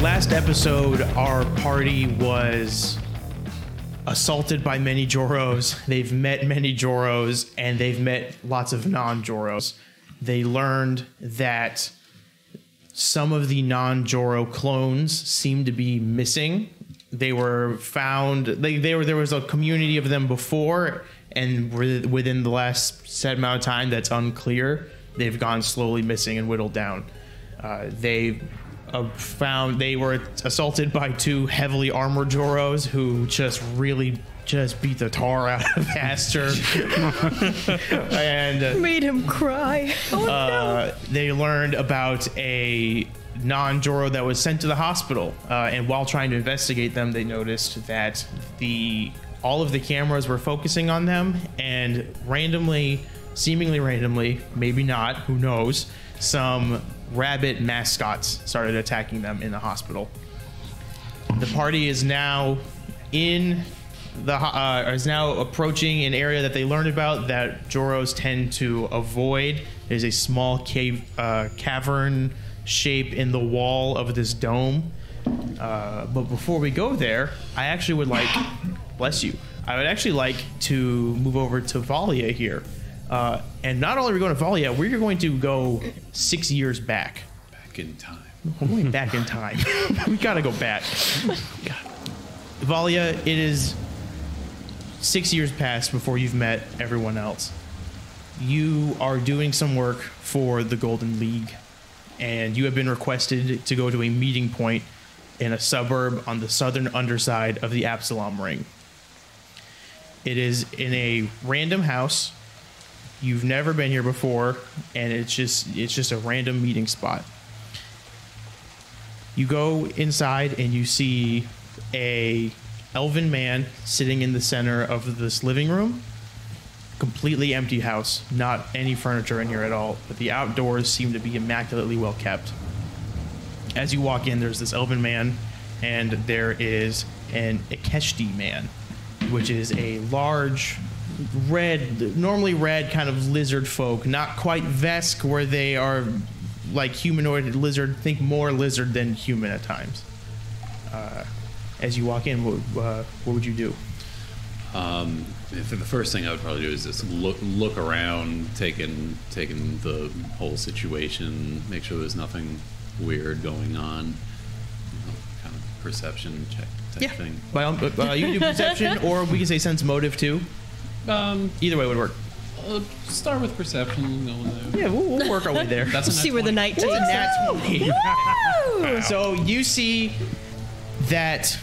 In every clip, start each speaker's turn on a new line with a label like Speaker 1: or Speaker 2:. Speaker 1: last episode, our party was assaulted by many Joros. They've met many Joros, and they've met lots of non Joros. They learned that some of the non Joro clones seem to be missing. They were found. They, they were there was a community of them before, and were- within the last set amount of time, that's unclear. They've gone slowly missing and whittled down. Uh, they uh, found they were assaulted by two heavily armored Joros who just really just beat the tar out of Aster. and uh,
Speaker 2: Made him cry.
Speaker 1: uh, they learned about a non-Joro that was sent to the hospital, uh, and while trying to investigate them, they noticed that the all of the cameras were focusing on them, and randomly, seemingly randomly, maybe not, who knows, some rabbit mascots started attacking them in the hospital. The party is now in the ho- uh, is now approaching an area that they learned about that Joros tend to avoid. There's a small cave uh, cavern shape in the wall of this dome. Uh, but before we go there, I actually would like, bless you, I would actually like to move over to Valia here. Uh, and not only are we going to Valia, we're going to go six years back.
Speaker 3: Back in time.
Speaker 1: We're going back in time. we gotta go back. Valia, it is six years past before you've met everyone else. You are doing some work for the Golden League, and you have been requested to go to a meeting point in a suburb on the southern underside of the Absalom Ring. It is in a random house. You've never been here before, and it's just it's just a random meeting spot you go inside and you see a elven man sitting in the center of this living room completely empty house not any furniture in here at all but the outdoors seem to be immaculately well kept as you walk in there's this elven man and there is an ekeshti man which is a large red normally red kind of lizard folk not quite vesk where they are like humanoid lizard think more lizard than human at times uh, as you walk in what, uh, what would you do
Speaker 3: If- The first thing I would probably do is just look look around, taking taking the whole situation, make sure there's nothing weird going on. You know, kind of perception check type thing.
Speaker 1: By all, uh, you can do perception or we can say sense motive too
Speaker 3: Um,
Speaker 1: either way would work
Speaker 3: uh, start with perception. go there.
Speaker 1: yeah we'll, we'll work our way there
Speaker 3: That's a
Speaker 2: See
Speaker 3: nat
Speaker 2: where the
Speaker 3: 20.
Speaker 2: night takes us.
Speaker 1: That's me. So you see that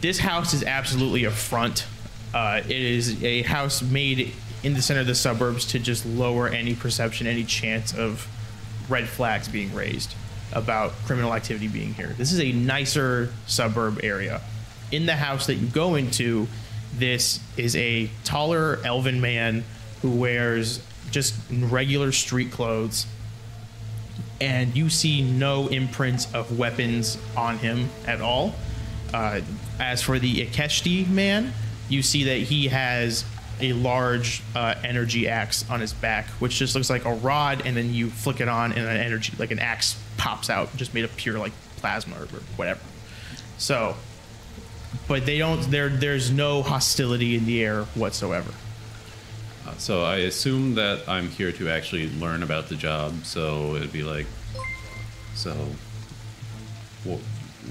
Speaker 1: this house is absolutely a front. Uh, it is a house made in the center of the suburbs to just lower any perception, any chance of red flags being raised about criminal activity being here. This is a nicer suburb area. In the house that you go into, this is a taller elven man who wears just regular street clothes and you see no imprints of weapons on him at all. Uh, as for the Ikeshti man, you see that he has a large uh, energy axe on his back, which just looks like a rod, and then you flick it on, and an energy, like an axe, pops out, just made of pure like plasma or whatever. So, but they don't. There, there's no hostility in the air whatsoever.
Speaker 3: Uh, So I assume that I'm here to actually learn about the job. So it'd be like, so, wha-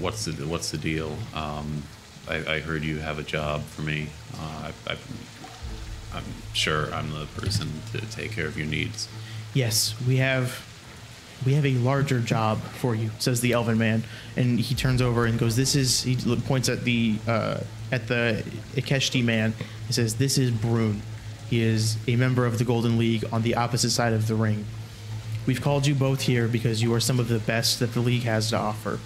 Speaker 3: what's the what's the deal? Um, I, I heard you have a job for me. Uh, I, I, I'm sure I'm the person to take care of your needs.
Speaker 1: Yes, we have we have a larger job for you, says the elven man, and he turns over and goes, "This is." He lo- points at the uh, at the Ikeshti man. He says, "This is Brune. He is a member of the Golden League on the opposite side of the ring. We've called you both here because you are some of the best that the league has to offer."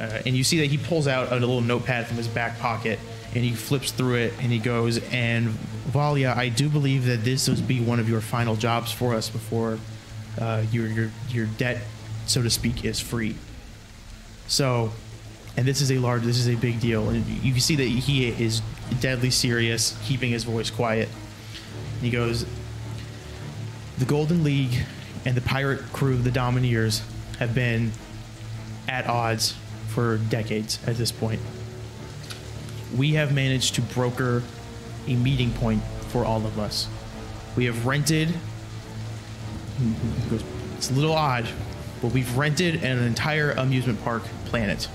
Speaker 1: Uh, and you see that he pulls out a little notepad from his back pocket and he flips through it and he goes, And Valia, I do believe that this would be one of your final jobs for us before uh, your, your, your debt, so to speak, is free. So, and this is a large, this is a big deal. And you can see that he is deadly serious, keeping his voice quiet. And he goes, The Golden League and the pirate crew, the Domineers, have been at odds for decades at this point. We have managed to broker a meeting point for all of us. We have rented. It's a little odd, but we've rented an entire amusement park planet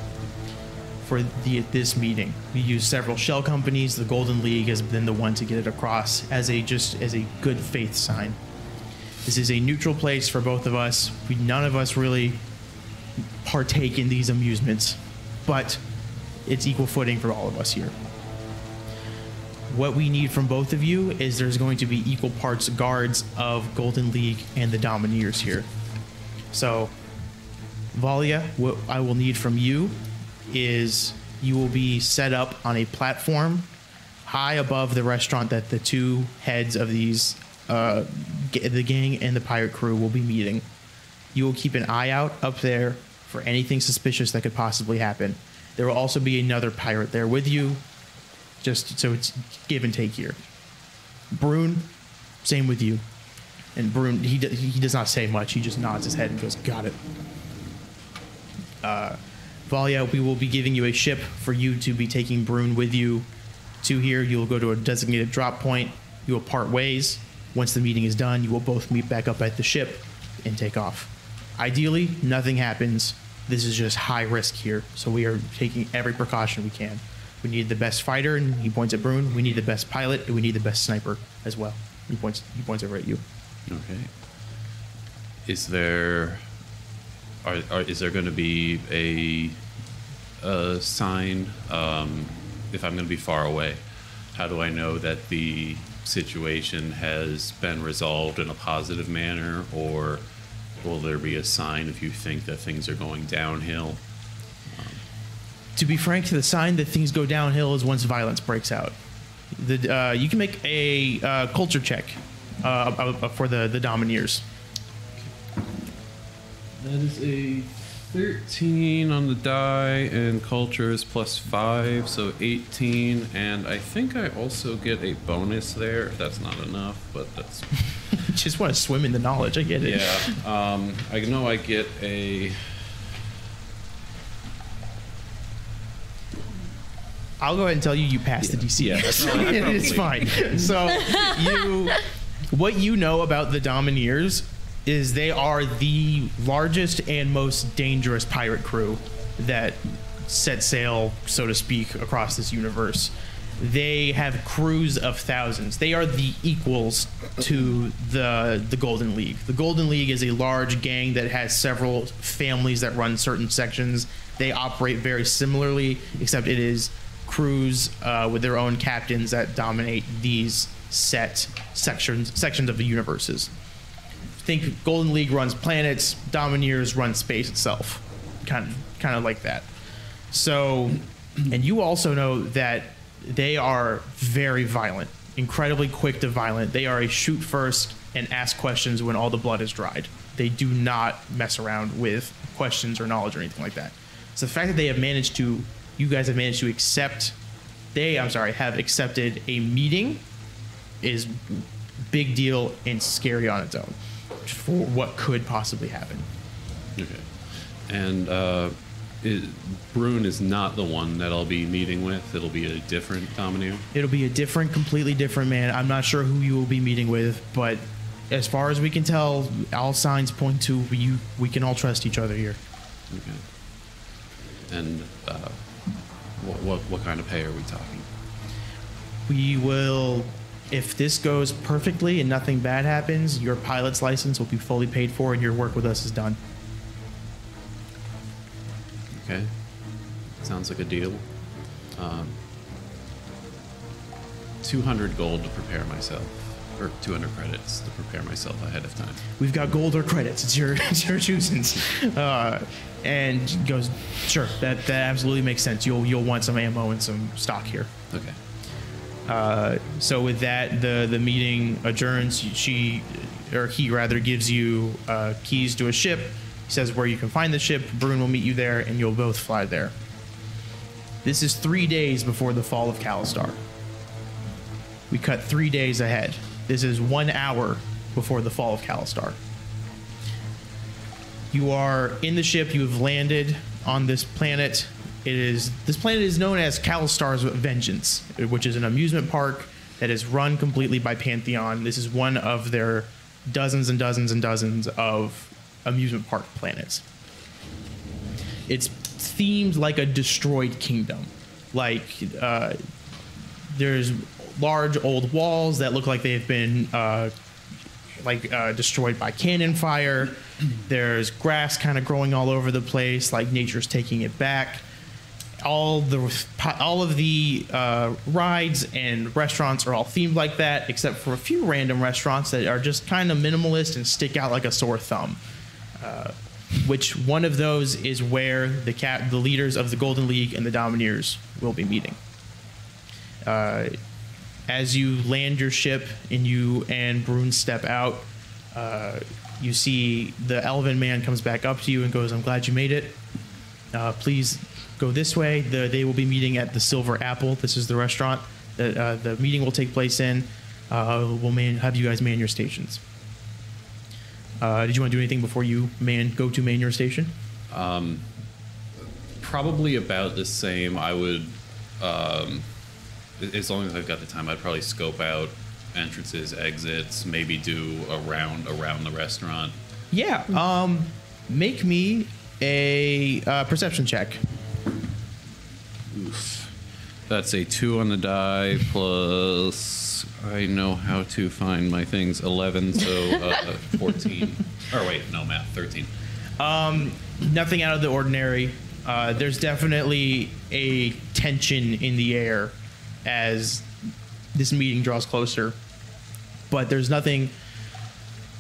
Speaker 1: for the this meeting. We used several shell companies. The Golden League has been the one to get it across as a just as a good faith sign. This is a neutral place for both of us. We none of us really partake in these amusements, but it's equal footing for all of us here. What we need from both of you is there's going to be equal parts guards of Golden League and the Domineers here. So, Valia, what I will need from you is you will be set up on a platform high above the restaurant that the two heads of these uh, g- the gang and the pirate crew will be meeting. You will keep an eye out up there for anything suspicious that could possibly happen. There will also be another pirate there with you, just so it's give and take here. Brune, same with you. And Brune, he, d- he does not say much. He just nods his head and goes, Got it. Valia, we will be giving you a ship for you to be taking Brune with you to here. You'll go to a designated drop point. You will part ways. Once the meeting is done, you will both meet back up at the ship and take off. Ideally, nothing happens. This is just high risk here, so we are taking every precaution we can. We need the best fighter, and he points at Brune. We need the best pilot, and we need the best sniper as well. He points. He points over at you.
Speaker 3: Okay. Is there are, are is there going to be a a sign um, if I'm going to be far away? How do I know that the situation has been resolved in a positive manner, or will there be a sign if you think that things are going downhill?
Speaker 1: to be frank, the sign that things go downhill is once violence breaks out. The, uh, you can make a uh, culture check uh, uh, uh, for the, the Domineers.
Speaker 3: That is a 13 on the die, and culture is plus 5, so 18. And I think I also get a bonus there. That's not enough, but that's.
Speaker 1: Just want to swim in the knowledge. I get it.
Speaker 3: Yeah. Um, I know I get a.
Speaker 1: I'll go ahead and tell you you passed the DC.
Speaker 3: Yeah, that's fine. I
Speaker 1: it's
Speaker 3: probably-
Speaker 1: fine. So you, what you know about the Domineers is they are the largest and most dangerous pirate crew that set sail, so to speak, across this universe. They have crews of thousands. They are the equals to the the Golden League. The Golden League is a large gang that has several families that run certain sections. They operate very similarly, except it is crews uh, with their own captains that dominate these set sections sections of the universes. Think Golden League runs planets, Domineers run space itself, kind of kind of like that. So, and you also know that they are very violent, incredibly quick to violent. They are a shoot first and ask questions when all the blood is dried. They do not mess around with questions or knowledge or anything like that. So the fact that they have managed to, you guys have managed to accept, they, I'm sorry, have accepted a meeting is big deal and scary on its own for what could possibly happen.
Speaker 3: Okay. And uh, it, Brune is not the one that I'll be meeting with. It'll be a different Domineer.
Speaker 1: It'll be a different, completely different man. I'm not sure who you will be meeting with, but as far as we can tell, all signs point to you. We can all trust each other here.
Speaker 3: Okay. And uh, what, what, what kind of pay are we talking?
Speaker 1: We will, if this goes perfectly and nothing bad happens, your pilot's license will be fully paid for, and your work with us is done.
Speaker 3: Okay. Sounds like a deal. Um, 200 gold to prepare myself, or 200 credits to prepare myself ahead of time.
Speaker 1: We've got gold or credits. It's your, it's your choosing. Uh, and he goes, sure, that, that absolutely makes sense. You'll you'll want some ammo and some stock here.
Speaker 3: Okay.
Speaker 1: So with that, the the meeting adjourns. She or he rather gives you uh, keys to a ship. He says where you can find the ship. Bruin will meet you there, and you'll both fly there. This is three days before the fall of Calistar. We cut three days ahead. This is one hour before the fall of Calistar. You are in the ship. You have landed. on this planet. It is this planet is known as Calstar's Vengeance, which is an amusement park that is run completely by Pantheon. This is one of their dozens and dozens and dozens of amusement park planets. It's themed like a destroyed kingdom, like uh, there's large old walls that look like they've been uh, like uh, destroyed by cannon fire. There's grass kind of growing all over the place, like nature's taking it back. All the all of the uh, rides and restaurants are all themed like that, except for a few random restaurants that are just kind of minimalist and stick out like a sore thumb. Uh, which one of those is where the cat, the leaders of the Golden League and the Domineers will be meeting uh, as you land your ship and you and Brune step out, uh, you see the elven man comes back up to you and goes, "I'm glad you made it. Uh, please go this way. The, they will be meeting at the Silver Apple. This is the restaurant that uh, the meeting will take place in. Uh, we'll man, have you guys man your stations. Uh, did you want to do anything before you man go to man your station?
Speaker 3: probably about the same. I would, um, a- as long as I've got the time, I'd probably scope out entrances, exits, maybe do a round around the restaurant.
Speaker 1: Yeah. Um, make me a uh, perception check.
Speaker 3: Oof. That's a two on the die plus. I know how to find my things. Eleven, so uh, fourteen. Or wait, no math. Thirteen.
Speaker 1: nothing out of the ordinary. Uh, there's definitely a tension in the air as this meeting draws closer, but there's nothing.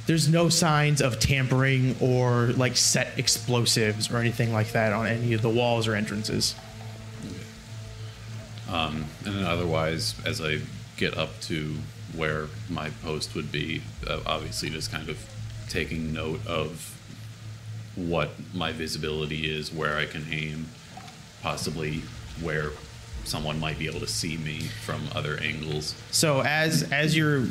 Speaker 1: There's no signs of tampering or like set explosives or anything like that on any of the walls or entrances.
Speaker 3: And then otherwise, as I get up to where my post would be, uh, obviously just kind of taking note of what my visibility is, where I can aim, possibly where someone might be able to see me from other angles.
Speaker 1: So as as you're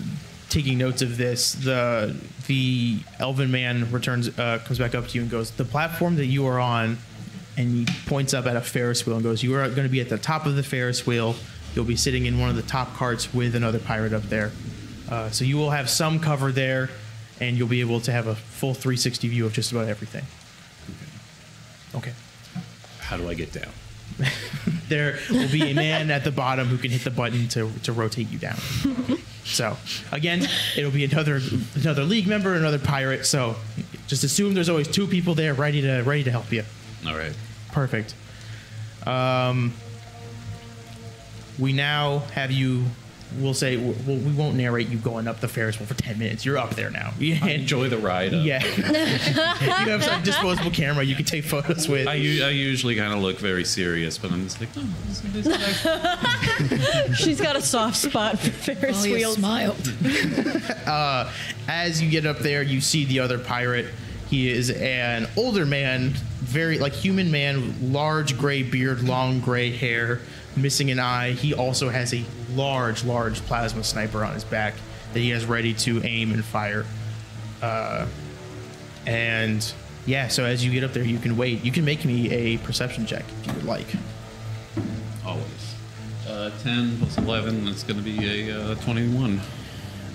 Speaker 1: taking notes of this, the the elven man returns, uh, comes back up to you and goes, "The platform that you are on," and he points up at a Ferris wheel and goes, "You are going to be at the top of the Ferris wheel. You'll be sitting in one of the top carts with another pirate up there. Uh, so you will have some cover there, and you'll be able to have a full 360 view of just about everything." Okay.
Speaker 3: How do I get down?
Speaker 1: There will be a man at the bottom who can hit the button to, to rotate you down. So again, it'll be another another league member, another pirate. So just assume there's always two people there ready to ready to help you.
Speaker 3: All right.
Speaker 1: Perfect. Um, we now have you. We'll say we'll, we won't narrate you going up the Ferris wheel for ten minutes. You're up there now. Yeah.
Speaker 3: Enjoy the ride. up.
Speaker 1: Yeah. you have some disposable camera you can take photos with.
Speaker 3: I, u- I usually kind of look very serious, but I'm just like, oh, this, this is actually
Speaker 2: She's got a soft spot for Ferris
Speaker 4: Talia
Speaker 2: wheels.
Speaker 4: smiled.
Speaker 1: as you get up there, you see the other pirate. He is an older man, very like human man, large gray beard, long gray hair, missing an eye. He also has a large, large plasma sniper on his back that he has ready to aim and fire. Uh, and yeah, so as you get up there, you can wait. You can make me a perception check if you would like.
Speaker 3: always. Uh, 10 plus 11, that's going to be a uh, 21.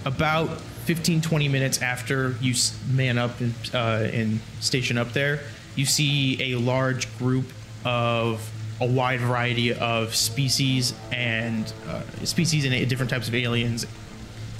Speaker 1: about 15 20 minutes after you s- man up and, uh, and station up there you see a large group of a wide variety of species and uh, species and a- different types of aliens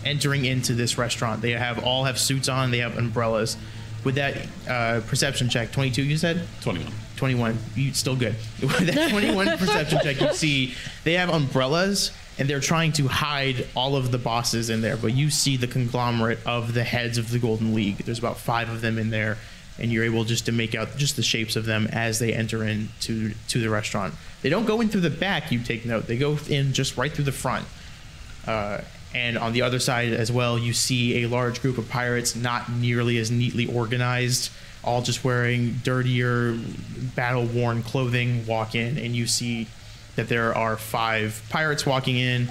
Speaker 1: entering into this restaurant they have all have suits on they have umbrellas with that uh, perception check 22 you said
Speaker 3: 21.
Speaker 1: 21. You still good. With that 21 perception check, you see they have umbrellas and they're trying to hide all of the bosses in there, but you see the conglomerate of the heads of the Golden League. There's about five of them in there, and you're able just to make out just the shapes of them as they enter into to the restaurant. They don't go in through the back, you take note. They go in just right through the front. Uh, and on the other side as well, you see a large group of pirates, not nearly as neatly organized, all just wearing dirtier, battle worn clothing, walk in, and you see that there are five pirates walking in.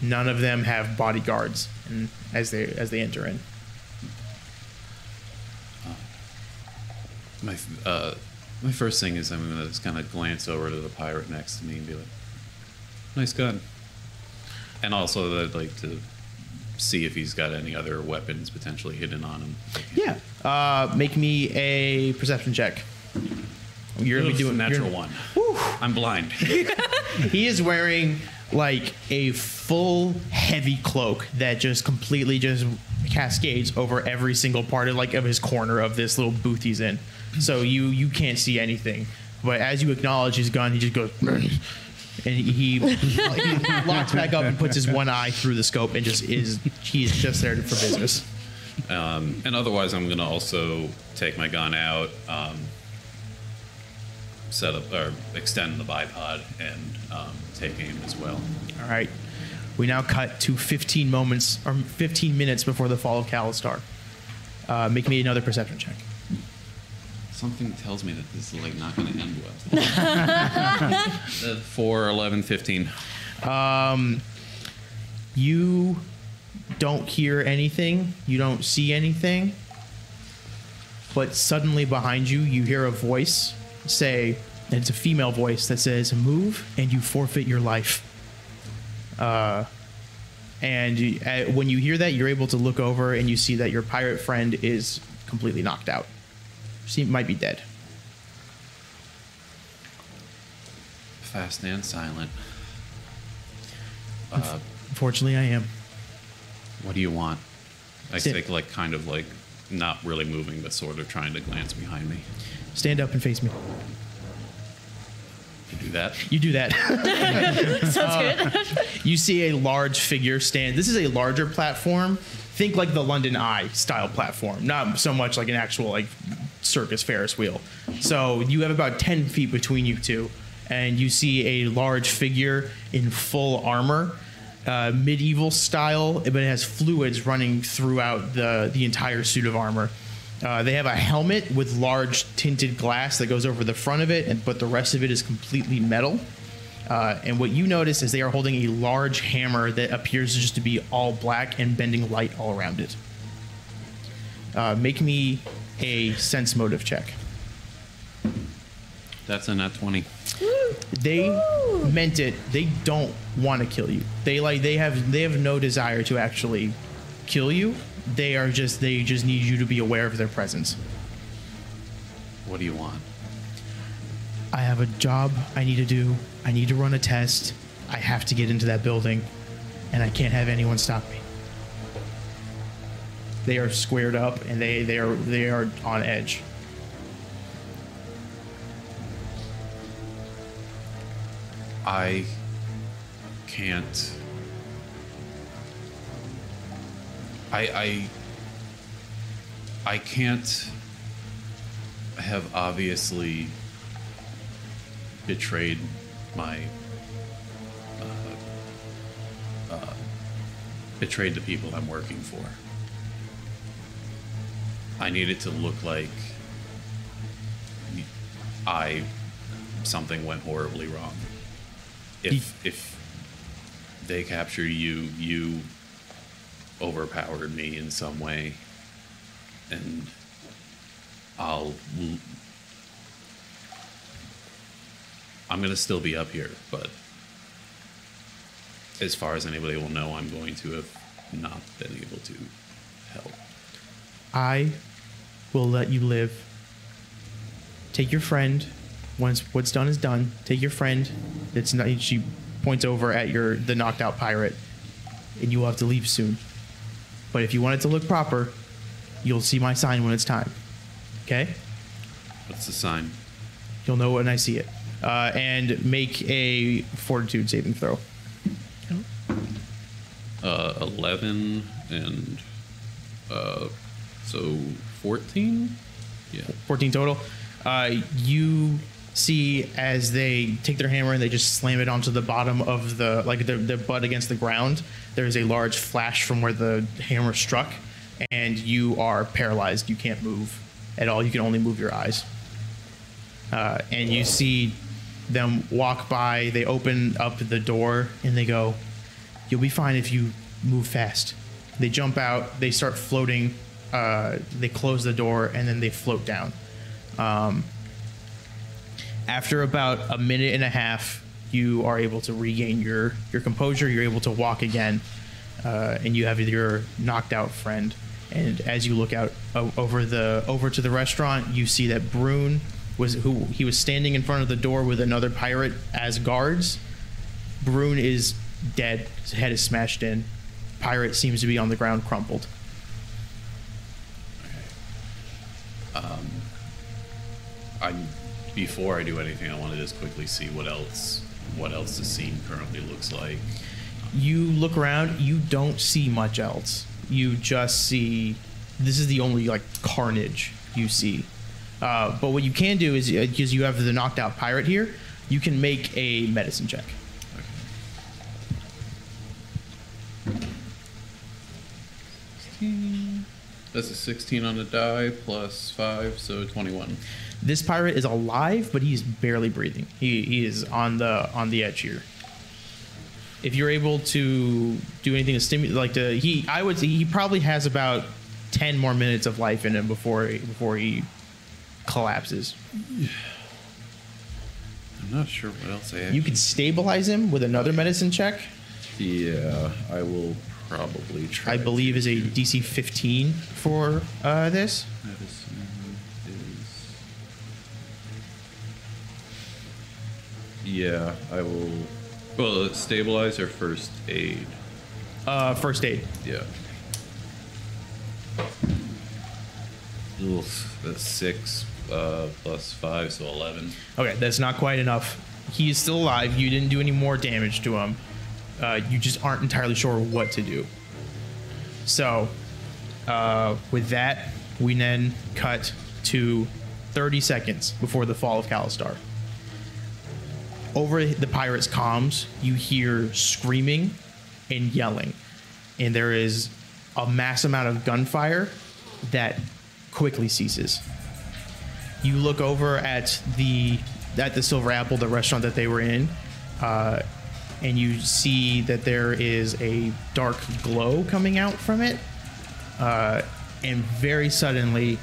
Speaker 1: None of them have bodyguards, and as they as they enter in.
Speaker 3: my uh, My first thing is I'm gonna just kind of glance over to the pirate next to me and be like, "Nice gun," and also I'd like to see if he's got any other weapons potentially hidden on him.
Speaker 1: Yeah. Uh, make me a perception check. You're gonna be doing you're-
Speaker 3: natural one. I'm blind.
Speaker 1: He is wearing like a full heavy cloak that just completely just cascades over every single part of like of his corner of this little booth he's in. So you you can't see anything. But as you acknowledge his gun, he just goes and he, he locks back up and puts his one eye through the scope and just is he's just there for business.
Speaker 3: and otherwise, I'm gonna also take my gun out, um, set up or extend the bipod, and um, take aim as well.
Speaker 1: All right. We now cut to 15 moments or 15 minutes before the fall of Calistar. Uh, make me another perception check.
Speaker 3: Something tells me that this is like not gonna end well. uh, 4, 11, 15.
Speaker 1: You don't hear anything. You don't see anything. But suddenly behind you, you hear a voice say, and it's a female voice that says, Move and you forfeit your life. Uh, and you- uh, when you hear that, you're able to look over and you see that your pirate friend is completely knocked out. She might be dead.
Speaker 3: Fast and silent. Uh,
Speaker 1: Unfortunately, I am.
Speaker 3: what do you want? I
Speaker 1: Sit.
Speaker 3: take like kind of like not really moving, but sort of trying to glance behind me.
Speaker 1: Stand up and face me.
Speaker 3: You do that.
Speaker 1: You do that.
Speaker 2: Sounds good.
Speaker 1: you see a large figure stand. This is a larger platform. Think like the London Eye style platform, not so much like an actual like circus Ferris wheel. So you have about ten feet between you two, and you see a large figure in full armor, uh, medieval style, but it has fluids running throughout the the entire suit of armor. Uh, they have a helmet with large tinted glass that goes over the front of it, and, but the rest of it is completely metal. Uh, and what you notice is they are holding a large hammer that appears just to be all black and bending light all around it. Uh, make me a sense motive check.
Speaker 3: That's a nat 20.
Speaker 1: They meant it. They don't want to kill you. They like they have they have no desire to actually kill you. They are just they just need you to be aware of their presence.
Speaker 3: What do you want?
Speaker 1: I have a job I need to do. I need to run a test. I have to get into that building, and I can't have anyone stop me. They are squared up, and they they are they are on edge.
Speaker 3: I can't. I I I can't have obviously betrayed my uh, uh, betrayed the people I'm working for. I need it to look like I something went horribly wrong if if they capture you, you overpowered me in some way, and I'll. l- I'm gonna still be up here, but as far as anybody will know, I'm going to have not been able to help.
Speaker 1: I will let you live. Take your friend. Once what's done is done. Take your friend. It's not. She points over at your the knocked out pirate, and you will have to leave soon. But if you want it to look proper, you'll see my sign when it's time. Okay.
Speaker 3: What's the sign?
Speaker 1: You'll know when I see it. Uh, and make a fortitude saving throw.
Speaker 3: Uh, Eleven and uh, so fourteen. Yeah.
Speaker 1: 14 total. Uh, you see as they take their hammer and they just slam it onto the bottom of the, like their, their butt against the ground. There's a large flash from where the hammer struck, and you are paralyzed. You can't move at all. You can only move your eyes. Uh, and you see them walk by. They open up the door and they go, You'll be fine if you move fast. They jump out, they start floating, uh, they close the door, and then they float down. Um, After about a minute and a half, you are able to regain your your composure. You're able to walk again, uh, and you have your knocked out friend. And as you look out o- over the over to the restaurant, you see that Brune was who he was standing in front of the door with another pirate as guards. Brune is dead. His head is smashed in. Pirate seems to be on the ground, crumpled.
Speaker 3: I'm before I do anything, I want to just quickly see what else what else the scene currently looks like.
Speaker 1: You look around. You don't see much else. You just see. This is the only like carnage you see. Uh, but what you can do is because you have the knocked out pirate here, you can make a medicine check.
Speaker 3: That's a 16 on the die plus 5, so 21.
Speaker 1: This pirate is alive, but he's barely breathing. He, he is on the on the edge here. If you're able to do anything to stimulate, like to he, I would say he probably has about ten more minutes of life in him before he- before he collapses.
Speaker 3: I'm not sure what else I have.
Speaker 1: You could stabilize him with another medicine check.
Speaker 3: yeah, I will probably try.
Speaker 1: I believe is a
Speaker 3: to do
Speaker 1: DC 15 for uh, this.
Speaker 3: medicine is- Yeah, I will. Well, stabilize or first aid.
Speaker 1: Uh, first aid.
Speaker 3: Yeah. Oof, that's six uh, plus five, so eleven.
Speaker 1: Okay, that's not quite enough. He is still alive. You didn't do any more damage to him. Uh, you just aren't entirely sure what to do. So, uh, with that, we then cut to 30 seconds before the fall of Kalistar. Over the pirates' comms, you hear screaming and yelling, and there is a mass amount of gunfire that quickly ceases you look over at the at the Silver Apple, the restaurant that they were in, uh, and you see that there is a dark glow coming out from it, uh, and very suddenly,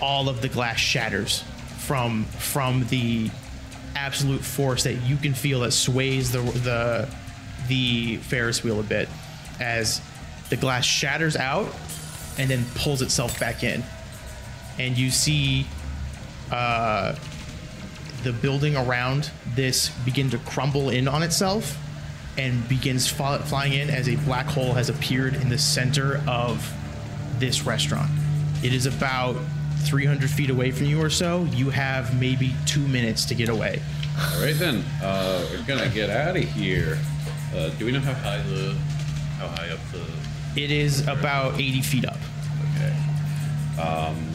Speaker 1: all of the glass shatters from from the absolute force that you can feel that sways the the the Ferris wheel a bit as the glass shatters out and then pulls itself back in, and you see the building around this begin to crumble in on itself and begins fa- flying in as a black hole has appeared in the center of this restaurant. It is about 300 feet away from you or so. You have maybe two minutes to get away.
Speaker 3: All right then, uh, we're gonna get out of here. Uh, do we know how high the, how high up the?
Speaker 1: It is about 80 feet up.
Speaker 3: Okay. Um,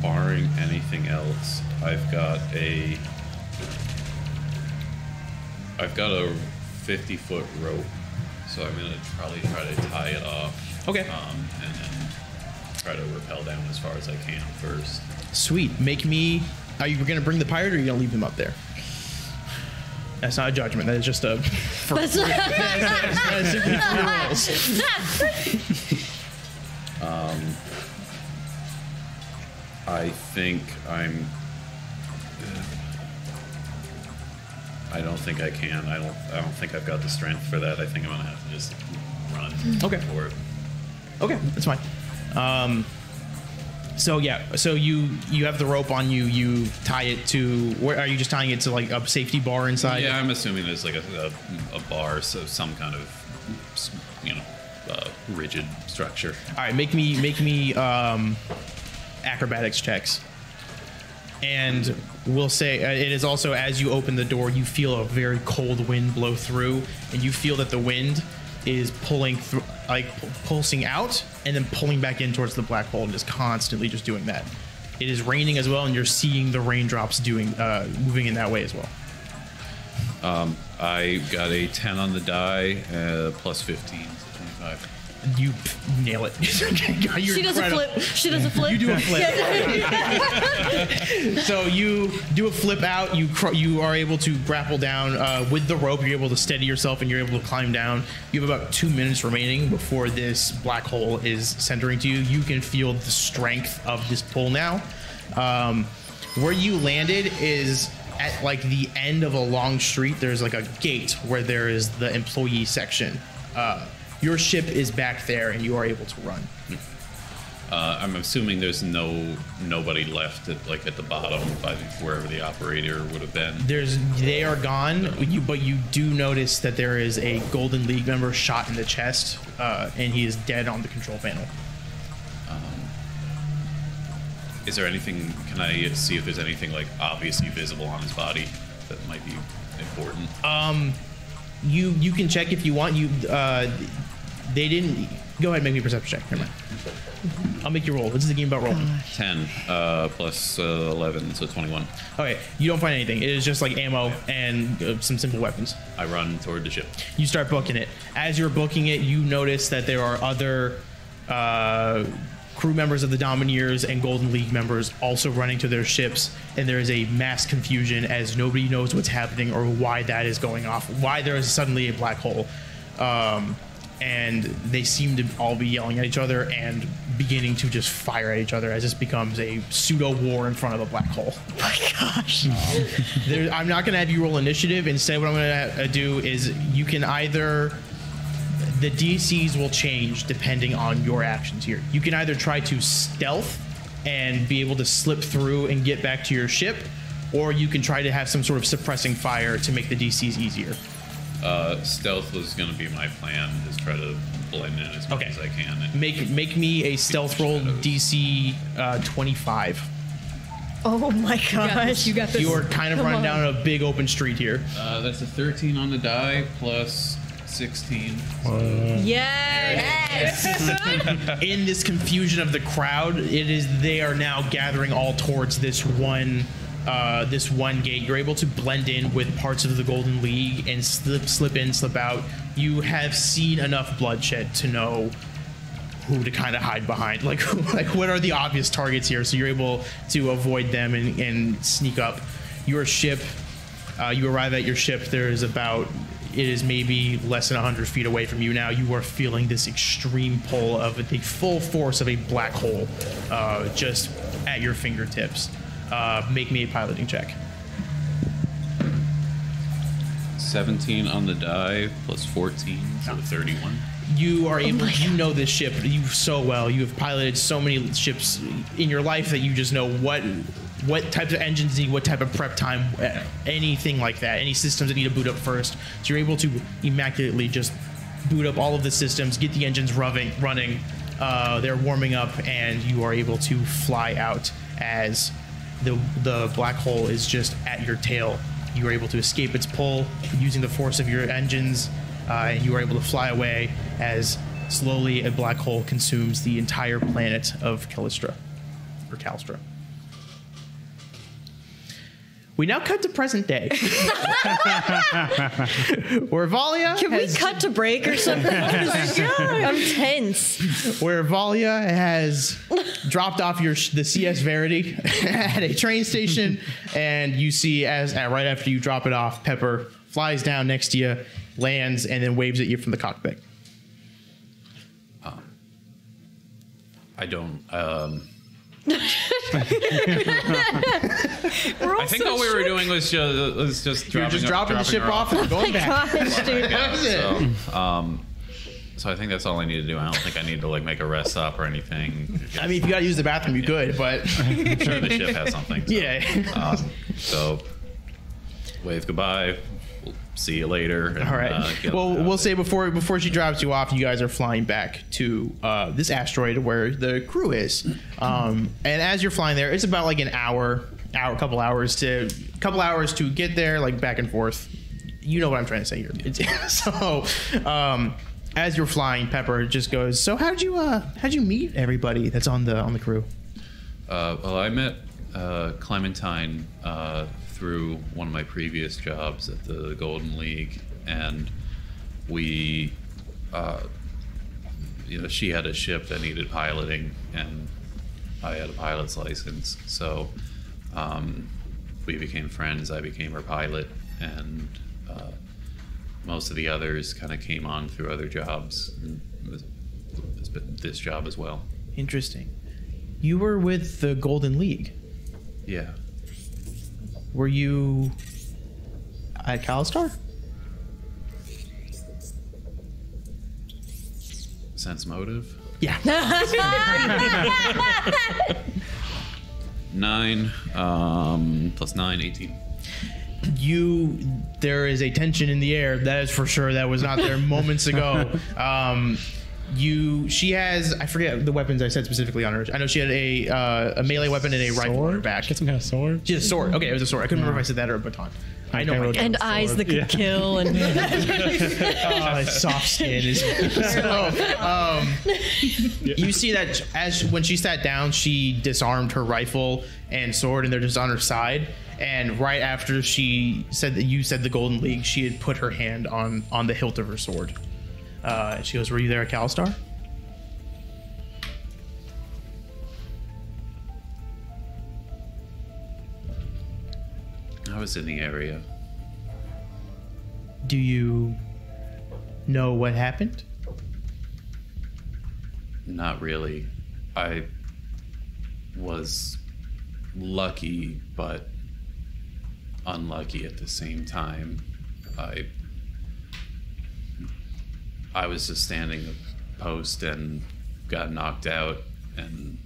Speaker 3: barring anything else, I've got a, I've got a fifty foot rope, so I'm gonna probably try to tie it off.
Speaker 1: Okay.
Speaker 3: Um, and then try to rappel down as far as I can first.
Speaker 1: Sweet. Make me. Are you going to bring the pirate or are you going to leave him up there? That's not a judgment. That is just a. For,
Speaker 2: That's
Speaker 1: that's just the rules.
Speaker 3: I think I'm. I don't think I can. I don't. I don't think I've got the strength for that. I think I'm gonna have to just run.
Speaker 1: Okay.
Speaker 3: For it.
Speaker 1: Okay, that's fine. Um, so yeah, so you you have the rope on you. You tie it to. Where are you just tying it to like a safety bar inside?
Speaker 3: Yeah, I'm assuming there's like a, a, a bar, so some kind of, you know, uh, rigid structure.
Speaker 1: All right, make me make me um, acrobatics checks. And we'll say uh, it is also as you open the door, you feel a very cold wind blow through, and you feel that the wind is pulling through, like pu- pulsing out, and then pulling back in towards the black hole, and just constantly just doing that. It is raining as well, and you're seeing the raindrops doing uh, moving in that way as well.
Speaker 3: I got a 10 on the die, uh, plus 15, so 25.
Speaker 1: You pff, nail it. You're
Speaker 2: she does a
Speaker 1: incredible.
Speaker 2: flip. She does a flip.
Speaker 1: You do a flip. so you do a flip out. You cr- you are able to grapple down uh, with the rope. You're able to steady yourself, and you're able to climb down. You have about two minutes remaining before this black hole is centering to you. You can feel the strength of this pull now. Um, where you landed is at like the end of a long street, there's like a gate where there is the employee section. Uh, your ship is back there, and you are able to run.
Speaker 3: Uh, I'm assuming there's no nobody left at like at the bottom by the, wherever the operator would have been.
Speaker 1: There's they are gone, you, but you do notice that there is a Golden League member shot in the chest, uh, and he is dead on the control panel.
Speaker 3: Is there anything? Can I see if there's anything like obviously visible on his body that might be important?
Speaker 1: You you can check if you want. You uh, they didn't. Go ahead, and make me a perception check. Never mind. I'll make you roll. This is a game about rolling.
Speaker 3: Ten uh, plus uh, eleven, so twenty-one.
Speaker 1: Okay, you don't find anything. It is just like ammo and uh, some simple weapons.
Speaker 3: I run toward the ship.
Speaker 1: You start booking it. As you're booking it, you notice that there are other uh, crew members of the Domineers and Golden League members also running to their ships, and there is a mass confusion as nobody knows what's happening or why that is going off, why there is suddenly a black hole. Um, and they seem to all be yelling at each other and beginning to just fire at each other as this becomes a pseudo war in front of a black hole. There, I'm not going to have you roll initiative. Instead, what I'm going to do is you can either the DCs will change depending on your actions here. You can either try to stealth and be able to slip through and get back to your ship, or you can try to have some sort of suppressing fire to make the DCs easier.
Speaker 3: Uh, stealth was going to be my plan. Is try to blend in as much
Speaker 1: Okay.
Speaker 3: as I can. And
Speaker 1: Make make me a stealth roll
Speaker 3: Shadows.
Speaker 1: DC uh, 25.
Speaker 2: Oh my
Speaker 4: got this,
Speaker 2: gosh.
Speaker 4: you got this.
Speaker 1: You are kind of
Speaker 2: Come
Speaker 1: running
Speaker 2: on.
Speaker 1: down a big open street here.
Speaker 3: Uh, that's a 13 on the die plus 16.
Speaker 2: Yes.
Speaker 1: in this confusion of the crowd, it is they are now gathering all towards this one. Uh, this one gate, you're able to blend in with parts of the Golden League and slip, slip in, slip out. You have seen enough bloodshed to know who to kind of hide behind. Like, like what are the obvious targets here? So you're able to avoid them and, and sneak up. Your ship, uh, you arrive at your ship. There is about, it is maybe less than 100 feet away from you now. You are feeling this extreme pull of the full force of a black hole uh, just at your fingertips. Uh, make me a piloting check.
Speaker 3: 17 on the die plus 14, so 31.
Speaker 1: you are able you know this ship you so well you have piloted so many ships in your life that you just know what what types of engines need what type of prep time uh, anything like that any systems that need to boot up first so you're able to immaculately just boot up all of the systems get the engines rubbing, running uh, they're warming up and you are able to fly out as the the black hole is just at your tail you are able to escape its pull using the force of your engines uh, and you are able to fly away as slowly a black hole consumes the entire planet of Callisto, or Calstra. We now cut to present day, where Valia
Speaker 2: Can we
Speaker 1: has,
Speaker 2: cut to break or something? I'm tense.
Speaker 1: where Valia has dropped off your the CS Verity at a train station, and you see as uh, right after you drop it off, Pepper flies down next to you, lands, and then waves at you from the cockpit. Um,
Speaker 3: I don't. Um,
Speaker 4: We're all
Speaker 3: I think
Speaker 4: so
Speaker 3: all we were
Speaker 4: shook.
Speaker 3: doing was just, was just
Speaker 1: You're
Speaker 3: dropping
Speaker 1: just
Speaker 3: her-
Speaker 1: dropping, the ship
Speaker 3: her
Speaker 1: off and going back.
Speaker 2: Gosh, dude.
Speaker 1: That's it.
Speaker 3: Yeah, so, um, so I think that's all I need to do. I don't think I need to like make a rest stop or anything.
Speaker 1: I mean, if you gotta use the bathroom, you could, but
Speaker 3: I'm sure the ship has something. so,
Speaker 1: yeah.
Speaker 3: Um, so wave goodbye. We'll see you later. and,
Speaker 1: All right.
Speaker 3: uh, get-
Speaker 1: well, we'll say before before she drops you off, you guys are flying back to uh, this asteroid where the crew is. Um, and as you're flying there, it's about like an hour, hour, couple hours to couple hours to get there, like back and forth. You know what I'm trying to say here. It's, so, um, as you're flying, Pepper just goes. So how'd you uh, how'd you meet everybody that's on the on the crew?
Speaker 3: Uh, well, I met uh, Clementine uh, through one of my previous jobs at the Golden League, and we, uh, you know, she had a ship that needed piloting, and I had a pilot's license, so um, we became friends. I became her pilot, and uh, most of the others kind of came on through other jobs, and this- this job as well.
Speaker 1: Interesting. You were with the Golden League.
Speaker 3: Yeah.
Speaker 1: Were you at Calistar?
Speaker 3: Sense motive?
Speaker 1: Yeah.
Speaker 3: Nine, um, plus nine, 18.
Speaker 1: you there is a tension in the air that is for sure that was not there moments ago um you she has i forget the weapons i said specifically on her i know she had a uh, a melee weapon and a rifle on her back
Speaker 5: Get some kind of sword.
Speaker 1: she has a sword okay it was a sword i couldn't remember if i said that or a baton i know
Speaker 5: Okay,
Speaker 1: my
Speaker 5: we'll-
Speaker 2: and eyes that could
Speaker 5: Yeah.
Speaker 2: kill and
Speaker 1: uh, soft skin is so um, you see that as when she sat down she disarmed her rifle and sword and they're just on her side and right after she said that you said the golden league she had put her hand on on the hilt of her sword uh, she goes were you there at calistar
Speaker 3: I was in the area.
Speaker 1: do you know what happened
Speaker 3: Not really. I was lucky, but unlucky at the same time. I I was just standing a post and got knocked out and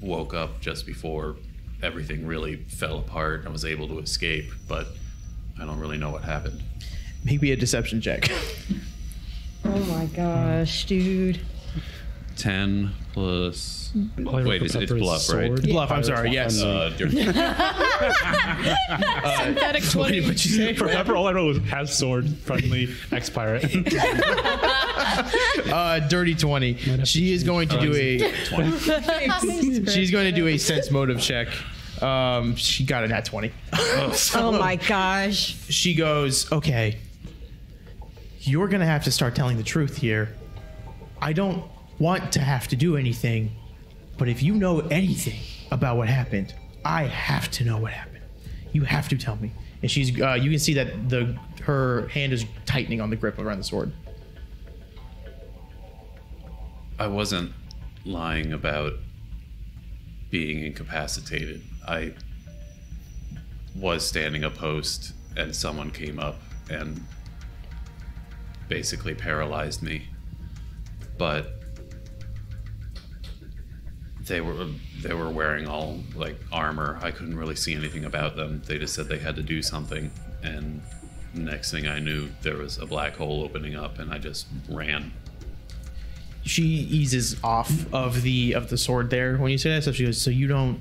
Speaker 3: woke up just before everything really fell apart and was able to escape, but I don't really know what happened.
Speaker 1: make me a deception check
Speaker 2: oh my gosh, dude.
Speaker 3: 10 plus
Speaker 5: Probably
Speaker 3: Wait, it's, it's
Speaker 5: remember
Speaker 3: bluff, right?
Speaker 5: sword.
Speaker 1: bluff i'm sorry yes
Speaker 3: Uh, you're-
Speaker 2: Synthetic 20.
Speaker 1: what'd you say
Speaker 5: Remember, all I wrote was has sword, friendly, ex pirate.
Speaker 1: uh, dirty 20 she is going to do a
Speaker 3: 20.
Speaker 1: She's going to do a sense motive check. Um, she got a nat 20.
Speaker 2: Oh my gosh.
Speaker 1: She goes, Okay, you're going to have to start telling the truth here. I don't want to have to do anything, but if you know anything about what happened, I have to know what happened. You have to tell me. And she's, uh, you can see that the her hand is tightening on the grip around the sword.
Speaker 3: I wasn't lying about being incapacitated. I was standing a post and someone came up and basically paralyzed me. But they were they were wearing all like armor. I couldn't really see anything about them. They just said they had to do something and next thing I knew there was a black hole opening up and I just ran.
Speaker 1: she eases off of the of the sword there when you say that stuff she goes so you don't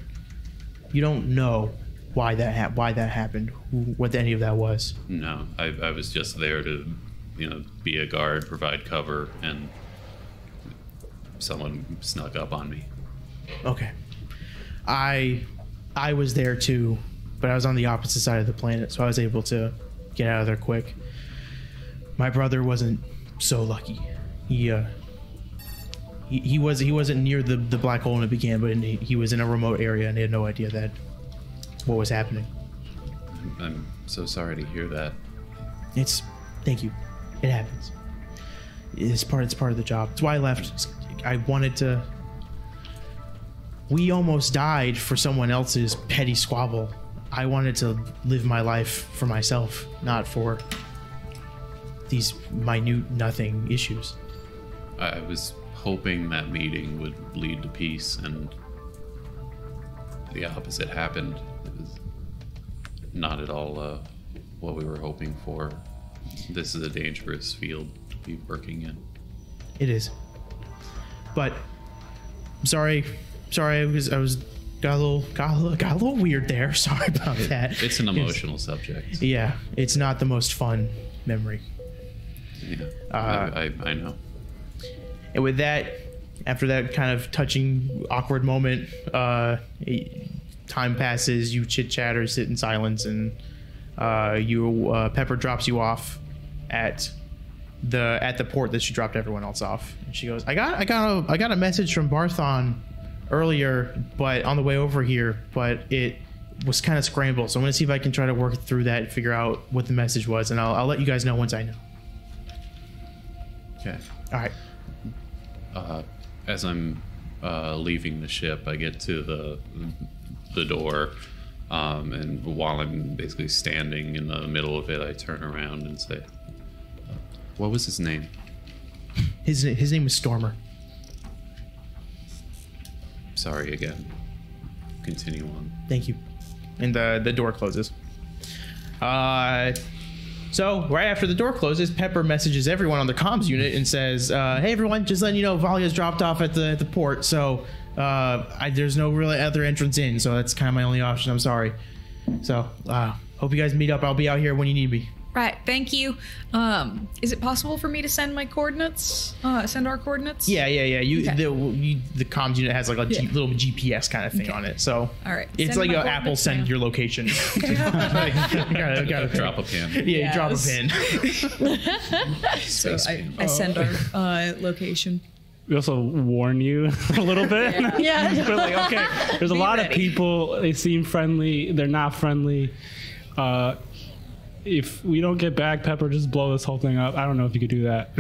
Speaker 1: you don't know why that ha- why that happened who, what any of that was
Speaker 3: No, I, I was just there to, you know, be a guard, provide cover, and someone snuck up on me.
Speaker 1: okay i i was there too but i was on the opposite side of the planet so i was able to get out of there quick my brother wasn't so lucky he uh he, he was he wasn't near the, the black hole when it began, but he, he was in a remote area and he had no idea that what was happening.
Speaker 3: I'm so sorry to hear that.
Speaker 1: It's thank you. It happens. It's part. It's part of the job. It's why I left. I wanted to. We almost died for someone else's petty squabble. I wanted to live my life for myself, not for these minute nothing issues.
Speaker 3: I, I was hoping that meeting would lead to peace, and the opposite happened. It was not at all uh, what we were hoping for. This is a dangerous field to be working in.
Speaker 1: It is. But I'm sorry, sorry. I was I was got a little got a little, got a little weird there. Sorry about that.
Speaker 3: It's an emotional subject.
Speaker 1: Yeah, it's not the most fun memory.
Speaker 3: Yeah, I, I, I know.
Speaker 1: And with that, after that kind of touching, awkward moment, uh, time passes. You chit chat or sit in silence, and uh, you uh, Pepper drops you off at the at the port that she dropped everyone else off. And she goes, "I got I got a I got a message from Barthon earlier, but on the way over here, but it." was kind of scrambled so i'm going to see if i can try to work through that and figure out what the message was and i'll, I'll let you guys know once i know
Speaker 3: Okay.
Speaker 1: all right
Speaker 3: uh, as I'm uh, leaving the ship, I get to the the door Um, and while I'm basically standing in the middle of it, I turn around and say, uh, "What was his name?"
Speaker 1: His his name is Stormer.
Speaker 3: Sorry again. Continue on.
Speaker 1: Thank you. And the the door closes. Uh, so right after the door closes, Pepper messages everyone on the comms unit and says, uh, "Hey everyone, just letting you know, Valia's dropped off at the at the port, so uh, I, there's no really other entrance in. So that's kind of my only option. I'm sorry. So uh, hope you guys meet up. I'll be out here when you need me.
Speaker 4: Right. Thank you. Um, is it possible for me to send my coordinates? Uh, send our coordinates?
Speaker 1: Yeah, yeah, yeah. You
Speaker 4: Okay.
Speaker 1: the you, the comms unit has like a G-
Speaker 4: Yeah.
Speaker 1: little GPS kind of thing
Speaker 4: Okay.
Speaker 1: on it. So
Speaker 4: All right.
Speaker 1: it's
Speaker 4: Send
Speaker 1: like
Speaker 4: my
Speaker 1: a Apple
Speaker 4: coordinates
Speaker 1: send
Speaker 4: now.
Speaker 1: your location. Like, gotta, gotta
Speaker 3: Drop a pin.
Speaker 1: Yeah, you drop a
Speaker 4: Yes.
Speaker 1: pin.
Speaker 4: So
Speaker 3: Space
Speaker 4: I, Oh,
Speaker 3: beam.
Speaker 4: I send our uh, location.
Speaker 5: We also warn you a little bit.
Speaker 2: Yeah.
Speaker 5: We're like, okay, there's a
Speaker 4: Be
Speaker 5: lot
Speaker 4: ready.
Speaker 5: of people. They seem friendly. They're not friendly. Uh, if we don't get back, Pepper, just blow this whole thing up. I don't know if you could do that.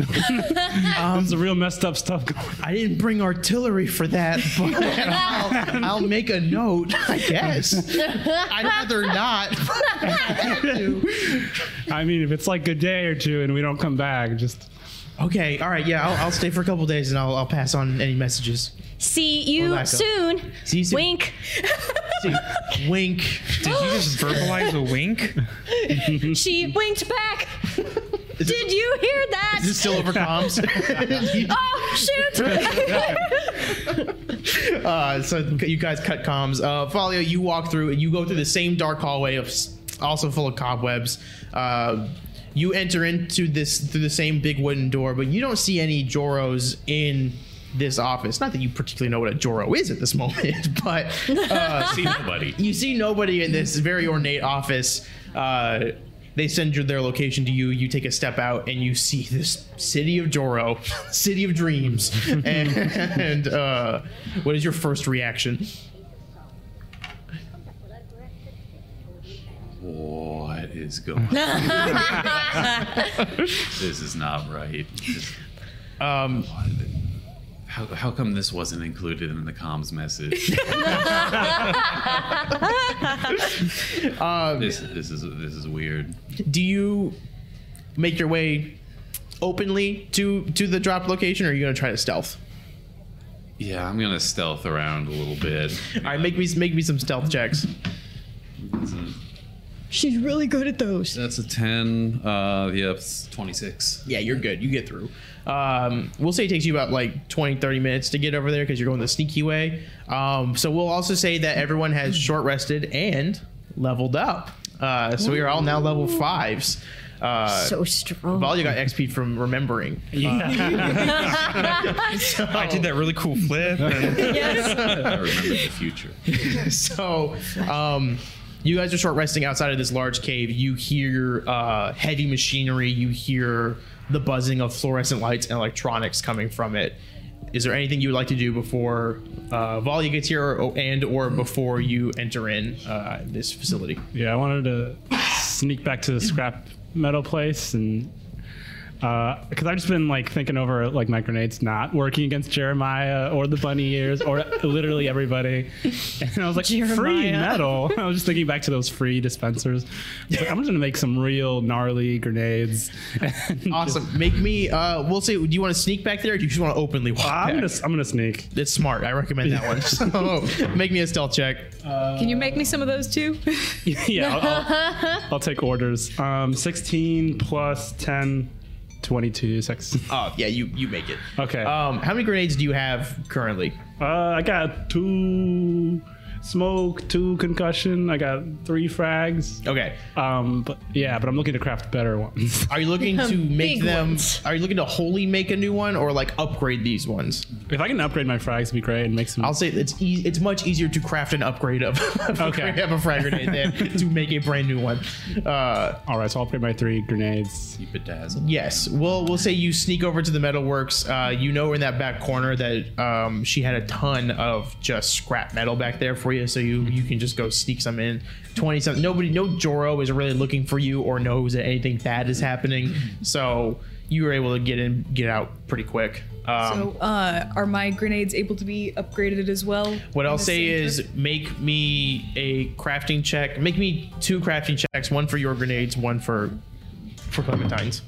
Speaker 5: There's a real messed up stuff going on.
Speaker 1: I didn't bring artillery for that, but I'll, I'll make a note, I guess. I'd rather not. but I have to.
Speaker 5: I mean, if it's like a day or two and we don't come back, just
Speaker 1: okay, all right, yeah, I'll, I'll stay for a couple days and I'll, I'll pass on any messages.
Speaker 6: See
Speaker 1: Or
Speaker 6: you
Speaker 1: lack of.
Speaker 6: soon.
Speaker 1: See you soon.
Speaker 6: Wink.
Speaker 1: See, wink.
Speaker 7: Did you just verbalize a wink?
Speaker 6: She winked back.
Speaker 1: Is
Speaker 6: Did you hear that?
Speaker 1: Is this still over comms?
Speaker 6: oh shoot!
Speaker 1: uh, so you guys cut comms. Uh, Folio, you walk through and you go through the same dark hallway, of, also full of cobwebs. Uh, you enter into this through the same big wooden door, but you don't see any Joros in this office. Not that you particularly know what a Joro is at this moment, but uh,
Speaker 3: See nobody.
Speaker 1: you see nobody in this very ornate office. Uh, they send your, their location to you. You take a step out and you see this city of Joro, city of dreams. and uh, what is your first reaction?
Speaker 3: What is going on? this is not right. This-
Speaker 1: Um,
Speaker 3: How, how come this wasn't included in the comms message?
Speaker 1: um,
Speaker 3: this this is this is weird.
Speaker 1: do you make your way openly to to the drop location, or are you going to try to stealth?
Speaker 3: Yeah, I'm gonna stealth around a little bit.
Speaker 1: All right, make me make me some stealth checks.
Speaker 2: She's really good at those.
Speaker 3: That's a ten. Uh, yeah, it's twenty-six.
Speaker 1: Yeah, you're good. You get through. Um, we'll say it takes you about like 20, 30 minutes to get over there because you're going the sneaky way. Um, so we'll also say that everyone has short rested and leveled up. Uh, so we are all now level fives. Uh,
Speaker 6: so strong.
Speaker 1: Valia got XP from remembering.
Speaker 7: I did that really cool flip. And
Speaker 3: I remember the future.
Speaker 1: so um, you guys are short resting outside of this large cave. You hear uh, heavy machinery. You hear the buzzing of fluorescent lights and electronics coming from it. Is there anything you would like to do before uh, Volley gets here, or, and or before you enter in uh, this facility?
Speaker 5: yeah, I wanted to sneak back to the scrap metal place and because I've just been like thinking over like my grenades not working against Jeremiah or the bunny ears or literally everybody, and I was like free
Speaker 2: Jeremiah.
Speaker 5: metal. I was just thinking back to those free dispensers. I was like, I'm just gonna make some real gnarly grenades. And
Speaker 1: Awesome. Make me. Uh, we'll say. Do you want to sneak back there, or do you just want to openly walk?
Speaker 5: I'm
Speaker 1: back?
Speaker 5: gonna I'm gonna sneak.
Speaker 1: It's smart. I recommend that one. So make me a stealth check.
Speaker 4: Can you make me some of those too?
Speaker 5: yeah, I'll, I'll, I'll take orders. Um, 16 plus 10, 22, six.
Speaker 1: Oh yeah, you you make it.
Speaker 5: Okay.
Speaker 1: Um, how many grenades do you have currently?
Speaker 5: Uh, I got two smoke, two concussion. I got three frags.
Speaker 1: Okay.
Speaker 5: Um, but yeah, but I'm looking to craft better ones.
Speaker 1: Are you looking to make
Speaker 6: Big
Speaker 1: them?
Speaker 6: ones.
Speaker 1: Are you looking to wholly make a new one, or like upgrade these ones?
Speaker 5: if I can upgrade my frags, it'd be great and make some.
Speaker 1: I'll say it's e- it's much easier to craft an upgrade of
Speaker 5: Okay.
Speaker 1: of a frag grenade than to make a brand new one. Uh,
Speaker 5: All right, so I'll upgrade my three grenades.
Speaker 3: You bedazzled.
Speaker 1: yes, we'll we'll say you sneak over to the metalworks. Uh, you know, in that back corner that um, she had a ton of just scrap metal back there for you, so you you can just go sneak some in. Twenty something. Nobody, no Joro is really looking for you or knows that anything bad is happening, so. you were able to get in, get out pretty quick. Um,
Speaker 4: so, uh, are my grenades able to be upgraded as well?
Speaker 1: what
Speaker 4: in
Speaker 1: I'll
Speaker 4: the
Speaker 1: say
Speaker 4: same
Speaker 1: is
Speaker 4: turn?
Speaker 1: make me a crafting check. Make me two crafting checks, one for your grenades, one for for Clementine's.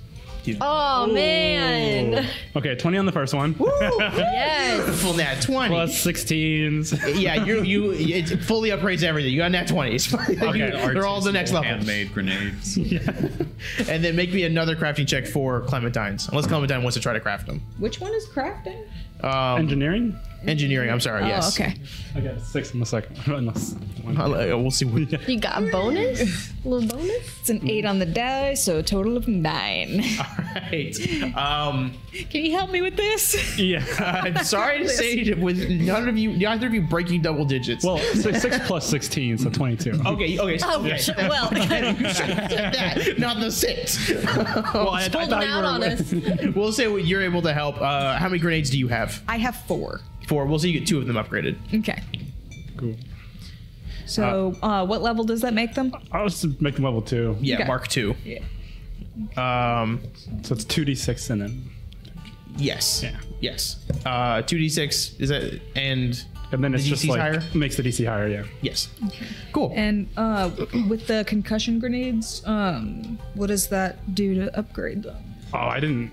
Speaker 6: Oh
Speaker 1: Oh.
Speaker 6: man.
Speaker 5: Okay, 20 on the first one.
Speaker 6: Yes.
Speaker 1: Full nat twenty.
Speaker 5: Plus 16s.
Speaker 1: yeah, you you it fully upgrades everything. You got nat twenties. They're all the next level.
Speaker 3: Handmade grenades.
Speaker 1: And then make me another crafting check for Clementine's, unless Clementine wants to try to craft them.
Speaker 4: Which one is crafting?
Speaker 1: Um,
Speaker 5: Engineering?
Speaker 1: engineering. I'm sorry.
Speaker 4: Oh,
Speaker 1: yes.
Speaker 4: okay.
Speaker 5: Okay, six on the second one. Unless one.
Speaker 1: I'll- uh, we'll see. What,
Speaker 6: You got a bonus? little bonus?
Speaker 8: It's an eight on the die, so a total of nine.
Speaker 1: all right. Um,
Speaker 4: Can you help me with this?
Speaker 5: Yeah.
Speaker 1: I'm sorry to say, that with none of you, neither of you breaking double digits.
Speaker 5: Well, six, six plus 16, so 22.
Speaker 1: okay, okay.
Speaker 6: Oh,
Speaker 1: okay.
Speaker 6: sh- well,
Speaker 1: Said that, not the six.
Speaker 5: I, I
Speaker 6: holding out on us.
Speaker 1: we'll say what you're able to help. Uh, how many grenades do you have?
Speaker 4: I have four.
Speaker 1: Four. We'll see you get two of them upgraded.
Speaker 4: Okay.
Speaker 5: Cool.
Speaker 4: So, uh, what level does that make them?
Speaker 5: I'll just make them level two.
Speaker 1: Yeah,
Speaker 4: Okay.
Speaker 1: mark two.
Speaker 4: Yeah.
Speaker 1: Um,
Speaker 5: So it's 2d6 in it.
Speaker 1: yes.
Speaker 5: Yeah.
Speaker 1: Yes. Uh, 2d6 is that and
Speaker 5: And then
Speaker 1: The
Speaker 5: it's just
Speaker 1: DC's
Speaker 5: like
Speaker 1: higher?
Speaker 5: makes the DC higher, yeah.
Speaker 1: yes. Cool.
Speaker 4: And uh, with the concussion grenades, um, what does that do to upgrade them?
Speaker 5: Oh, I didn't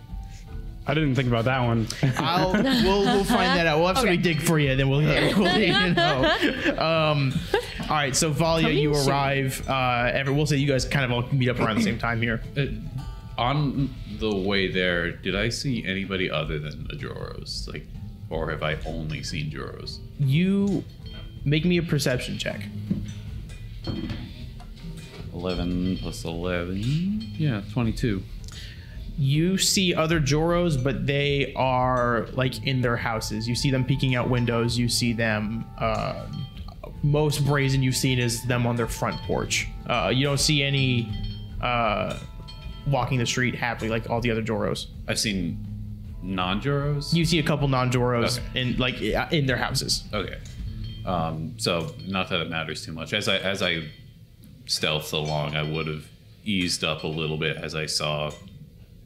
Speaker 5: I didn't think about that one.
Speaker 1: I'll, we'll, we'll find that out. We'll have somebody dig for you, then we'll, we'll let you know. Um, all right, so Valia, you arrive. Uh, every, we'll say you guys kind of all meet up around the same time here.
Speaker 3: Uh, on the way there, did I see anybody other than the Joros? Like, or have I only seen Joros?
Speaker 1: You make me a perception check.
Speaker 3: 11 plus 11. Yeah, 22.
Speaker 1: You see other Joros, but they are like in their houses. You see them peeking out windows. You see them. Uh, most brazen you've seen is them on their front porch. Uh, you don't see any uh, walking the street happily like all the other Joros.
Speaker 3: I've seen non Joros?
Speaker 1: you see a couple non-Joros
Speaker 3: Okay.
Speaker 1: in like uh, in their houses.
Speaker 3: Okay. Um, so not that it matters too much. As I as I stealthed along, I would have eased up a little bit as I saw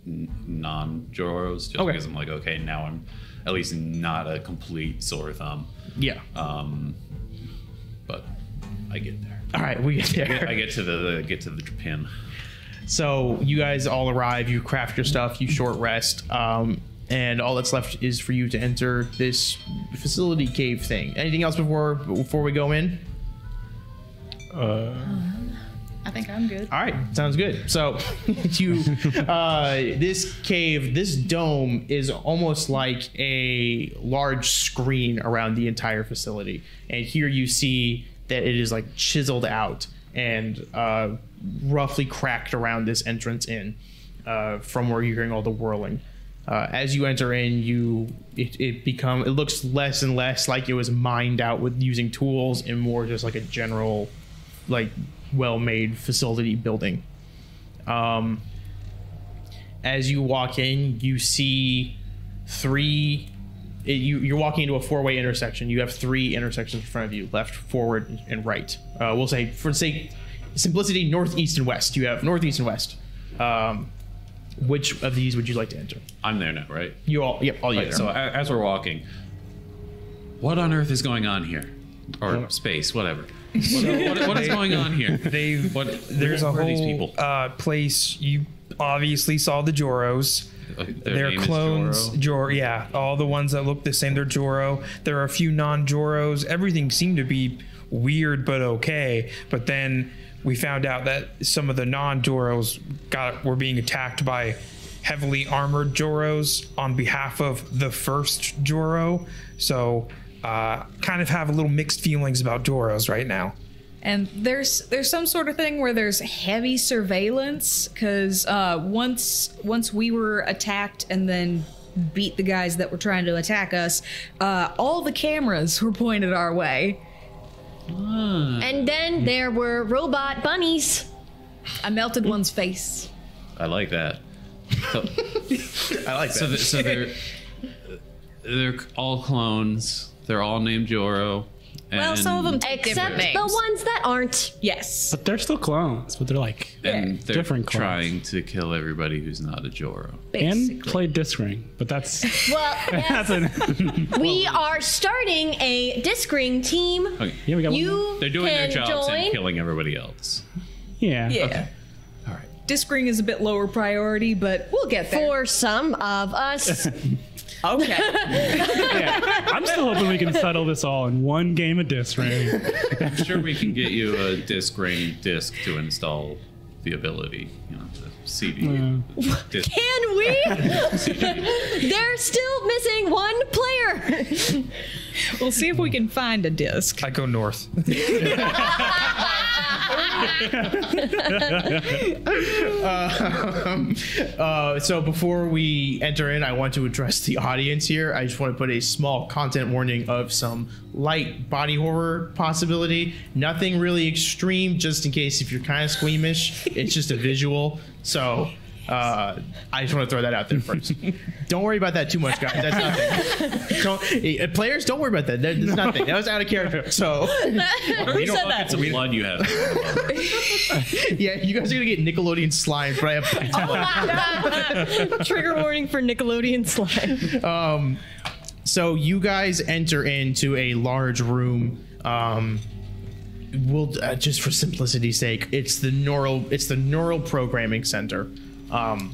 Speaker 3: n- non-Joros, just
Speaker 1: Okay.
Speaker 3: because I'm like, okay, now I'm at least not a complete sore thumb.
Speaker 1: Yeah.
Speaker 3: Um, but I get there.
Speaker 1: all right, we get there.
Speaker 3: I get to the, the get to the pin.
Speaker 1: So you guys all arrive. You craft your stuff. You short rest. Um, and all that's left is for you to enter this facility cave thing. Anything else before before we go in?
Speaker 5: Uh,
Speaker 4: I think I'm good.
Speaker 1: All right, sounds good. So, you, uh, this cave, this dome is almost like a large screen around the entire facility, and here you see that it is like chiseled out and uh, roughly cracked around this entrance in, uh, from where you're hearing all the whirling. Uh, as you enter in, you it, it become it looks less and less like it was mined out with using tools and more just like a general like well-made facility building. Um, as you walk in, you see three. it- you, you're walking into a four-way intersection. You have three intersections in front of you: left, forward, and right. Uh, we'll say, for sake simplicity, northeast and west. You have northeast and west. Um, which of these would you like to enter?
Speaker 3: I'm there now, right?
Speaker 1: You all, yep, all you.
Speaker 3: Right, so a- as we're walking, what on earth is going on here? Or space, whatever. What- what- what is going on here?
Speaker 7: They
Speaker 3: What?
Speaker 7: there's a
Speaker 3: who are
Speaker 7: whole
Speaker 3: these people?
Speaker 7: Uh, place. You obviously saw the Joros.
Speaker 3: Uh, their
Speaker 7: They're
Speaker 3: name is
Speaker 7: clones.
Speaker 3: Joro?
Speaker 7: Jor, yeah, all the ones that look the same. They're Joro. There are a few non-Joros. Everything seemed to be weird but okay. But then we found out that some of the non-Joros got were being attacked by heavily armored Joros on behalf of the first Joro. So. Uh, kind of have a little mixed feelings about Joros right now.
Speaker 4: And there's there's some sort of thing where there's heavy surveillance because uh, once once we were attacked and then beat the guys that were trying to attack us, uh, all the cameras were pointed our way.
Speaker 6: And then there were robot bunnies.
Speaker 4: I melted one's face.
Speaker 3: I like that. So,
Speaker 1: I like that.
Speaker 3: so, th- so they're they're all clones. They're all named Joro.
Speaker 4: Well, some of them
Speaker 3: And-
Speaker 4: take different
Speaker 6: Except the
Speaker 4: names.
Speaker 6: ones that aren't.
Speaker 4: Yes.
Speaker 5: But they're still clones, but they're like
Speaker 3: and they're
Speaker 5: Different clones.
Speaker 3: trying to kill everybody who's not a Joro.
Speaker 5: and play disc ring, but that's
Speaker 6: Well, yes,
Speaker 5: that's an
Speaker 6: we are starting a disc ring team.
Speaker 3: Okay.
Speaker 5: Yeah, we got one
Speaker 6: you
Speaker 3: They're doing their
Speaker 6: can
Speaker 3: jobs and
Speaker 6: join.
Speaker 3: killing everybody else.
Speaker 5: yeah.
Speaker 4: Yeah.
Speaker 3: All right.
Speaker 4: Disc ring is a bit lower priority, but we'll get there.
Speaker 6: For some of us,
Speaker 4: okay.
Speaker 5: Yeah. I'm still hoping we can settle this all in one game of disc ring.
Speaker 3: I'm sure we can get you a disc ring disc to install the ability. You know, the CD. disc.
Speaker 6: can we? They're still missing one player.
Speaker 4: we'll see if we can find a disc.
Speaker 7: I go north.
Speaker 1: Um, uh, so before we enter in, I want to address the audience here. I just want to put a small content warning of some light body horror possibility. Nothing really extreme, just in case if you're kind of squeamish. It's just a visual. So uh, I just want to throw that out there first. don't worry about that too much, guys. That's nothing. Don't, eh, players, don't worry about that. That- That's nothing. That was out of character. So
Speaker 3: you don't look at some blood you have.
Speaker 1: yeah, you guys are gonna get Nickelodeon slimed, but I have.
Speaker 2: Trigger warning for Nickelodeon slime.
Speaker 1: Um, So you guys enter into a large room. Um, we'll uh, just for simplicity's sake, it's the neural it's the neural programming center. Um,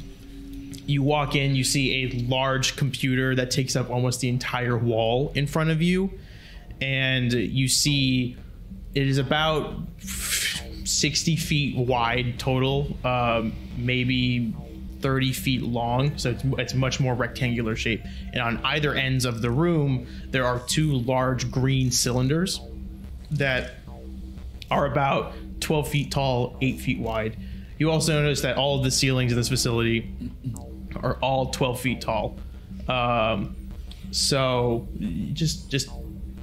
Speaker 1: you walk in, you see a large computer that takes up almost the entire wall in front of you, and you see it is about 60 feet wide total, um, maybe 30 feet long. So it's, it's much more rectangular shape. And on either ends of the room, there are two large green cylinders that are about 12 feet tall, 8 feet wide. You also notice that all of the ceilings in this facility are all 12 feet tall. Um, so just, just,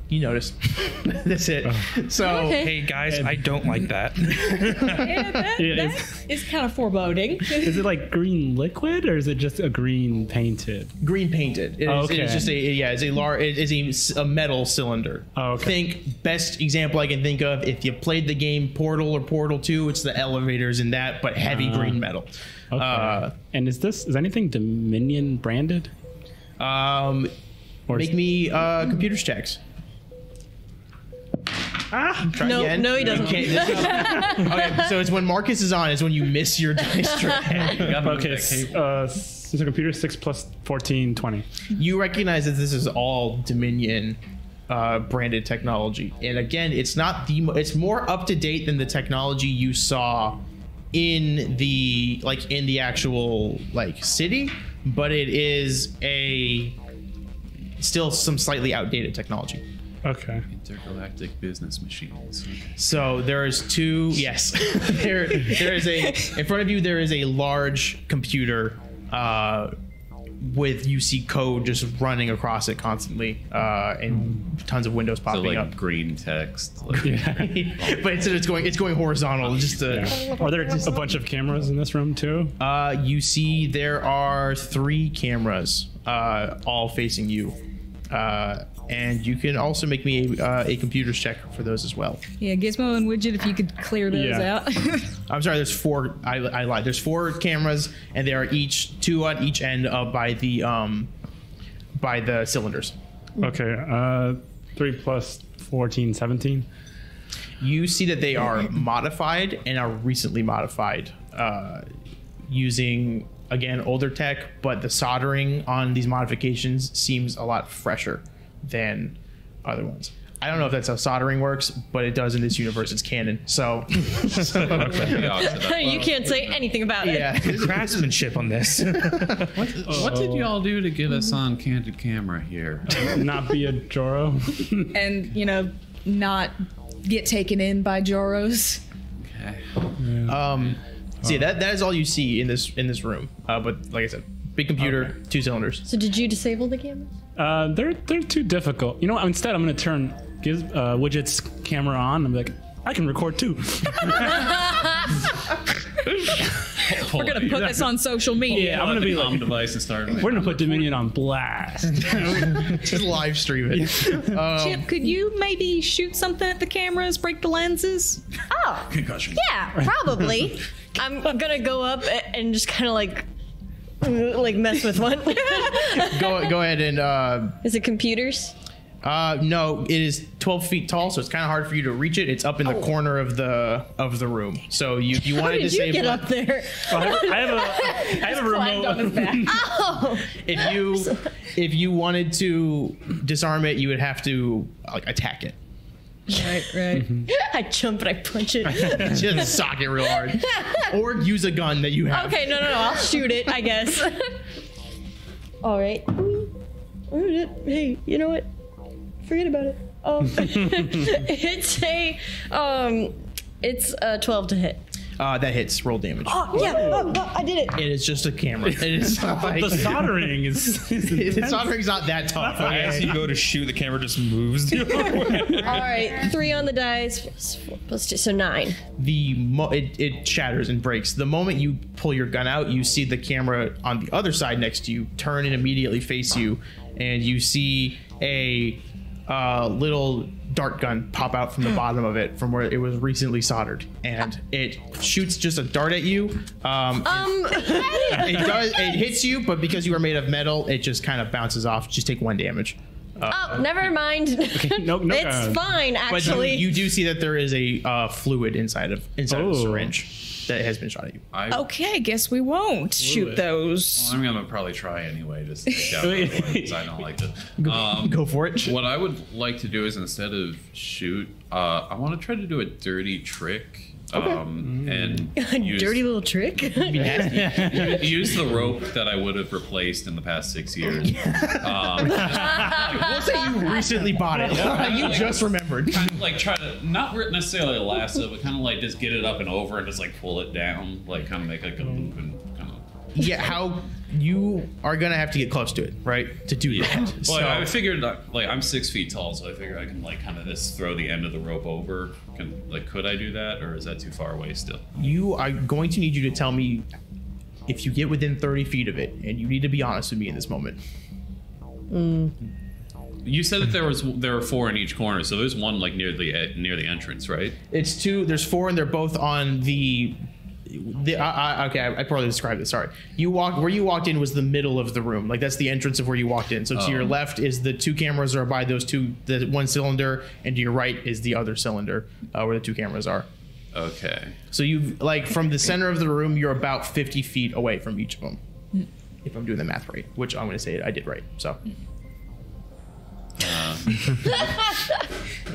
Speaker 1: you notice. That's it.
Speaker 5: Oh.
Speaker 1: So,
Speaker 7: Hey guys, I don't like that.
Speaker 5: Yeah, is-
Speaker 2: It's kind of foreboding.
Speaker 5: Is it like green liquid or is it just a green painted?
Speaker 1: green painted. It is, it is
Speaker 5: Okay.
Speaker 1: just a yeah, it's a lar- it is a s- a metal cylinder.
Speaker 5: Oh, okay.
Speaker 1: Think best example I can think of if you played the game Portal or Portal Two, it's the elevators in that, but heavy green metal.
Speaker 5: Ah. Okay. and is this is anything Dominion branded?
Speaker 1: Uh, um,
Speaker 5: Or is-
Speaker 1: make me uh, computers checks. Ah, Try
Speaker 2: No,
Speaker 1: again.
Speaker 2: no, he
Speaker 1: You
Speaker 2: doesn't.
Speaker 1: can't- this is- okay, so it's when Marcus is on, is when you miss your dice tray.
Speaker 5: okay. s- Uh, since a computer six plus 14, 20.
Speaker 1: you recognize that this is all Dominion uh, branded technology, and again, it's not the mo- it's more up to date than the technology you saw in the like in the actual like city, but it is a still some slightly outdated technology.
Speaker 5: Okay.
Speaker 3: Intergalactic business machines.
Speaker 1: So there is two. Yes, there there is a in front of you. There is a large computer uh, with UC code just running across it constantly, uh, and tons of windows
Speaker 3: So
Speaker 1: popping
Speaker 3: like
Speaker 1: up.
Speaker 3: green text. Like,
Speaker 1: but instead, it's going it's going horizontal. Just uh, to,
Speaker 5: Are there just a bunch of cameras in this room too?
Speaker 1: uh, you see, there are three cameras, uh, all facing you. Uh, and you can also make me a, uh, a computers check for those as well.
Speaker 4: Yeah, Gizmo and Widget, if you could clear those
Speaker 5: Yeah.
Speaker 4: out.
Speaker 1: I'm sorry. There's four. I, I lied. There's four cameras, and they are each two on each end of by the um, by the cylinders.
Speaker 5: Okay. Uh, three plus 14, 17.
Speaker 1: You see that they are modified and are recently modified, uh, using again older tech, but the soldering on these modifications seems a lot fresher than other ones. I don't know if that's how soldering works, but it does in this universe. It's canon. So,
Speaker 2: you can't say anything about it.
Speaker 1: yeah.
Speaker 7: Craftsmanship on this.
Speaker 3: what
Speaker 7: Oh.
Speaker 3: did y'all do to get us on candid camera here?
Speaker 5: Not be a Joro.
Speaker 4: and, you know, not get taken in by Joros.
Speaker 3: Okay.
Speaker 1: Um, see that that is all you see in this in this room. Uh, but like I said, big computer,
Speaker 5: Okay.
Speaker 1: two cylinders.
Speaker 6: So did you disable the cameras?
Speaker 5: Uh, they're they're too difficult. You know what? Instead, I'm gonna turn Giz, uh, Widget's camera on. I'm like, I can record too.
Speaker 4: We're gonna put this on social media.
Speaker 5: Yeah, I'm gonna be like,
Speaker 3: device and start.
Speaker 5: we're gonna put Dominion on blast.
Speaker 1: Just live stream it.
Speaker 4: Chip, could you maybe shoot something at the cameras, break the lenses?
Speaker 6: Oh,
Speaker 3: concussion.
Speaker 6: yeah, probably. I'm gonna go up a- and just kind of like, like mess with one.
Speaker 1: Go go ahead and uh,
Speaker 6: Is it computers?
Speaker 1: uh, no, it is 12 feet tall, so it's kind of hard for you to reach it. It's up in the corner of the of the room. So you if you
Speaker 6: Oh. How
Speaker 1: wanted to
Speaker 6: did you
Speaker 1: save
Speaker 6: get
Speaker 1: one-
Speaker 6: up there?
Speaker 5: I have a, I have a, I have a remote.
Speaker 6: Oh,
Speaker 1: if you if you wanted to disarm it, you would have to like attack it.
Speaker 4: Right, right.
Speaker 6: I jump and I punch it.
Speaker 1: Just sock it real hard, or use a gun that you have.
Speaker 6: Okay, no, no, no. I'll shoot it. I guess. All right. Hey, you know what? Forget about it. Um, it's a, um, it's a twelve to hit.
Speaker 1: Uh, that hits. Roll damage.
Speaker 6: Oh yeah, oh, oh, I did it.
Speaker 1: It is just a camera. It is not like,
Speaker 5: The soldering is. is
Speaker 1: the
Speaker 5: intense.
Speaker 1: soldering's not that tough.
Speaker 7: I
Speaker 1: Okay?
Speaker 7: ask you go to shoot, the camera just moves the other way.
Speaker 6: All right, three on the dice. Plus four, plus two, so nine.
Speaker 1: the mo- it, it shatters and breaks. The moment you pull your gun out, you see the camera on the other side next to you turn and immediately face you, and you see a uh, little dart gun pop out
Speaker 7: Hmm.
Speaker 1: from the bottom of it from where it was recently soldered, and it shoots just a dart at you. Um,
Speaker 6: Um,
Speaker 7: Oh,
Speaker 1: it does it hits you, but because you are made of metal, it just kind of bounces off. Just take one damage.
Speaker 6: oh, never mind.
Speaker 5: no- no,
Speaker 6: it's
Speaker 5: uh,
Speaker 6: fine
Speaker 1: But you,
Speaker 6: actually.
Speaker 1: you do see that there is a uh, fluid inside of inside of the
Speaker 5: Oh.
Speaker 1: syringe that has been shot at you.
Speaker 3: I,
Speaker 4: Okay, guess we won't shoot
Speaker 3: it.
Speaker 4: those.
Speaker 3: I'm gonna probably try anyway, just to take out
Speaker 5: Wait.
Speaker 3: because I don't like it. Um,
Speaker 1: Go for it.
Speaker 3: What I would like to do is instead of shoot, uh, I want to try to do a dirty trick. Um, and use,
Speaker 6: Dirty little trick.
Speaker 3: use the rope that I would have replaced in the past six years.
Speaker 1: We'll say you recently bought it. you just remembered.
Speaker 3: kind of like try to not re- necessarily lasso, but kind of like just get it up and over and just like pull it down, like kind of make like a loop and kind of.
Speaker 1: Yeah, how you are gonna have to get close to it, right? To do
Speaker 3: Yeah.
Speaker 1: that.
Speaker 3: Well, I
Speaker 1: So-
Speaker 3: figured like, like I'm six feet tall, so I figure I can like kind of just throw the end of the rope over. Can like could I do that, or is that too far away still?
Speaker 1: you are going to need you to tell me if you get within 30 feet of it, and you need to be honest with me in this moment.
Speaker 3: You said that there
Speaker 5: Mm-hmm.
Speaker 3: was there were four in each corner, so there's one like near the e- near the entrance, right?
Speaker 1: It's two. There's four, and they're both on the. The, I, I, okay, I, I poorly described it. Sorry. You walked where you walked in was the middle of the room. Like that's the entrance of where you walked in. So to your left is the two cameras are by those two, the one cylinder, and to your right is the other cylinder uh, where the two cameras are.
Speaker 3: Okay.
Speaker 1: So you've like from the center of the room, you're about 50 feet away from each of them. If I'm doing the math right, which I'm going to say I did right. So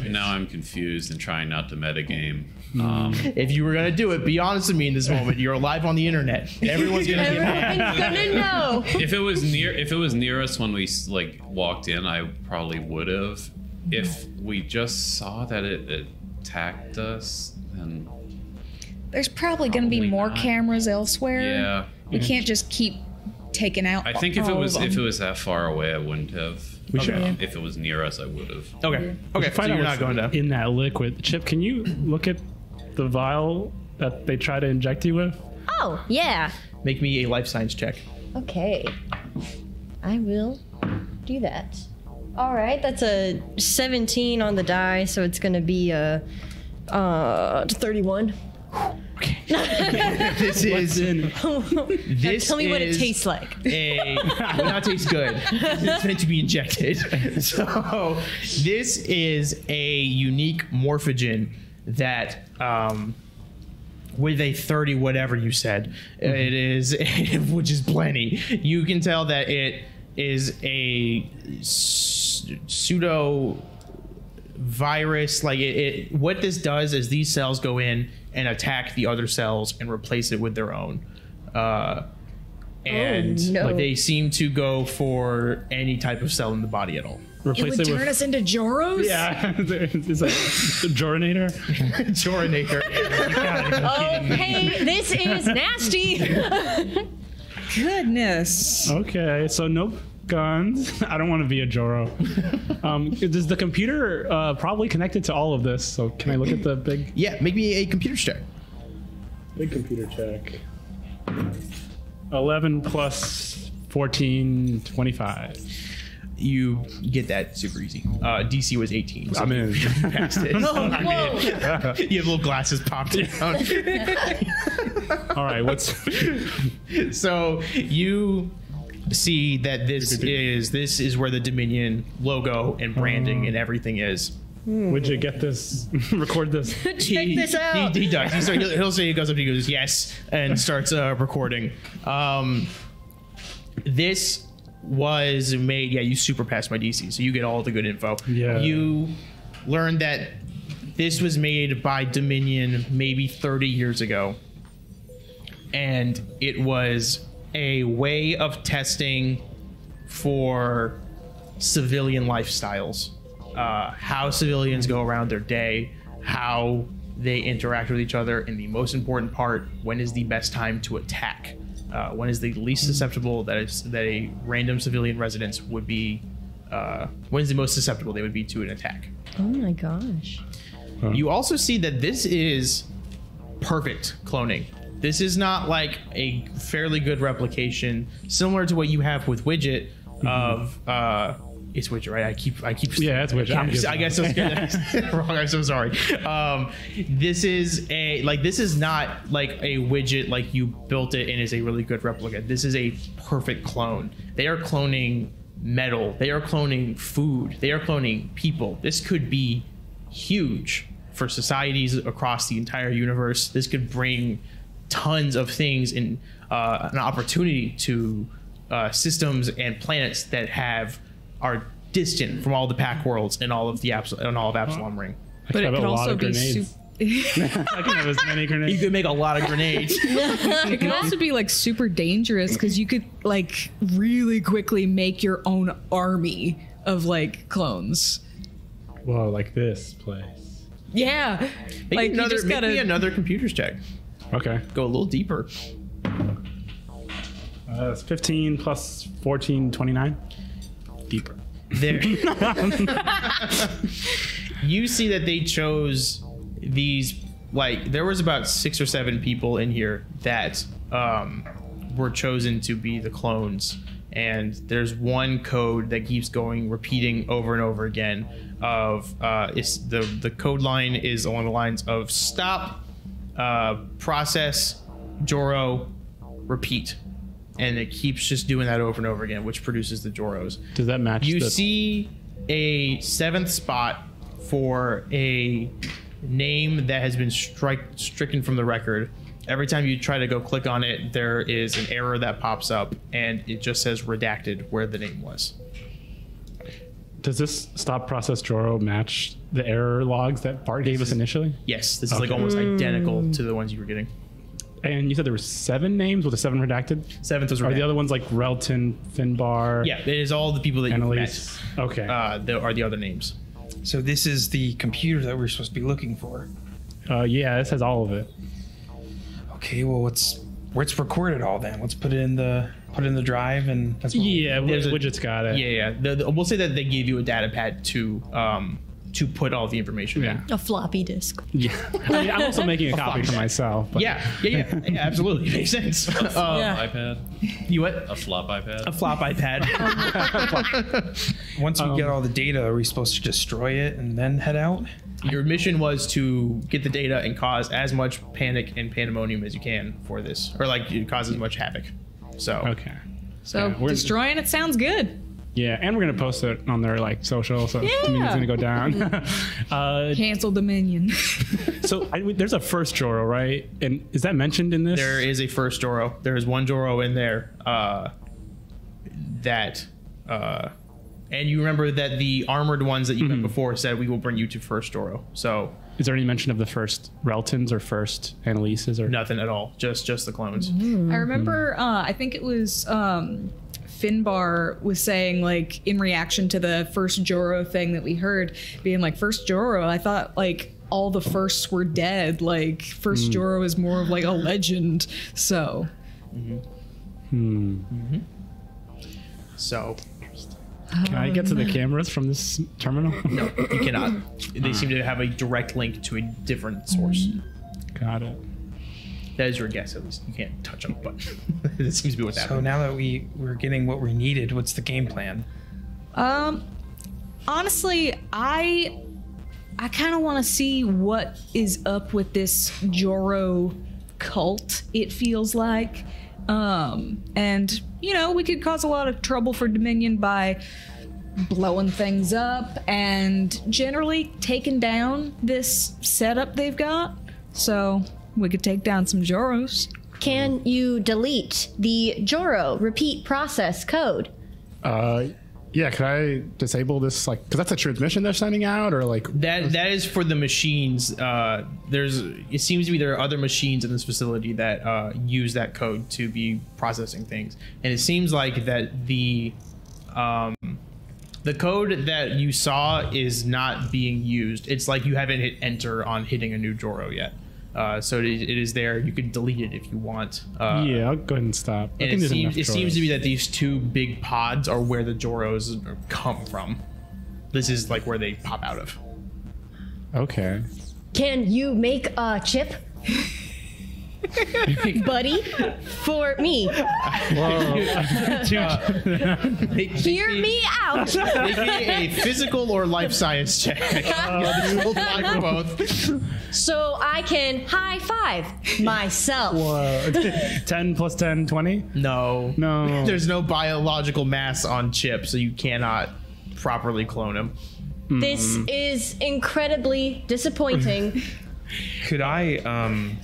Speaker 3: Now I'm confused and trying not to metagame.
Speaker 5: Mm-hmm.
Speaker 3: Um,
Speaker 1: if you were going to do it, be honest with me in this moment. You're live on the internet. Everyone's going to be mad.
Speaker 6: Everyone's gonna know.
Speaker 3: if it was near if it was near us when we like walked in i probably would have if we just saw that it attacked us then
Speaker 4: There's probably going to be
Speaker 3: Probably
Speaker 4: more
Speaker 3: not.
Speaker 4: cameras elsewhere.
Speaker 3: yeah
Speaker 4: We can't just keep taking out.
Speaker 3: i think if it
Speaker 4: all
Speaker 3: was
Speaker 4: of
Speaker 3: if
Speaker 4: them.
Speaker 3: it was that far away i wouldn't have
Speaker 5: We should-
Speaker 3: Um, if it was near us i would have
Speaker 1: Okay. Okay. So
Speaker 5: Find out
Speaker 1: you're not
Speaker 5: what's
Speaker 1: going to.
Speaker 5: in that liquid. Chip, can you look at the vial that they try to inject you with?
Speaker 6: Oh yeah.
Speaker 1: Make me a life science check.
Speaker 6: Okay. I will do that. All right, that's a 17 on the die, so it's going to be a uh 31.
Speaker 1: This is
Speaker 5: In
Speaker 1: this.
Speaker 6: Tell me what it
Speaker 1: is
Speaker 6: tastes like.
Speaker 1: A will not taste good. It's meant to be injected. So this is a unique morphogen that um, with a 30 whatever you said
Speaker 6: Mm-hmm.
Speaker 1: it is which is plenty you can tell that it is a s- pseudo virus like it, it what this does is these cells go in and attack the other cells and replace it with their own uh and
Speaker 6: no.
Speaker 1: like, they seem to go for any type of cell in the body at all
Speaker 5: replace it, with.
Speaker 4: us into Joros?
Speaker 5: yeah, it's like a jorinator.
Speaker 1: Jorinaker.
Speaker 6: Okay, this is nasty.
Speaker 4: Goodness.
Speaker 5: Okay, so no guns. I don't want to be a Joro. Um, is the computer uh, probably connected to all of this? So can I look at the big
Speaker 1: yeah make me a computer check
Speaker 5: big computer check? 11 plus 14, 25.
Speaker 1: You get that super easy. Uh, DC was 18. So
Speaker 5: I'm in.
Speaker 1: you passed it. I mean,
Speaker 4: Whoa.
Speaker 1: you have little glasses popped out.
Speaker 5: All right, what's
Speaker 1: so you see that this is this is where the Dominion logo and branding
Speaker 5: Mm.
Speaker 1: and everything is.
Speaker 5: would you get this? record this.
Speaker 1: Check
Speaker 6: this out.
Speaker 1: He, he does. He start, he'll, he'll say he goes up to you, goes yes, and starts uh, recording. Um, this was made. Yeah, you super passed my DC, so you get all the good info.
Speaker 5: Yeah.
Speaker 1: You learned that this was made by Dominion maybe 30 years ago, and it was a way of testing for civilian lifestyles, uh, how civilians go around their day, how they interact with each other, and the most important part, when is the best time to attack? Uh, when is the least susceptible that is that a random civilian residence would be? Uh, when is the most susceptible they would be to an attack?
Speaker 6: Oh my gosh.
Speaker 5: Hmm.
Speaker 1: You also see that this is perfect cloning. This is not like a fairly good replication, similar to what you have with Widget. Of uh, it's Widget, right? I keep, I keep.
Speaker 5: Mm-hmm. Yeah, it's Widget. I'm
Speaker 1: I,
Speaker 5: good.
Speaker 1: guess I was gonna- wrong. I'm so sorry. Um, this is a like this is not like a widget like you built it and is a really good replica. This is a perfect clone. They are cloning metal. They are cloning food. They are cloning people. This could be huge for societies across the entire universe. This could bring tons of things and uh, an opportunity to uh, systems and planets that have are distant from all the pack worlds and all of the Abs- and all of Absalom Ring.
Speaker 4: But it
Speaker 5: have
Speaker 4: could
Speaker 5: a lot
Speaker 4: also
Speaker 5: of
Speaker 4: be
Speaker 5: grenades.
Speaker 4: su-
Speaker 5: I can have as many grenades.
Speaker 1: You could make a lot of grenades.
Speaker 4: it could also be like super dangerous because you could like really quickly make your own army of like clones.
Speaker 5: Whoa, like this place.
Speaker 4: Yeah,
Speaker 1: Make
Speaker 4: like
Speaker 1: another,
Speaker 4: you just
Speaker 1: make
Speaker 4: gotta.
Speaker 1: me another computers check.
Speaker 5: Okay.
Speaker 1: Go a little deeper.
Speaker 5: Uh, it's 15 plus 14, 29. Deeper.
Speaker 1: There. you see that they chose these like there was about six or seven people in here that um, were chosen to be the clones and there's one code that keeps going repeating over and over again of uh, it's the the code line is along the lines of stop uh, process joro repeat and it keeps just doing that over and over again which produces the joros
Speaker 5: Does that match
Speaker 1: you
Speaker 5: the
Speaker 1: see a seventh spot for a name that has been strike stricken from the record. Every time you try to go click on it, there is an error that pops up, and it just says redacted where the name was.
Speaker 5: Does this stop process Joro match the error logs that Bart gave us initially?
Speaker 1: Yes, this is like
Speaker 5: Okay.
Speaker 1: almost identical to the ones you were getting.
Speaker 5: And you said there were seven names with a seven redacted?
Speaker 1: Seventh was
Speaker 5: Are the
Speaker 1: redacted.
Speaker 5: other ones like Relton, Finbar,
Speaker 1: Yeah, it is all the people that you
Speaker 5: Annalise?
Speaker 1: met.
Speaker 5: Okay.
Speaker 1: Uh, there are the other names.
Speaker 7: So this is the computer that we're supposed to be looking for.
Speaker 5: Uh, yeah, this has all of it.
Speaker 7: Okay, well let's let's record it all then. Let's put it in the put it in the drive and that's what we-
Speaker 5: Yeah,
Speaker 1: There's a-
Speaker 5: Widget's got it.
Speaker 1: Yeah, yeah. The, the- we'll say that they gave you a data pad to um, to put all the information. in.
Speaker 5: Yeah.
Speaker 6: A floppy disk.
Speaker 5: Yeah. I mean, I'm also making a copy for myself. But
Speaker 1: Oh, Yeah, yeah, yeah, yeah, absolutely. Makes sense. Um,
Speaker 2: Yeah.
Speaker 3: iPad,
Speaker 1: You what?
Speaker 3: a flop iPad.
Speaker 1: a flop iPad.
Speaker 7: Once we get all the data, are we supposed to destroy it and then head out?
Speaker 1: Your mission was to get the data and cause as much panic and pandemonium as you can for this, or like you cause as much havoc. So
Speaker 5: Okay.
Speaker 4: so
Speaker 5: Yeah, we're-
Speaker 4: destroying it sounds good.
Speaker 5: Yeah, and we're gonna post it on their like social, so yeah. Dominion's gonna go down. uh,
Speaker 4: Cancel Dominion.
Speaker 5: so I, there's a first Joro, right? And is that mentioned in this?
Speaker 1: there is a first Joro. There is one Joro in there uh, that, uh, and you remember that the armored ones that you met before said we will bring you to first Joro. So
Speaker 5: Is there any mention of the first Reltons or first Annalises or
Speaker 1: nothing at all, just just the clones.
Speaker 4: I remember. Uh, I think it was. Um, Finbar was saying, like, in reaction to the first Joro thing that we heard, being like, first Joro, I thought, like, all the firsts were dead. Like, first Joro is more of, like, a legend. So,
Speaker 1: So
Speaker 5: Can I get to the cameras from this terminal? No.
Speaker 1: you cannot. They seem to have a direct link to a different source.
Speaker 5: got it.
Speaker 1: That is your guess, at least. You can't touch them, but it seems to be what's
Speaker 7: So
Speaker 1: happening.
Speaker 7: now that we we're getting what we needed, what's the game plan?
Speaker 4: Um, honestly, I I kind of want to see what is up with this Joro cult. It feels like, um, and you know, we could cause a lot of trouble for Dominion by blowing things up and generally taking down this setup they've got. So we could take down some Joros.
Speaker 6: Can you delete the Joro repeat process code?
Speaker 9: Uh, yeah, could I disable this? Like, because that's a transmission they're sending out, or like,
Speaker 1: That that is for the machines. Uh, there's it seems to be there are other machines in this facility that uh, use that code to be processing things, and it seems like that the um, the code that you saw is not being used. It's like you haven't hit enter on hitting a new Joro yet. Uh, so it, it is there. You can delete it if you want. Uh,
Speaker 9: yeah, I'll go ahead and stop. I
Speaker 1: And
Speaker 9: think
Speaker 1: it
Speaker 9: there's enough
Speaker 1: seems, it seems to be
Speaker 9: drawers.
Speaker 1: that these two big pods are where the Joros come from. This is like where they pop out of.
Speaker 9: okay.
Speaker 6: Can you make a chip? Buddy, for me,
Speaker 1: Uh,
Speaker 6: hear me out.
Speaker 1: Make me a physical or life science check.
Speaker 7: Uh,
Speaker 1: You'll roll five for both.
Speaker 6: so I can high five myself.
Speaker 5: Whoa. 10 plus 10, 20?
Speaker 1: No.
Speaker 5: No.
Speaker 1: There's no biological mass on Chip, so you cannot properly clone him.
Speaker 6: This is incredibly disappointing.
Speaker 7: Could I, um,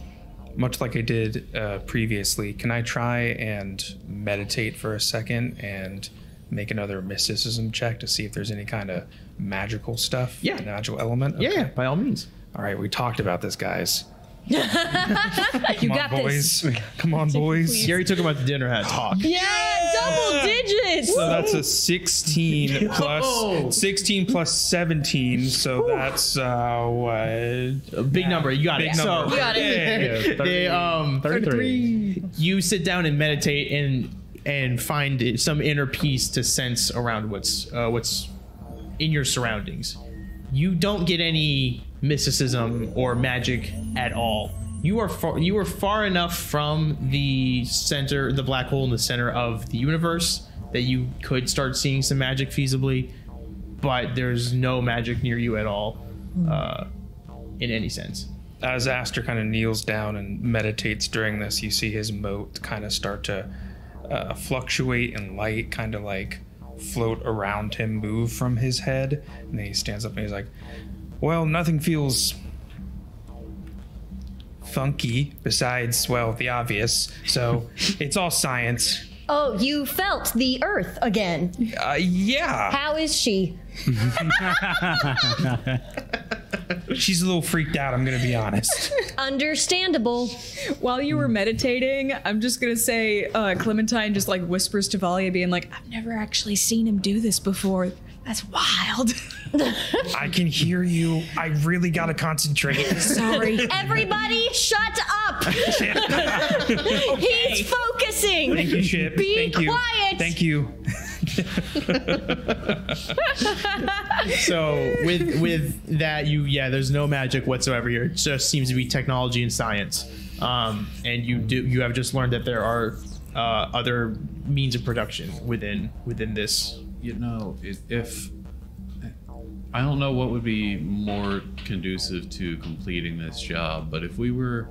Speaker 7: much like I did uh, previously, can I try and meditate for a second and make another mysticism check to see if there's any kind of magical stuff?
Speaker 1: Yeah.
Speaker 7: Magical element?
Speaker 1: Yeah,
Speaker 7: Okay.
Speaker 1: yeah, by all means.
Speaker 7: All right, we talked about this, guys.
Speaker 6: you
Speaker 7: Come
Speaker 6: got
Speaker 7: on,
Speaker 6: this.
Speaker 7: boys. Come on, boys.
Speaker 1: Gary took him out to dinner, had a talk.
Speaker 6: Yeah, double digits.
Speaker 7: So that's a 16
Speaker 1: Whoa.
Speaker 7: plus 16 plus 17. So that's uh,
Speaker 1: A
Speaker 7: what?
Speaker 1: big number, you got
Speaker 7: Big
Speaker 1: it.
Speaker 7: number.
Speaker 1: So
Speaker 7: got it.
Speaker 1: they um
Speaker 9: 33.
Speaker 1: you sit down and meditate and and find some inner peace to sense around what's uh, what's in your surroundings. You don't get any mysticism or magic at all. You are far, you are far enough from the center, the black hole in the center of the universe that you could start seeing some magic feasibly, but there's no magic near you at all, uh, in any sense.
Speaker 7: as Aster kind of kneels down and meditates during this, you see his moat kind of start to uh, fluctuate in light, kind of like float around him, move from his head. And then he stands up and he's like, Well, nothing feels funky besides, well, the obvious. So it's all science.
Speaker 6: Oh, you felt the earth again.
Speaker 7: Uh, yeah.
Speaker 6: How is she?
Speaker 7: She's a little freaked out, I'm going to be honest.
Speaker 6: Understandable.
Speaker 4: While you were meditating, I'm just gonna say uh, Clementine just like whispers to Valia, being like, "I've never actually seen him do this before. That's wild."
Speaker 7: I can hear you. I really got to concentrate.
Speaker 4: Sorry.
Speaker 6: Everybody, shut up. He's focusing.
Speaker 7: Thank you, Chip.
Speaker 6: Be
Speaker 7: Thank you.
Speaker 6: quiet.
Speaker 7: Thank you.
Speaker 1: so with with that you yeah there's no magic whatsoever here it just seems to be technology and science um, and you do you have just learned that there are uh, other means of production within within this
Speaker 3: You know, i- if I don't know what would be more conducive to completing this job, but if we were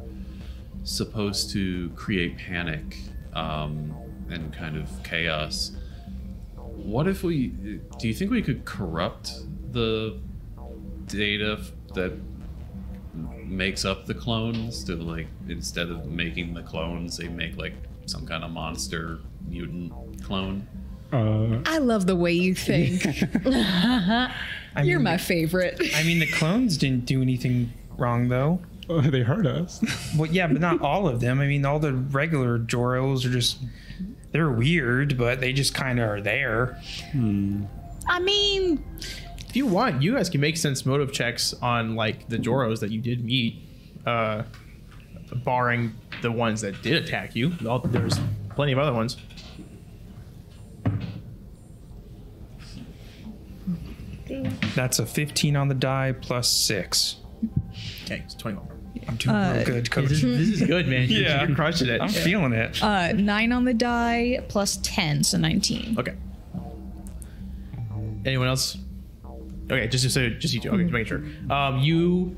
Speaker 3: supposed to create panic um, and kind of chaos, what if we? Do you think we could corrupt the data f- that makes up the clones to like instead of making the clones, they make like some kind of monster mutant clone?
Speaker 5: Uh,
Speaker 4: I love the way you think.
Speaker 7: I
Speaker 4: You're
Speaker 7: mean,
Speaker 4: my favorite.
Speaker 7: I mean, the clones didn't do anything wrong, though.
Speaker 5: Uh, they hurt us.
Speaker 7: Well, yeah, but not all of them. I mean, all the regular Joros are just. They're weird, but they just kind of are there.
Speaker 4: I mean,
Speaker 1: if you want you guys can make sense motive checks on like the joros that you did meet uh, barring the ones that did attack you All- there's plenty of other ones
Speaker 7: That's a 15 on the die plus six.
Speaker 1: okay it's 21
Speaker 7: I'm doing real good, coach.
Speaker 1: This is good, man. You're-
Speaker 7: Yeah.
Speaker 1: You're crushing it.
Speaker 7: I'm feeling it.
Speaker 4: Uh, nine on the die plus ten, so nineteen.
Speaker 1: Okay. Anyone else? Okay, just so just you two. Okay, just making sure. Um, you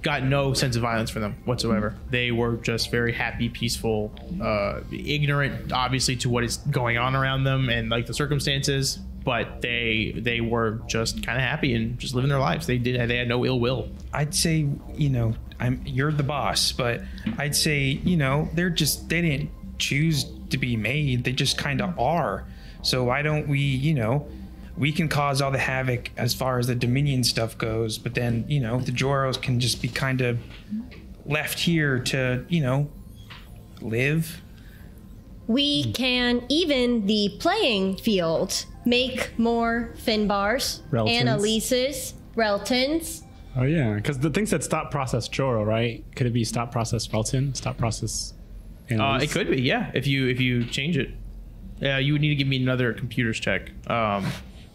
Speaker 1: got no sense of violence from them whatsoever. They were just very happy, peaceful, uh, ignorant, obviously, to what is going on around them and like the circumstances. But they they were just kind of happy and just living their lives. They did they had no ill will.
Speaker 7: I'd say, you know, I'm you're the boss, but I'd say, you know, they're just they didn't choose to be made. They just kind of are. So why don't we, you know, we can cause all the havoc as far as the Dominion stuff goes, but then, you know, the Joros can just be kind of left here to, you know, live.
Speaker 6: We can even the playing field make more Finbars,
Speaker 5: Reltons.
Speaker 6: Annalises, Reltons.
Speaker 5: Oh yeah, because the things that stop process Joro, right? Could it be stop process Felton? Stop process.
Speaker 1: Uh,
Speaker 5: Annalise?
Speaker 1: it could be yeah. If you if you change it, yeah, you would need to give me another computers check. Um,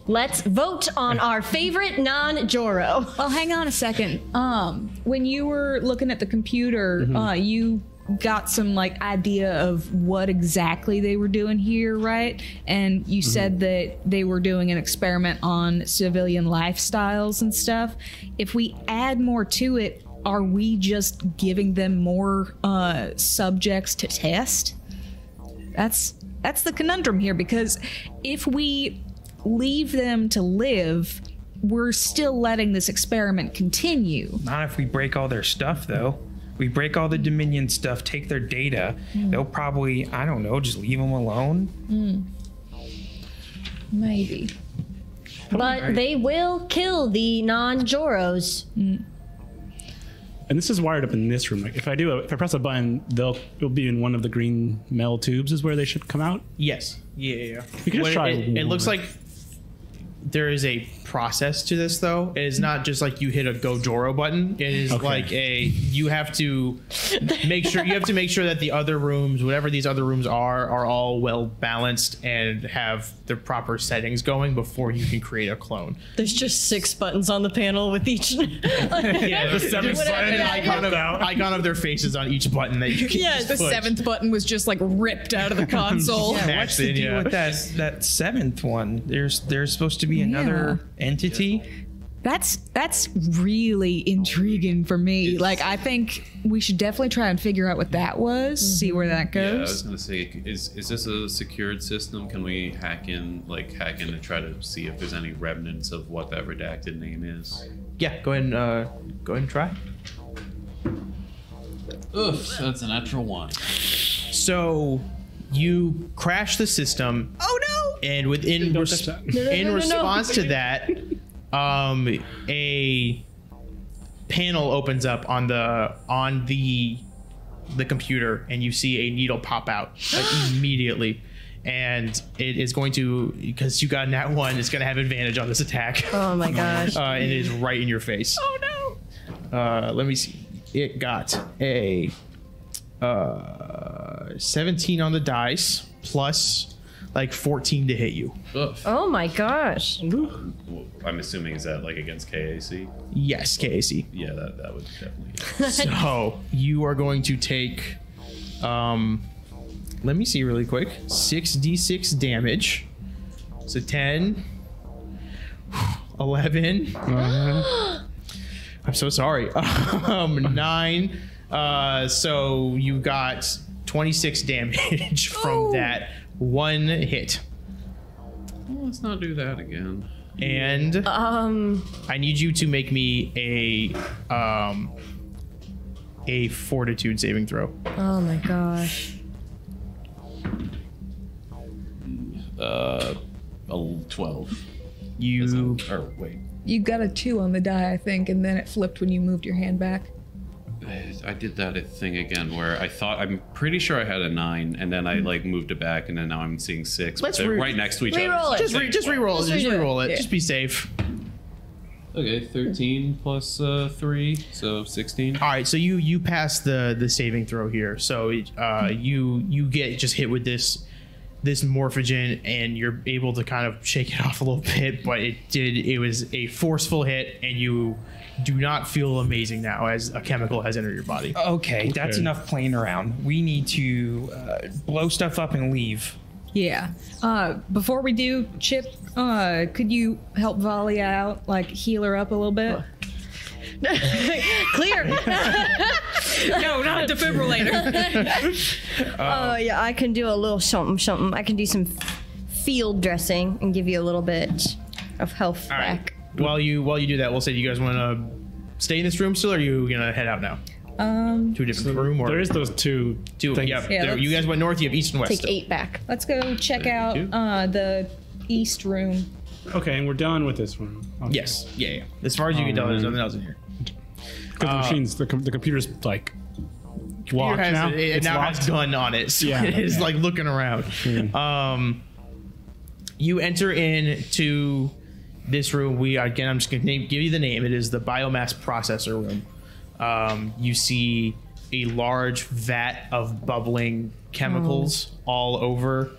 Speaker 6: Let's vote on our favorite non-Joro.
Speaker 4: Well, hang on a second. Um, when you were looking at the computer, uh, you got some like idea of what exactly they were doing here, right? And you said that they were doing an experiment on civilian lifestyles and stuff. If we add more to it, are we just giving them more uh, subjects to test? That's that's the conundrum here because if we leave them to live, we're still letting this experiment continue.
Speaker 7: Not if we break all their stuff, though. We break all the Dominion stuff, take their data. They'll probably, I don't know, just leave them alone.
Speaker 4: Maybe.
Speaker 6: But they will kill the non-Joros.
Speaker 5: And this is wired up in this room. Like if I do, a, if I press a button, they'll it'll be in one of the green metal tubes. Is where they should come out.
Speaker 1: Yes. Yeah, yeah.
Speaker 5: We could
Speaker 1: What
Speaker 5: just try
Speaker 1: it, it looks
Speaker 5: one.
Speaker 1: like there is a process to this, though. It is not just like you hit a Go Joro button. It is
Speaker 5: Okay.
Speaker 1: like a you have to make sure you have to make sure that the other rooms, whatever these other rooms are, are all well balanced and have the proper settings going before you can create a clone.
Speaker 2: There's just six buttons on the panel with each.
Speaker 1: Yeah, the seventh
Speaker 2: button
Speaker 1: icon of icon of their faces on each button that you can
Speaker 2: Yeah,
Speaker 1: just
Speaker 2: the
Speaker 1: push.
Speaker 2: seventh
Speaker 4: button was just like ripped out of the console.
Speaker 1: Max
Speaker 7: What's the
Speaker 1: in,
Speaker 7: deal
Speaker 1: yeah.
Speaker 7: with that that seventh one? There's there's supposed to be another entity.
Speaker 4: That's that's really intriguing for me. like I think we should definitely try and figure out what that was, see where that
Speaker 3: Yeah, I
Speaker 4: goes.
Speaker 3: was gonna say, is is this a secured system? Can we hack in, like hack in, and try to see if there's any remnants of what that redacted name is?
Speaker 1: Yeah, go ahead and uh, go ahead and try.
Speaker 3: Oof, that's a natural one.
Speaker 1: So you crash the system. Oh no! And within res- in response to that, um, a panel opens up on the on the the computer, and you see a needle pop out like, immediately. And it is going to because you got that one, it's going to have advantage on this attack.
Speaker 2: Oh my gosh.
Speaker 1: Uh, and it is right in your face. Oh no! Uh, let me see. It got a uh, 17 on the dice plus like 14 to hit you.
Speaker 3: Oof.
Speaker 6: Oh my gosh.
Speaker 3: Well, I'm assuming is that like against KAC?
Speaker 1: Yes, KAC.
Speaker 3: Yeah, that, that would definitely.
Speaker 1: So you are going to take, um, let me see really quick 6d6 damage. So 10, 11. I'm so sorry. Um, nine. Uh, so you got 26 damage from that one hit.
Speaker 3: Well, let's not do that again.
Speaker 1: And
Speaker 6: Um,
Speaker 1: I need you to make me a um a fortitude saving throw.
Speaker 6: oh my gosh.
Speaker 3: Uh, a twelve.
Speaker 1: You
Speaker 3: Or wait,
Speaker 10: You got a two on the die, I think, and then it flipped when you moved your hand back.
Speaker 3: I did that thing again where I thought I'm pretty sure I had a nine, and then I like moved it back, and then now I'm seeing six. but
Speaker 1: Let's
Speaker 3: they're
Speaker 1: re-
Speaker 3: right next to each
Speaker 6: re-roll
Speaker 3: other.
Speaker 6: it.
Speaker 1: just re- just reroll it. Just
Speaker 10: redo it.
Speaker 1: reroll it.
Speaker 10: Yeah.
Speaker 1: Just be safe.
Speaker 3: Okay, thirteen plus uh, three, so sixteen.
Speaker 1: All right, so you you pass the the saving throw here. So uh, you you get just hit with this this morphogen and you're able to kind of shake it off a little bit, but it did it was a forceful hit and you do not feel amazing now as a chemical has entered your body.
Speaker 7: Okay, that's enough playing around. We need to uh, blow stuff up and leave.
Speaker 4: Yeah. Uh, before we do, Chip, uh, could you help Volley out, like heal her up a little bit?
Speaker 6: Clear.
Speaker 4: no, not defibrillator.
Speaker 6: Oh yeah, I can do a little something, something. I can do some field dressing and give you a little bit of health back.
Speaker 1: While you while you do that, we'll say do you guys want to stay in this room still, or are you gonna head out now? Um, to a different room, or
Speaker 5: There is those two
Speaker 1: two?
Speaker 5: things.
Speaker 1: Yeah,
Speaker 4: Yeah,
Speaker 1: there- you
Speaker 4: let's-
Speaker 1: guys went north. You have east and west.
Speaker 6: Take
Speaker 1: still.
Speaker 6: eight back.
Speaker 4: Let's go check out
Speaker 3: Thirty-two.
Speaker 4: uh, the east room.
Speaker 5: Okay, and we're done with this one. Okay.
Speaker 1: Yes. Yeah, yeah. As far as you can tell,
Speaker 5: Um,
Speaker 1: there's nothing else in here.
Speaker 5: Because the machines, the, com- the computer's like
Speaker 1: It
Speaker 5: locked
Speaker 1: Uh, has-
Speaker 5: now.
Speaker 1: It, it now has gun on it. So
Speaker 5: Yeah. Hmm.
Speaker 1: it is like looking around. Um, you enter into this room. We again, I'm just gonna name, give you the name. It is the biomass processor room. Um, you see a large vat of bubbling chemicals
Speaker 5: Oh.
Speaker 1: all over.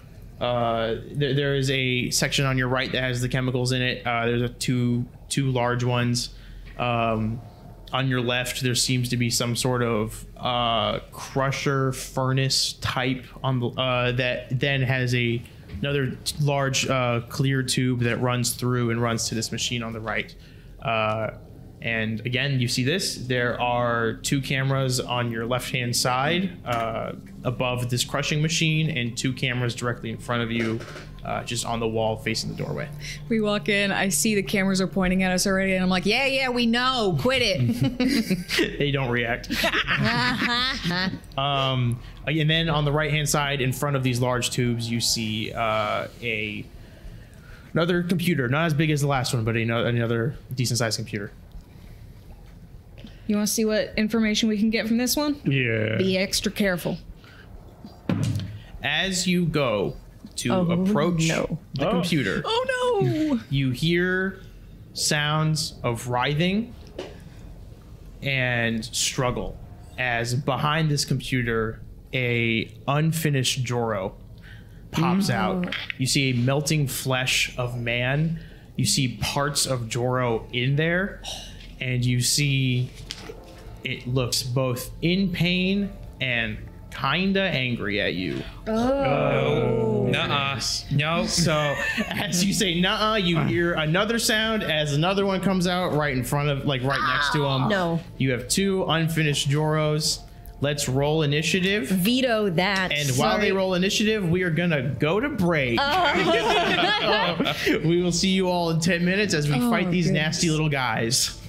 Speaker 1: Uh, there, there is a section on your right that has the chemicals in it. Uh, there's a two two large ones. Um, on your left, there seems to be some sort of uh, crusher furnace type on the uh, that then has a another t- large uh, clear tube that runs through and runs to this machine on the right. Uh, and again, you see this. There are two cameras on your left hand side uh, above this crushing machine, and two cameras directly in front of you, uh, just on the wall facing the doorway.
Speaker 10: We walk in, I see the cameras are pointing at us already, and I'm like, yeah, yeah, we know, quit it.
Speaker 1: they don't react. um, and then on the right hand side, in front of these large tubes, you see uh, a another computer, not as big as the last one, but ano- another decent sized computer.
Speaker 4: You want to see what information we can get from this one?
Speaker 5: Yeah.
Speaker 10: Be extra careful.
Speaker 1: As you go to approach the
Speaker 5: Oh.
Speaker 1: computer,
Speaker 10: Oh no!
Speaker 1: you hear sounds of writhing and struggle as behind this computer a unfinished Joro pops out. You see a melting flesh of man. You see parts of Joro in there, and you see it looks both in pain and kinda angry at you.
Speaker 7: Oh. Nuh-uh. No. So
Speaker 1: As you say, nah, you hear another sound as another one comes out right in front of, like right next to him.
Speaker 6: No.
Speaker 1: You have two unfinished Joros. Let's roll initiative.
Speaker 6: Veto that.
Speaker 1: And while they
Speaker 6: Sorry.
Speaker 1: roll initiative, we are going to go to break.
Speaker 2: Oh.
Speaker 1: we will see you all in 10 minutes as we fight these nasty little guys.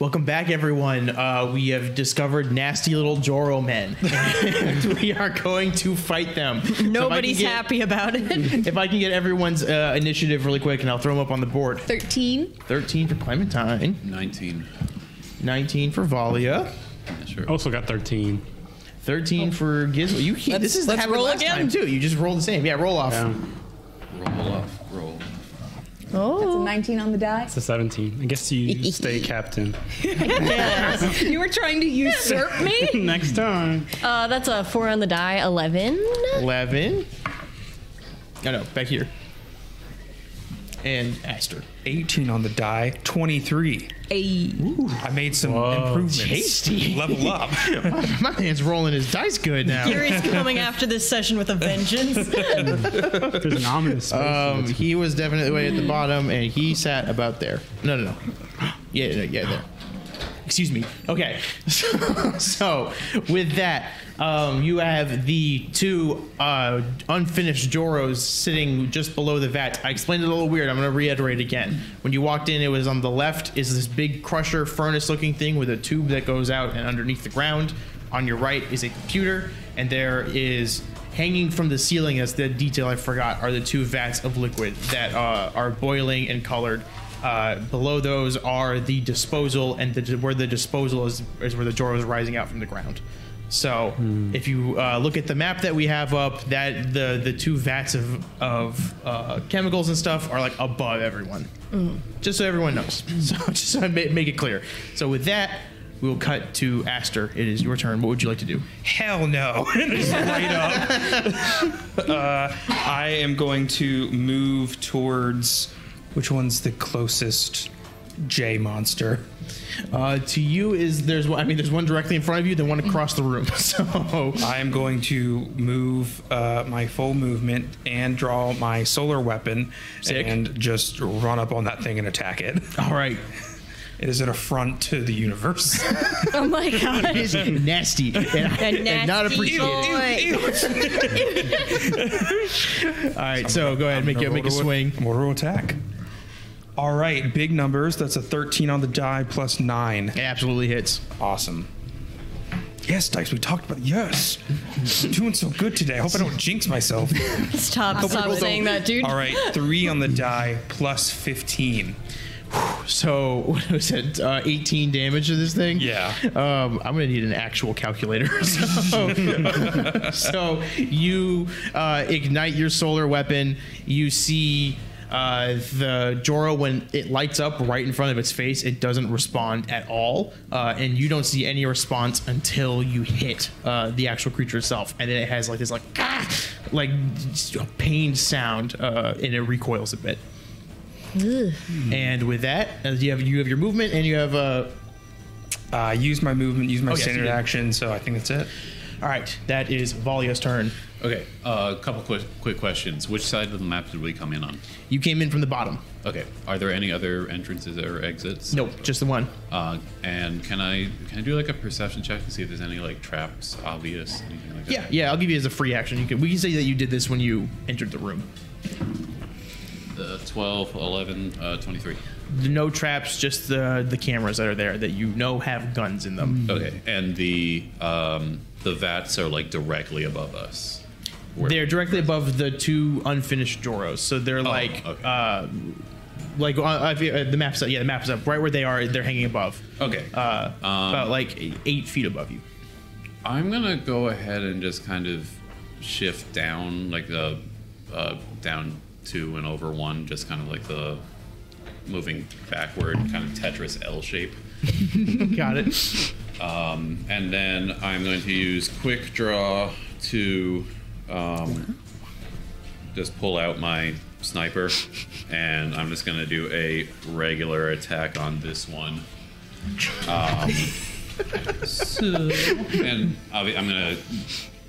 Speaker 1: Welcome back, everyone. Uh, we have discovered nasty little Joro men. And we are going to fight them. So if I can
Speaker 2: Nobody's
Speaker 1: get-
Speaker 2: happy about it.
Speaker 1: If I can get everyone's uh, initiative really quick, and I'll throw them up on the board.
Speaker 10: 13.
Speaker 1: 13 for Clementine,
Speaker 3: 19.
Speaker 1: 19 for Valia,
Speaker 3: Yeah, sure.
Speaker 5: Also got 13.
Speaker 1: 13 for Gizmo. You keep, this is
Speaker 2: Oh. let's
Speaker 1: happened
Speaker 2: roll
Speaker 1: last
Speaker 2: again.
Speaker 1: time too. You just roll the same. Yeah, roll off.
Speaker 5: Yeah.
Speaker 3: Roll off. Roll.
Speaker 10: It's a 19 on the die.
Speaker 5: It's a 17. I guess you stay captain.
Speaker 4: You were trying to usurp.
Speaker 5: Next time.
Speaker 6: Uh, that's a four on the die. Eleven.
Speaker 1: 11. Oh no, back here. And Aster.
Speaker 7: 18 on the die. 23. I made some improvements.
Speaker 1: Tasty.
Speaker 7: Level up.
Speaker 1: My man's rolling his dice good now.
Speaker 2: Gary's coming after this session with a vengeance.
Speaker 5: There's an ominous space.
Speaker 1: Um, he was definitely way at the bottom, and he sat about there. No, no, no. Yeah, yeah, yeah, there. Excuse me. Okay. So, so with that, um, you have the two uh, unfinished Joros sitting just below the vat. I explained it a little weird. I'm going to reiterate again. When you walked in, it was on the left is this big crusher furnace looking thing with a tube that goes out and underneath the ground. On your right is a computer, and there is hanging from the ceiling. That's the detail I forgot. Are the two vats of liquid that uh, are boiling and colored. Uh, below those are the disposal, and the, where the disposal is, is where the Joro is rising out from the ground. So if you uh, look at the map that we have up, that the the two vats of of uh, chemicals and stuff are like above everyone, just so everyone knows. So just so I ma- make it clear. So with that. We will cut to Aster. It is your turn. What would you like to do?
Speaker 7: Hell no. Just light up. Uh, I am going to move towards which one's the closest J monster.
Speaker 1: Uh, to you is there's one. I mean, there's one directly in front of you. Then one across the room. So
Speaker 7: I am going to move uh, my full movement and draw my solar weapon
Speaker 1: Sick.
Speaker 7: and just run up on that thing and attack it.
Speaker 1: all right,
Speaker 7: It is an affront to the universe.
Speaker 6: Oh my god.
Speaker 1: it is nasty and, and not appreciated. All right, so go ahead, and make
Speaker 7: Gonna
Speaker 1: it make a
Speaker 7: roll to
Speaker 1: swing.
Speaker 7: Mortal attack. All right, big numbers. That's a 13 on the die plus nine.
Speaker 1: It absolutely hits.
Speaker 7: Awesome. Yes, Dice, we talked about yes. Doing so good today. I hope I don't jinx myself.
Speaker 2: Stop, stop saying that, dude.
Speaker 7: All right, three on the die plus 15.
Speaker 1: So what was it? Uh, 18 damage to this thing.
Speaker 7: Yeah.
Speaker 1: Um, I'm gonna need an actual calculator. So, so you uh, ignite your solar weapon. You see uh, the Joro when it lights up right in front of its face. It doesn't respond at all, uh, and you don't see any response until you hit uh, the actual creature itself, and then it has like this like ah, like pain sound, uh, and it recoils a bit. And with that, as you have you have your movement and you have uh
Speaker 7: Uh, use my movement, use my
Speaker 1: yes, you
Speaker 7: standard
Speaker 1: did.
Speaker 7: action, so I think that's it.
Speaker 1: all right, that is Valia's turn.
Speaker 3: Okay, a couple quick, quick questions. Which side of the map did we come in on?
Speaker 1: You came in from the bottom.
Speaker 3: Okay, are there any other entrances or exits?
Speaker 1: Nope, just the one.
Speaker 3: Uh, and can I can I do like a perception check to see if there's any like traps, obvious, anything like
Speaker 1: Yeah,
Speaker 3: that?
Speaker 1: yeah, I'll give you as a free action. You can we can say that you did this when you entered the room.
Speaker 3: Uh, 12, 11, uh, 23.
Speaker 1: No traps, just the the cameras that are there that you know have guns in them.
Speaker 3: Okay, and the um, the vats are like directly above us. Where-
Speaker 1: They're directly above the two unfinished Joros, so they're like
Speaker 3: Oh, okay.
Speaker 1: uh like uh, uh, the map's up. Yeah, the map's up. Right where they are, they're hanging above.
Speaker 3: okay.
Speaker 1: Uh, about like eight feet above you.
Speaker 3: I'm gonna go ahead and just kind of shift down, like the uh, down two and over one, just kind of like the moving backward kind of Tetris L shape.
Speaker 1: Got it.
Speaker 3: And then I'm going to use Quick Draw to um, just pull out my sniper, and I'm just going to do a regular attack on this one. Um, so, and obvi- I'm going to.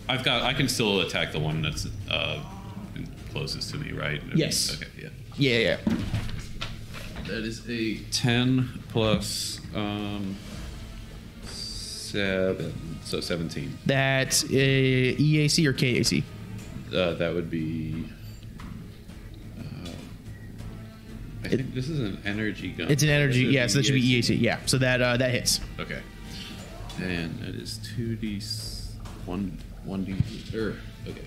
Speaker 3: I've got. I can still attack the one that's uh, closest to me, right?
Speaker 1: Yes.
Speaker 3: Okay. Yeah.
Speaker 1: Yeah, yeah.
Speaker 3: That is a 10 plus um, 7, so 17.
Speaker 1: That's uh, EAC or KAC.
Speaker 3: Uh, that would be. Uh, I think this is an energy gun.
Speaker 1: It's an energy. Yeah, so that should be E
Speaker 3: EAC.
Speaker 1: EAC. Yeah, so that uh, that hits.
Speaker 3: Okay. And that is 2d. 1, 1d. Er, okay.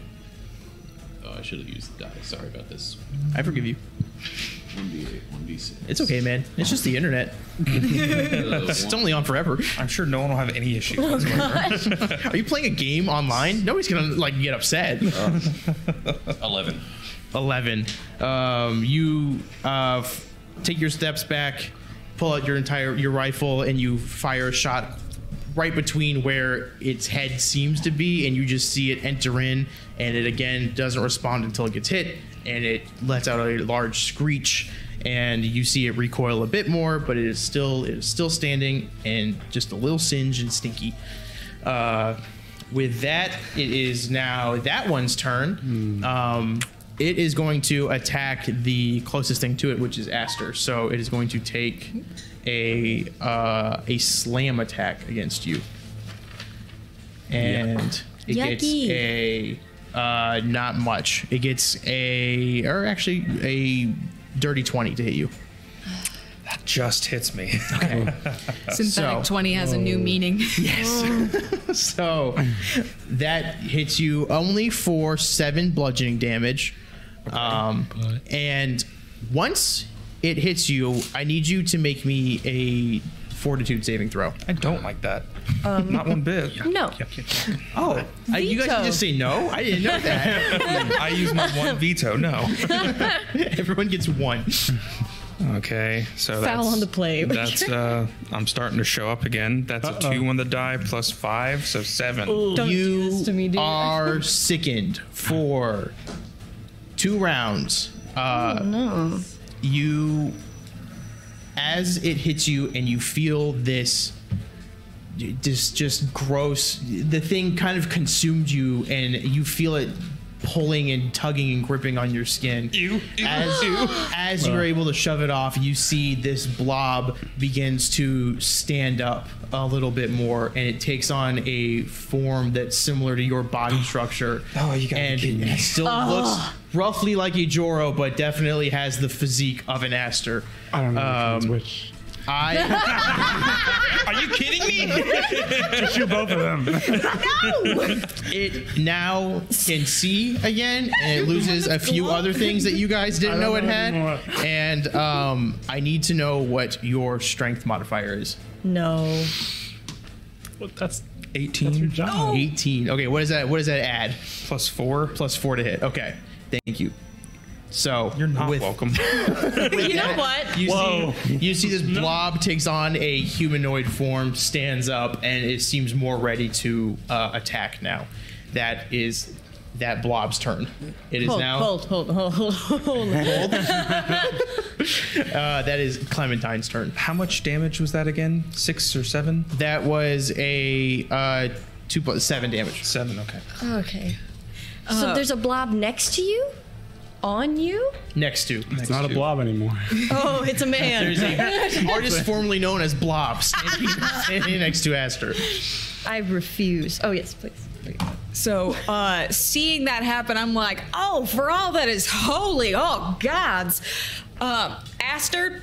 Speaker 3: Oh, I should have used the die. Sorry about this.
Speaker 1: I forgive you.
Speaker 3: 1d8, 1d6.
Speaker 1: It's okay, man. It's just the internet. It's only on forever.
Speaker 7: I'm sure no one will have any issue. whatsoever.
Speaker 1: Are you playing a game online? Nobody's gonna like get upset.
Speaker 3: 11.
Speaker 1: Eleven. Um, you uh, f- take your steps back, pull out your entire your rifle, and you fire a shot right between where its head seems to be, and you just see it enter in, and it again doesn't respond until it gets hit, and it lets out a large screech, and you see it recoil a bit more, but it is still it is still standing and just a little singe and stinky. Uh, with that, it is now that one's turn. Um, it is going to attack the closest thing to it, which is Aster. So it is going to take a uh, a slam attack against you, and it gets
Speaker 6: Yucky.
Speaker 1: a uh, not much. It gets a or actually a dirty twenty to hit you.
Speaker 7: that just hits me.
Speaker 10: Synthetic
Speaker 1: So- oh,
Speaker 10: 20 has a new meaning.
Speaker 1: So that hits you only for seven bludgeoning damage. Um, and once it hits you, I need you to make me a fortitude saving throw.
Speaker 7: I don't like that.
Speaker 2: Um,
Speaker 7: Not one bit.
Speaker 6: No.
Speaker 1: Oh, I, you guys can
Speaker 6: Veto.
Speaker 1: just say no. I didn't know that.
Speaker 7: I use my one veto. No.
Speaker 1: Everyone gets one.
Speaker 7: Okay, so
Speaker 2: Foul
Speaker 7: that's,
Speaker 2: on the play.
Speaker 7: That's uh, I'm starting to show up again. That's a two on the die plus five, so seven.
Speaker 2: Don't
Speaker 1: you
Speaker 2: do this to me, dude.
Speaker 1: are sickened for two rounds. Uh, You, as it hits you, and you feel this, this just gross. The thing kind of consumed you, and you feel it pulling and tugging and gripping on your skin.
Speaker 7: Ew, ew,
Speaker 1: as
Speaker 7: ew.
Speaker 1: as you're able to shove it off, you see this blob begins to stand up a little bit more, and it takes on a form that's similar to your body structure.
Speaker 7: Oh, you gotta be
Speaker 1: and
Speaker 7: kidding me.
Speaker 1: it still looks roughly like a Joro, but definitely has the physique of an Aster.
Speaker 9: I don't know which
Speaker 1: Um,
Speaker 9: one's which.
Speaker 1: I
Speaker 7: Are you kidding me?
Speaker 5: Just you both of them.
Speaker 1: it now can see again, and it loses a few other things that you guys didn't
Speaker 9: I
Speaker 1: know
Speaker 9: don't
Speaker 1: it
Speaker 9: know
Speaker 1: had.
Speaker 9: anymore.
Speaker 1: And um, I need to know what your strength modifier is.
Speaker 2: No.
Speaker 5: Well, that's that's your
Speaker 7: Eighteen
Speaker 5: job.
Speaker 1: 18. Okay, what is that? What does that add?
Speaker 7: plus four.
Speaker 1: Plus four to hit. Okay, thank you. So
Speaker 7: You're not
Speaker 1: with,
Speaker 7: welcome.
Speaker 2: You know what?
Speaker 1: You
Speaker 5: Whoa.
Speaker 1: see, you see this blob takes on a humanoid form, stands up, and it seems more ready to uh, attack now. That is that blob's turn. It is
Speaker 2: Hold,
Speaker 1: now
Speaker 2: hold, hold, hold, hold, hold.
Speaker 1: Uh, that is Clementine's turn.
Speaker 7: How much damage was that again? Six or seven?
Speaker 1: That was a uh, two plus seven damage.
Speaker 7: Seven. Okay.
Speaker 6: Okay. so
Speaker 2: Uh,
Speaker 6: there's a blob next to you? On you?
Speaker 1: Next to
Speaker 5: It's not a blob anymore.
Speaker 2: Oh, it's a man.
Speaker 1: there's a artist formerly known as Blob standing, standing next to Aster.
Speaker 6: I refuse. Oh, yes, please.
Speaker 10: So, uh, seeing that happen, I'm like, oh, for all that is holy, oh gods, uh, Aster,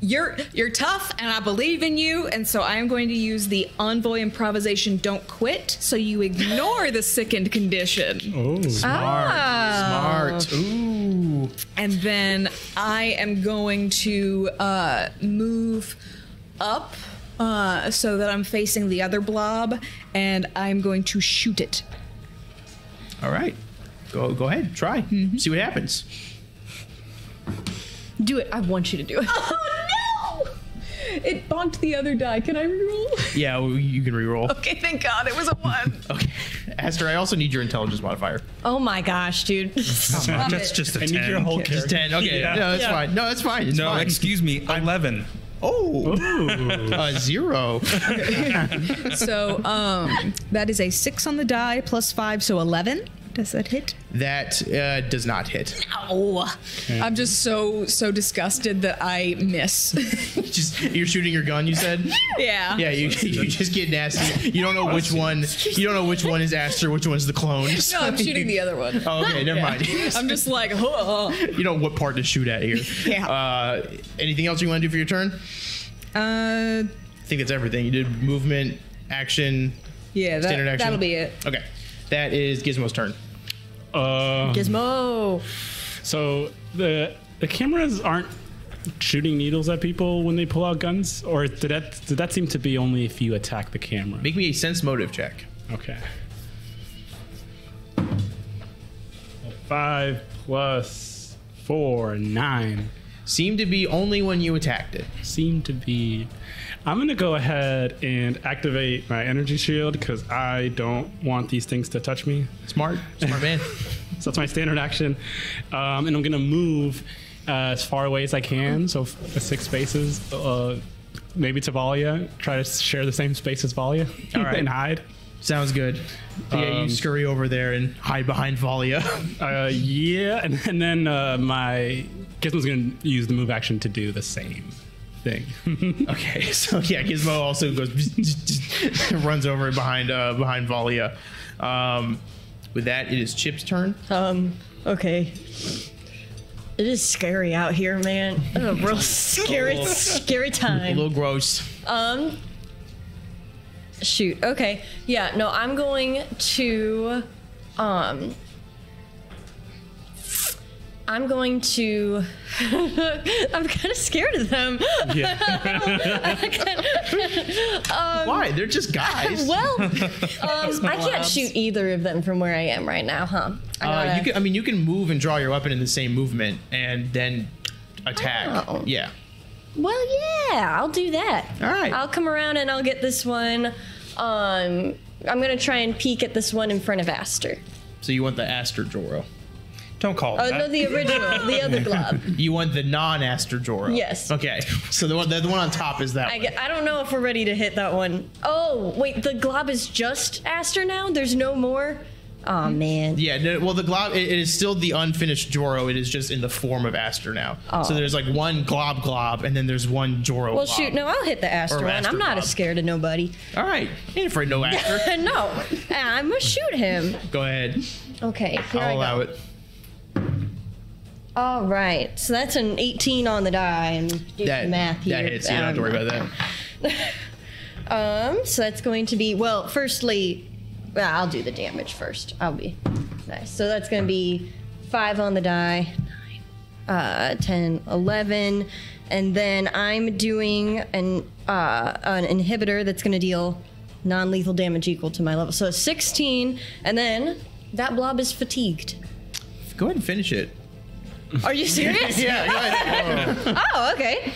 Speaker 10: you're you're tough, and I believe in you, and so I am going to use the envoy improvisation. Don't quit, so you ignore the sickened condition,
Speaker 5: Oh,
Speaker 1: Uh, Smart. Ooh.
Speaker 10: and then I am going to uh, move up. Uh, so that I'm facing the other blob, and I'm going to shoot it.
Speaker 1: All right. Go go ahead. Try. See what happens.
Speaker 6: Do it. I want you to do it.
Speaker 10: Oh no! It bonked the other die. Can I reroll?
Speaker 1: Yeah, well, you can reroll.
Speaker 10: Okay, thank God it was a one.
Speaker 1: Okay. Aster, I also need your intelligence modifier.
Speaker 2: Oh my gosh, dude.
Speaker 7: That's just a
Speaker 5: I need
Speaker 7: ten.
Speaker 5: your whole
Speaker 1: It's
Speaker 5: character.
Speaker 1: 10. Okay.
Speaker 5: Yeah.
Speaker 1: No, that's fine. No, that's fine. It's
Speaker 7: no,
Speaker 1: fine.
Speaker 7: excuse me. Eleven.
Speaker 1: oh.
Speaker 5: Ooh.
Speaker 1: A zero.
Speaker 10: so um, that is a six on the die plus five, so eleven. Does that hit?
Speaker 1: that uh, does not hit.
Speaker 10: Oh, I'm just so so disgusted that I miss.
Speaker 1: Just you're shooting your gun. You said.
Speaker 10: yeah.
Speaker 1: Yeah, you, you just get nasty. You don't know which one. You don't know which one is Aster, which one's the clone.
Speaker 10: No, I'm shooting the other one.
Speaker 1: Oh, okay, never mind.
Speaker 10: I'm just like, oh.
Speaker 1: you know what part to shoot at here.
Speaker 10: Yeah.
Speaker 1: Uh, anything else you want to do for your turn?
Speaker 10: Uh,
Speaker 1: I think that's everything. You did movement, action,
Speaker 10: yeah.
Speaker 1: standard
Speaker 10: That,
Speaker 1: action.
Speaker 10: that'll be it.
Speaker 1: Okay, that is Gizmo's turn.
Speaker 5: Uh,
Speaker 2: Gizmo.
Speaker 5: so the the cameras aren't shooting needles at people when they pull out guns, or did that did that seem to be only if you attack the camera?
Speaker 1: Make me a sense motive check.
Speaker 5: Okay. Five plus four nine
Speaker 1: Seemed to be only when you attacked it.
Speaker 5: seem to be. I'm gonna go ahead and activate my energy shield because I don't want these things to touch me.
Speaker 1: Smart, smart man.
Speaker 5: So that's my standard action. Um, and I'm going to move uh, as far away as I can. So f- six spaces, uh, maybe to Valia. Try to share the same space as Valia
Speaker 1: All right.
Speaker 5: and hide.
Speaker 1: Sounds good. yeah, you
Speaker 5: Um,
Speaker 1: scurry over there and hide behind Valia.
Speaker 5: Uh, yeah. And, and then uh, my Gizmo's going to use the move action to do the same thing.
Speaker 1: okay, so yeah, Gizmo also goes runs over behind uh, behind Valia. Um, with that, it is Chip's turn.
Speaker 2: Um, okay. It is scary out here, man. A real scary, scary
Speaker 1: A
Speaker 2: time.
Speaker 1: little gross.
Speaker 6: Um. Shoot. Okay. Yeah. No, I'm going to. Um.
Speaker 2: I'm going to. I'm kind of scared of them.
Speaker 5: Yeah.
Speaker 1: Why? They're just guys.
Speaker 2: Um, well, um, I can't shoot either of them from where I am right now, huh? I
Speaker 1: Uh, you
Speaker 2: gotta-
Speaker 1: can, I mean, you can move and draw your weapon in the same movement and then attack.
Speaker 2: Oh.
Speaker 1: Yeah.
Speaker 2: Well, yeah, I'll do that.
Speaker 1: All right.
Speaker 2: I'll come around and I'll get this one. Um, I'm gonna try and peek at this one in front of Aster.
Speaker 1: So you want the Aster Joro.
Speaker 7: Don't call it
Speaker 2: Oh
Speaker 7: that.
Speaker 2: no, the original, the other glob.
Speaker 1: You want the non-Aster Joro.
Speaker 2: Yes.
Speaker 1: Okay. So the one, the, the one on top is that
Speaker 2: I,
Speaker 1: one.
Speaker 2: gue- I don't know if we're ready to hit that one. Oh wait, the glob is just Aster now. There's no more. Oh man.
Speaker 1: Yeah, no, well, the glob, it- it is still the unfinished Joro. It is just in the form of Aster now. So there's like one glob glob, and then there's one Joro
Speaker 2: Oh. Well,
Speaker 1: glob.
Speaker 2: shoot, no, I'll hit the Aster
Speaker 1: Or
Speaker 2: one.
Speaker 1: Aster
Speaker 2: I'm not
Speaker 1: Glob.
Speaker 2: as scared of nobody.
Speaker 1: All right. Ain't afraid of no Aster.
Speaker 2: no, I'm gonna shoot him.
Speaker 1: Go ahead.
Speaker 2: Okay, here
Speaker 1: I'll
Speaker 2: I
Speaker 1: allow
Speaker 2: go.
Speaker 1: it.
Speaker 2: All right, so that's an 18 on the die, and do
Speaker 1: That,
Speaker 2: the math here.
Speaker 1: that hits. You don't have to worry about that.
Speaker 2: that. Um, so that's going to be well. Firstly, well, I'll do the damage first. I'll be nice. So that's going to be five on the die, nine, uh, 10, 11, and then I'm doing an uh, an inhibitor that's going to deal non-lethal damage equal to my level. So 16, and then that blob is fatigued.
Speaker 1: Go ahead and finish it.
Speaker 2: Are you serious?
Speaker 1: Yeah, go ahead.
Speaker 2: Oh, okay.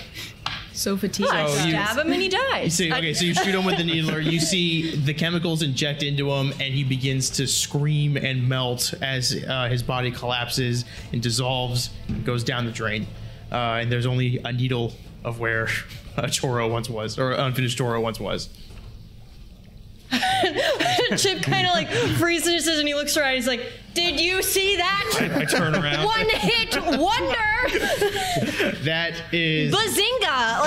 Speaker 4: So fatigued.
Speaker 1: So you,
Speaker 2: Stab him and he dies.
Speaker 1: so, okay, so you shoot him with the needler. You see the chemicals inject into him, and he begins to scream and melt as uh, his body collapses and dissolves, goes down the drain. Uh, and there's only a needle of where a Choro once was, or unfinished Choro once was.
Speaker 2: Chip kind of like freezes and he looks around. He's like, "Did you see that?
Speaker 7: I turn around.
Speaker 2: One hit wonder,
Speaker 1: That is
Speaker 2: bazinga!"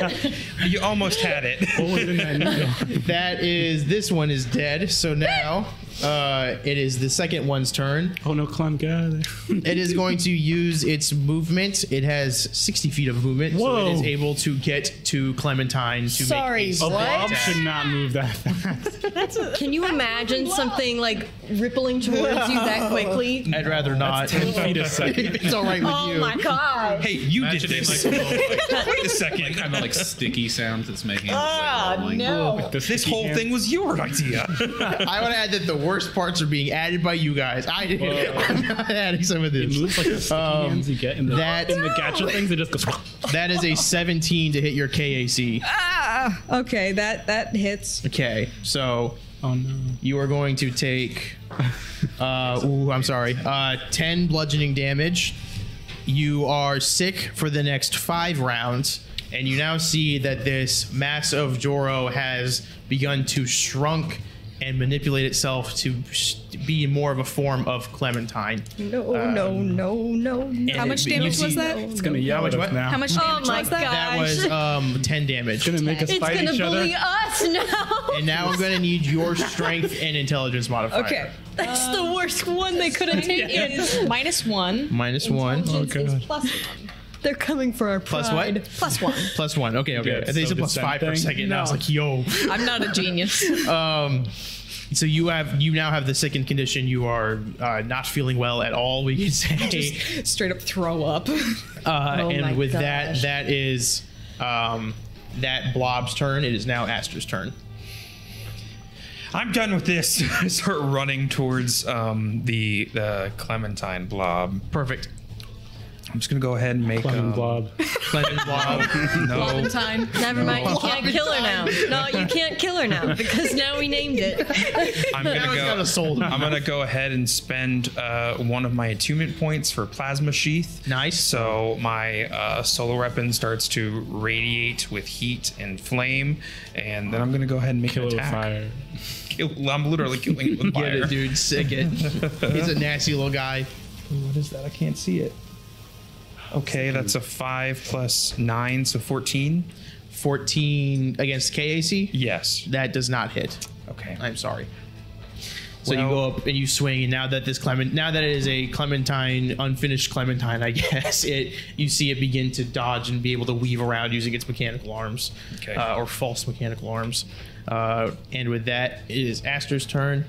Speaker 2: Like,
Speaker 7: You almost had it.
Speaker 5: Oh,
Speaker 1: that is this one is dead. So now uh, it is the second one's turn.
Speaker 5: Oh no, climb guy.
Speaker 1: It is going to use its movement. It has 60 feet of movement, so
Speaker 5: Whoa.
Speaker 1: it is able to get to Clementine to
Speaker 2: Sorry,
Speaker 1: make a
Speaker 5: A
Speaker 1: sneak attack.
Speaker 5: blob Oh, should not move that fast.
Speaker 2: can you imagine something like rippling towards you that quickly?
Speaker 1: I'd rather not.
Speaker 5: Feet a second.
Speaker 1: If it's all right with
Speaker 2: Oh
Speaker 1: you.
Speaker 2: my god!
Speaker 7: Hey, you
Speaker 3: Imagine
Speaker 7: did
Speaker 3: it,
Speaker 7: this.
Speaker 3: like, a
Speaker 7: Wait a second.
Speaker 3: kind of like sticky sound that's making. Oh no!
Speaker 5: This,
Speaker 7: This whole thing was your idea.
Speaker 1: I want to add that the worst parts are being added by you guys. I did. I'm not adding some of
Speaker 5: It
Speaker 1: this.
Speaker 5: moves like the sticky
Speaker 1: Um,
Speaker 5: hands you get in the,
Speaker 1: that-
Speaker 5: in the gadget things. It just goes.
Speaker 1: That is a 17 to hit your KAC.
Speaker 4: Okay, that that hits.
Speaker 1: Okay, so
Speaker 5: Oh no.
Speaker 1: you are going to take uh ooh, I'm sorry. Uh 10 bludgeoning damage. You are sick for the next 5 rounds and you now see that this mass of Joro has begun to shrunk and manipulate itself to sh- be more of a form of Clementine.
Speaker 4: No, no, no, no, no. How
Speaker 1: it-
Speaker 4: much
Speaker 1: you
Speaker 4: damage was
Speaker 1: see-
Speaker 5: It's
Speaker 4: that?
Speaker 5: gonna yell at
Speaker 1: much
Speaker 5: us
Speaker 1: what?
Speaker 5: now.
Speaker 4: How much
Speaker 2: Oh
Speaker 4: damage
Speaker 2: my
Speaker 4: was that?
Speaker 1: That was
Speaker 2: gosh!
Speaker 1: um 10 damage.
Speaker 5: It's gonna make us
Speaker 2: It's
Speaker 5: fight
Speaker 2: gonna
Speaker 5: each other.
Speaker 2: bully us now.
Speaker 1: And now I'm going to need your strength and intelligence modifier.
Speaker 4: Okay.
Speaker 2: That's the worst one they could have taken.
Speaker 10: Is minus one.
Speaker 1: Minus 1
Speaker 10: Oh,
Speaker 5: God.
Speaker 10: Plus
Speaker 2: They're coming for our
Speaker 1: plus
Speaker 2: pride.
Speaker 1: what?
Speaker 10: plus one.
Speaker 1: Plus 1. Okay, okay.
Speaker 5: Yeah,
Speaker 1: I think it's
Speaker 5: so
Speaker 1: a plus
Speaker 5: the
Speaker 1: 5 for a
Speaker 5: thing?
Speaker 1: second. And I was like, "Yo."
Speaker 10: I'm not a genius.
Speaker 1: Um, so you have you now have the second condition. You are uh, not feeling well at all. We could say,
Speaker 10: Straight up throw up.
Speaker 1: uh,
Speaker 2: Oh my
Speaker 1: and with that,
Speaker 2: gosh.
Speaker 1: that is um, that blob's turn. It is now Aster's turn.
Speaker 7: I'm done with this. I start running towards um, the the Clementine blob.
Speaker 1: Perfect.
Speaker 7: I'm just gonna go ahead and make
Speaker 5: Clem
Speaker 7: um,
Speaker 5: blob.
Speaker 1: Clement blob.
Speaker 7: No,
Speaker 10: Time.
Speaker 2: Never mind, you can't kill her now. No, you can't kill her now because now we named it.
Speaker 7: I'm
Speaker 1: That
Speaker 7: gonna
Speaker 1: one's got
Speaker 7: go.
Speaker 1: a soul.
Speaker 7: I'm gonna go ahead and spend uh, one of my attunement points for plasma sheath.
Speaker 1: Nice.
Speaker 7: So my uh, solar weapon starts to radiate with heat and flame, and then I'm gonna go ahead and make
Speaker 5: Kill
Speaker 7: an
Speaker 5: it with
Speaker 7: attack.
Speaker 5: fire.
Speaker 7: Kill- I'm literally killing it with fire.
Speaker 1: Get it, dude. Sick it. He's a nasty little guy.
Speaker 7: Oh, What is that? I can't see it. Okay, that's a five plus nine, so fourteen.
Speaker 1: 14 against KAC.
Speaker 7: Yes.
Speaker 1: That does not hit.
Speaker 7: Okay.
Speaker 1: I'm sorry. So you go
Speaker 7: Well-
Speaker 1: up and you swing, and now that this Clement, now that it is a Clementine, unfinished Clementine, I guess it, you see it begin to dodge and be able to weave around using its mechanical arms,
Speaker 7: Okay.
Speaker 1: uh, or false mechanical arms. Uh, and with that, it is Aster's turn,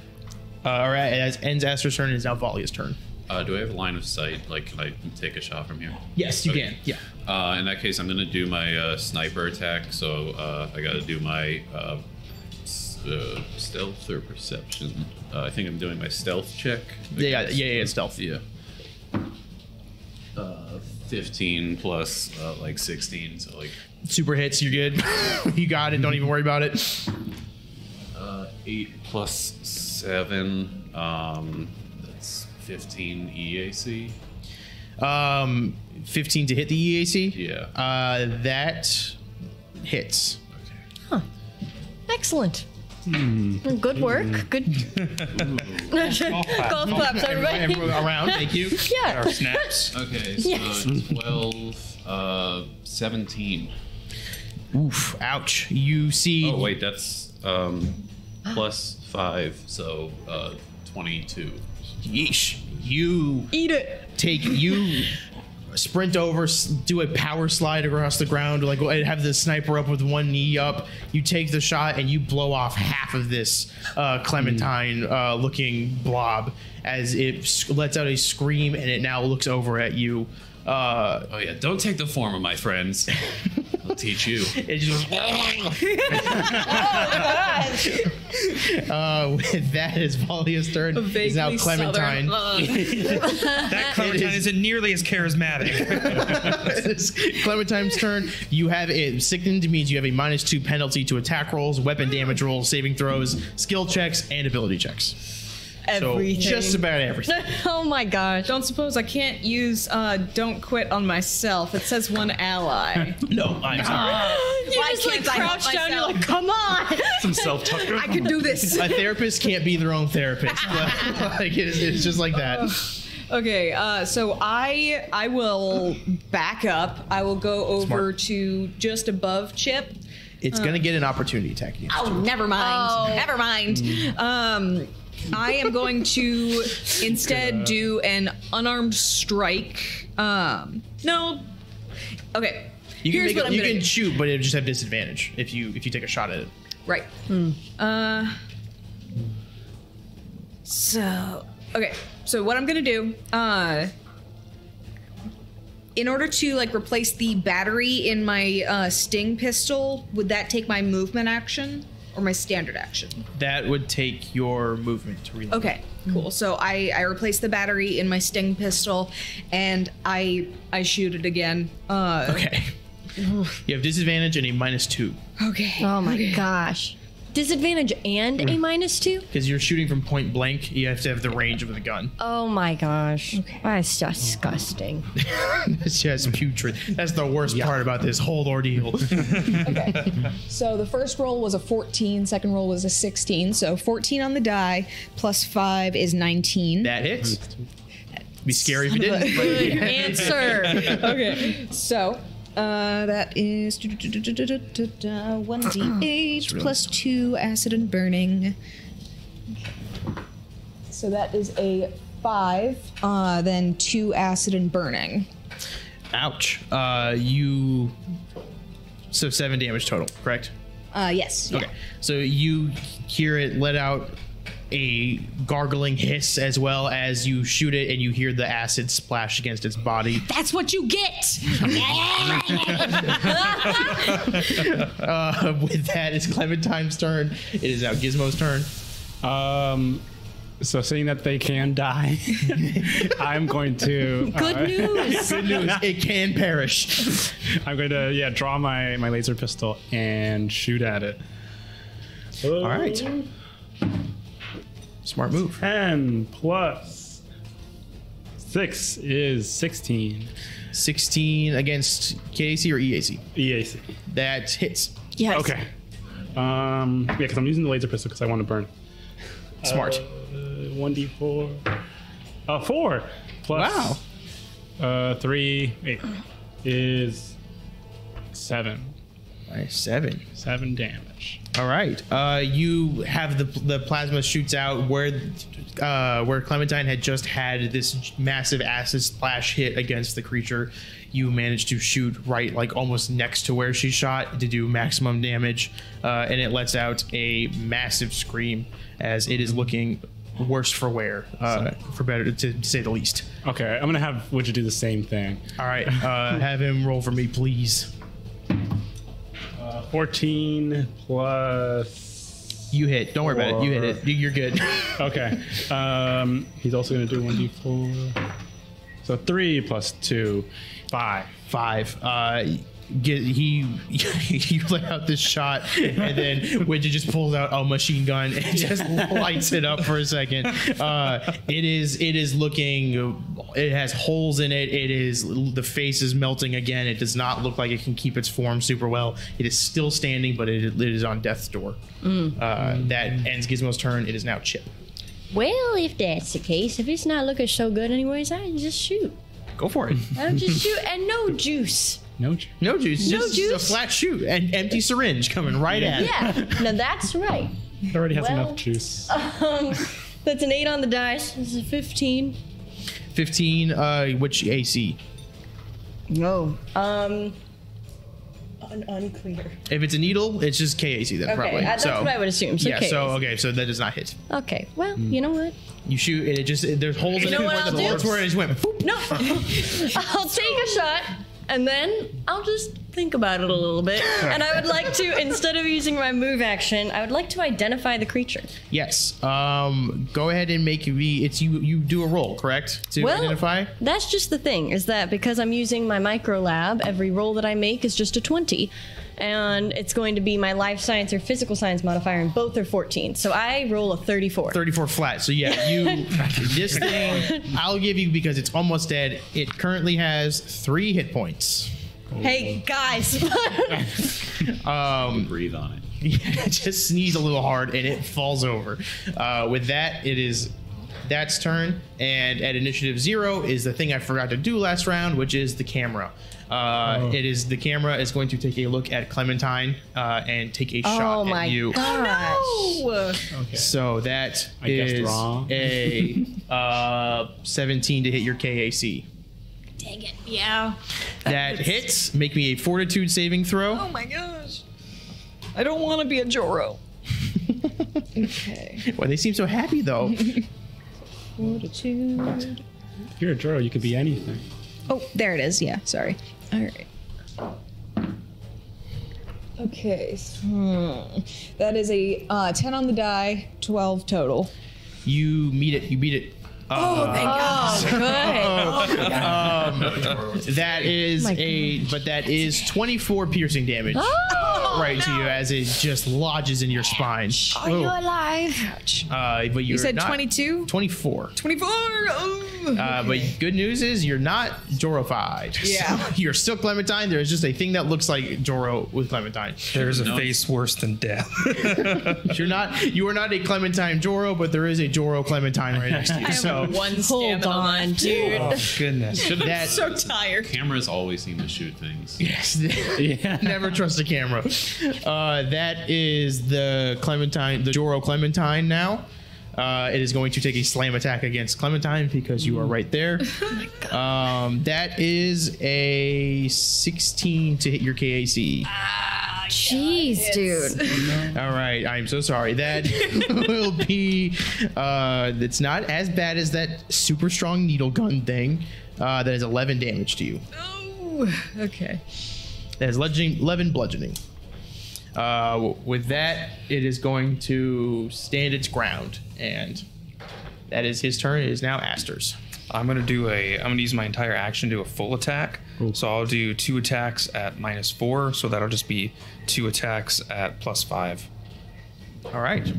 Speaker 1: uh, or a- as ends Aster's turn, it is now Valia's turn.
Speaker 3: Uh, do I have a line of sight? Like, can I take a shot from here?
Speaker 1: Yes, you
Speaker 3: Okay.
Speaker 1: can. Yeah.
Speaker 3: Uh, in that case, I'm gonna do my uh, sniper attack. So uh, I gotta do my uh, s- uh, stealth or perception. Uh, I think I'm doing my stealth check.
Speaker 1: Yeah, yeah, yeah, yeah, stealth.
Speaker 3: Yeah. Uh, 15 plus uh, like 16, so like
Speaker 1: Super hits, you're good. you got it. Don't even worry about it.
Speaker 3: uh, eight plus seven. Um, that's E 15 EAC.
Speaker 1: Um, 15 to hit the EAC.
Speaker 3: Yeah.
Speaker 1: Uh, that hits.
Speaker 2: Excellent. Good
Speaker 5: Hmm.
Speaker 2: work. Good. golf claps, everybody.
Speaker 1: Everyone around, thank you.
Speaker 2: Yeah.
Speaker 7: snaps.
Speaker 3: Okay, so 12, uh, 17.
Speaker 1: Oof! Ouch! You see?
Speaker 3: Oh wait, that's um, plus five, so uh, twenty-two.
Speaker 1: Yeesh! You
Speaker 2: Eat it.
Speaker 1: take you sprint over, s- do a power slide across the ground, like and have the sniper up with one knee up. You take the shot and you blow off half of this uh,
Speaker 3: Hmm.
Speaker 1: Clementine-looking blob as it s- lets out a scream and it now looks over at you. Uh,
Speaker 3: Oh yeah, don't take the form of my friends. I'll teach you.
Speaker 1: it just goes. uh, with that is Valia's turn. Is now Clementine.
Speaker 7: That Clementine
Speaker 1: is-
Speaker 7: isn't nearly as charismatic.
Speaker 1: It's Clementine's turn. You have it. Sickened means you have a minus two penalty to attack rolls, weapon damage rolls, saving throws, skill checks, and ability checks.
Speaker 2: Everything.
Speaker 1: So just about everything.
Speaker 2: oh my gosh.
Speaker 10: Don't suppose I can't use uh, "Don't Quit" on myself. It says one ally.
Speaker 1: No, I'm sorry.
Speaker 2: You
Speaker 10: Why
Speaker 2: just like
Speaker 10: can't I help
Speaker 2: crouch down. You're
Speaker 10: myself?
Speaker 2: like, come on.
Speaker 5: Some self tucker.
Speaker 10: I could do this.
Speaker 1: A therapist can't be their own therapist. like it's, it's just like that.
Speaker 10: Okay, uh, so I I will back up. I will go over
Speaker 1: Smart.
Speaker 10: to just above Chip.
Speaker 1: It's gonna get an opportunity attack. against
Speaker 10: Oh, never mind. Never mind. Um, I am going to instead do an unarmed strike. Um, no. Okay.
Speaker 1: You, You can,
Speaker 10: Here's
Speaker 1: make
Speaker 10: what
Speaker 1: it-
Speaker 10: I'm
Speaker 1: you
Speaker 10: gonna
Speaker 1: can
Speaker 10: do.
Speaker 1: shoot, but it just have disadvantage if you if you take a shot at it.
Speaker 10: Right. Uh, so okay. So what I'm gonna do, uh, in order to like replace the battery in my uh, sting pistol, would that take my movement action or my standard action?
Speaker 1: That would take your movement to reload.
Speaker 10: Okay, cool. So I I replace the battery in my sting pistol, and I I shoot it again. Uh,
Speaker 1: Okay. You have disadvantage and a minus two
Speaker 10: okay.
Speaker 2: Oh my gosh. Disadvantage and
Speaker 5: Hmm.
Speaker 2: a minus two?
Speaker 1: because you're shooting from point blank. You have to have the range of the gun.
Speaker 2: Oh my gosh. That's disgusting.
Speaker 1: It's just putrid. That's the worst part about this whole ordeal.
Speaker 8: So the first roll was a 14, second roll was a 16. So
Speaker 10: 14 on the die plus 5 is 19.
Speaker 1: that hits. Be scary if you didn't. but-
Speaker 2: Answer.
Speaker 10: okay. So uh, that is 1d8 plus 2 acid and burning. So that is a 5, uh, then 2 acid and burning.
Speaker 1: Ouch. Uh, you. So seven damage total, correct?
Speaker 10: Uh, yes. yeah.
Speaker 1: Okay. So you hear it let out a gargling hiss as well as you shoot it, and you hear the acid splash against its body.
Speaker 10: That's what you get!
Speaker 1: Uh, with that, it's Clementine's turn. It is now Gizmo's turn.
Speaker 5: Um, so seeing that they can die, I'm going to.
Speaker 2: Good
Speaker 5: uh,
Speaker 2: news.
Speaker 1: Good news, it can perish.
Speaker 5: I'm going to yeah draw my my laser pistol and shoot at it. Oh,
Speaker 1: All right. Smart move.
Speaker 5: Ten plus six is sixteen.
Speaker 1: 16 against KAC or EAC.
Speaker 5: EAC.
Speaker 1: That hits.
Speaker 2: Yes.
Speaker 5: Okay. Um, yeah, because I'm using the laser pistol because I want to burn.
Speaker 1: Smart.
Speaker 5: Uh, One D four. Uh, four plus uh, three eight is seven.
Speaker 1: Nice. Seven.
Speaker 5: Seven damage.
Speaker 1: All right. Uh, you have the the plasma shoots out where uh, where Clementine had just had this massive acid splash hit against the creature. You managed to shoot right, like almost next to where she shot, to do maximum damage, uh, and it lets out a massive scream as it is looking worse for wear, uh, for better to say the least.
Speaker 5: Okay, I'm gonna have Widget do the same thing.
Speaker 1: All right, uh, have him roll for me, please.
Speaker 5: Uh, 14 plus.
Speaker 1: You hit. Don't worry about it. You hit it. You- You're good.
Speaker 5: Okay. Um, he's also gonna do 1d4. So three plus two, five.
Speaker 1: Five. Uh, get, he you let out this shot, and then Widget just pulls out a machine gun and just lights it up for a second. Uh, it is it is looking. It has holes in it. It is the face is melting again. It does not look like it can keep its form super well. It is still standing, but it, it is on death's door.
Speaker 6: Mm.
Speaker 1: Uh, that ends Gizmo's turn. It is now Chip.
Speaker 6: Well, if that's the case, if it's not looking so good anyways, I can just shoot.
Speaker 1: Go for it.
Speaker 6: I'll just shoot and no juice.
Speaker 5: No.
Speaker 1: No juice.
Speaker 6: No
Speaker 1: just a
Speaker 6: juice?
Speaker 1: flat shoot. An empty syringe coming right at it.
Speaker 6: Yeah, now that's right.
Speaker 5: It already has
Speaker 6: Well-
Speaker 5: enough juice.
Speaker 2: uh,
Speaker 6: Um, that's an eight on the dice. This is a fifteen.
Speaker 1: 15, uh, which AC?
Speaker 2: No.
Speaker 6: Um, un- unclear.
Speaker 1: If it's a needle, it's just KAC then,
Speaker 6: Okay,
Speaker 1: probably.
Speaker 6: I- that's
Speaker 1: so,
Speaker 6: what I would assume, so
Speaker 1: yeah, so
Speaker 6: KAC.
Speaker 1: okay, so that does not hit.
Speaker 6: Okay. Well, you know what?
Speaker 1: You shoot, and it just it- there's holes in
Speaker 6: know
Speaker 1: it.
Speaker 6: what
Speaker 1: where
Speaker 6: I'll
Speaker 1: the
Speaker 6: do?
Speaker 1: bullets were, and it just went. boop.
Speaker 6: No. I'll take a shot and then I'll just think about it a little bit. And I would like to, instead of using my move action, I would like to identify the creature.
Speaker 1: Yes. Um, go ahead and make me. It's you. You do a roll, correct? To
Speaker 6: Well-
Speaker 1: identify.
Speaker 6: That's just the thing, is that because I'm using my micro lab, every roll that I make is just a 20. And it's going to be my life science or physical science modifier, and both are 14. So I roll a 34.
Speaker 1: 34 flat. So yeah, you this thing I'll give you because it's almost dead. It currently has three hit points.
Speaker 2: Hey, guys.
Speaker 3: Breathe on it.
Speaker 1: Yeah, just sneeze a little hard and it falls over. Uh, with that, it is that's turn, and at initiative zero is the thing I forgot to do last round, which is the camera. Uh,
Speaker 5: Oh.
Speaker 1: It is the camera is going to take a look at Clementine uh, and take a shot
Speaker 2: oh
Speaker 1: at
Speaker 2: my
Speaker 1: you.
Speaker 2: gosh.
Speaker 1: So that
Speaker 5: I guessed
Speaker 1: is
Speaker 5: wrong.
Speaker 1: a uh, 17 to hit your KAC.
Speaker 10: Dang it. Yeah.
Speaker 1: That hits. Make me a fortitude saving throw.
Speaker 10: Oh my gosh. I don't want to be a Joro. okay.
Speaker 1: Well, they seem so happy though.
Speaker 5: If you're a Juro, you could be anything.
Speaker 4: Oh, there it is. Yeah, sorry.
Speaker 10: All right.
Speaker 8: Okay. s- hmm. That is a uh, 10 on the die, 12 total.
Speaker 1: you meet it. You beat it.
Speaker 10: Oh, thank God.
Speaker 1: That
Speaker 10: Oh
Speaker 1: is a, but that is 24 piercing damage
Speaker 10: Oh
Speaker 1: right to you as it just lodges in your spine. Oh.
Speaker 10: Are you alive?
Speaker 1: Uh, but you're
Speaker 4: You said
Speaker 1: not-
Speaker 4: 22?
Speaker 1: 24.
Speaker 10: 24. Oh.
Speaker 1: Uh, but good news is you're not Jorified.
Speaker 10: Yeah.
Speaker 1: you're still Clementine. There is just a thing that looks like Joro with Clementine.
Speaker 7: There is a face worse than death.
Speaker 1: You're not. You are not a Clementine Joro, but there is a Joro Clementine right next to you. So
Speaker 10: One Hold on, dude.
Speaker 7: oh goodness.
Speaker 1: that
Speaker 10: So tired.
Speaker 3: Cameras always seem to shoot things.
Speaker 1: Yes. Never trust a camera. Uh, that is the Clementine, the Joro Clementine now. Uh, it is going to take a slam attack against Clementine because you are right there. um, that is a 16 to hit your KAC.
Speaker 6: Jeez, dude.
Speaker 1: All right, I'm so sorry. That will be. Uh, it's not as bad as that super strong needle gun thing. Uh, that is 11 damage to you.
Speaker 10: Oh. Okay.
Speaker 1: That is legend, 11 bludgeoning. Uh, w- with that, it is going to stand its ground, and that is his turn. It is now Aster's.
Speaker 7: I'm gonna do a. I'm gonna use my entire action to do a full attack. So I'll do two attacks at minus four. So that'll just be two attacks at plus five.
Speaker 1: All right.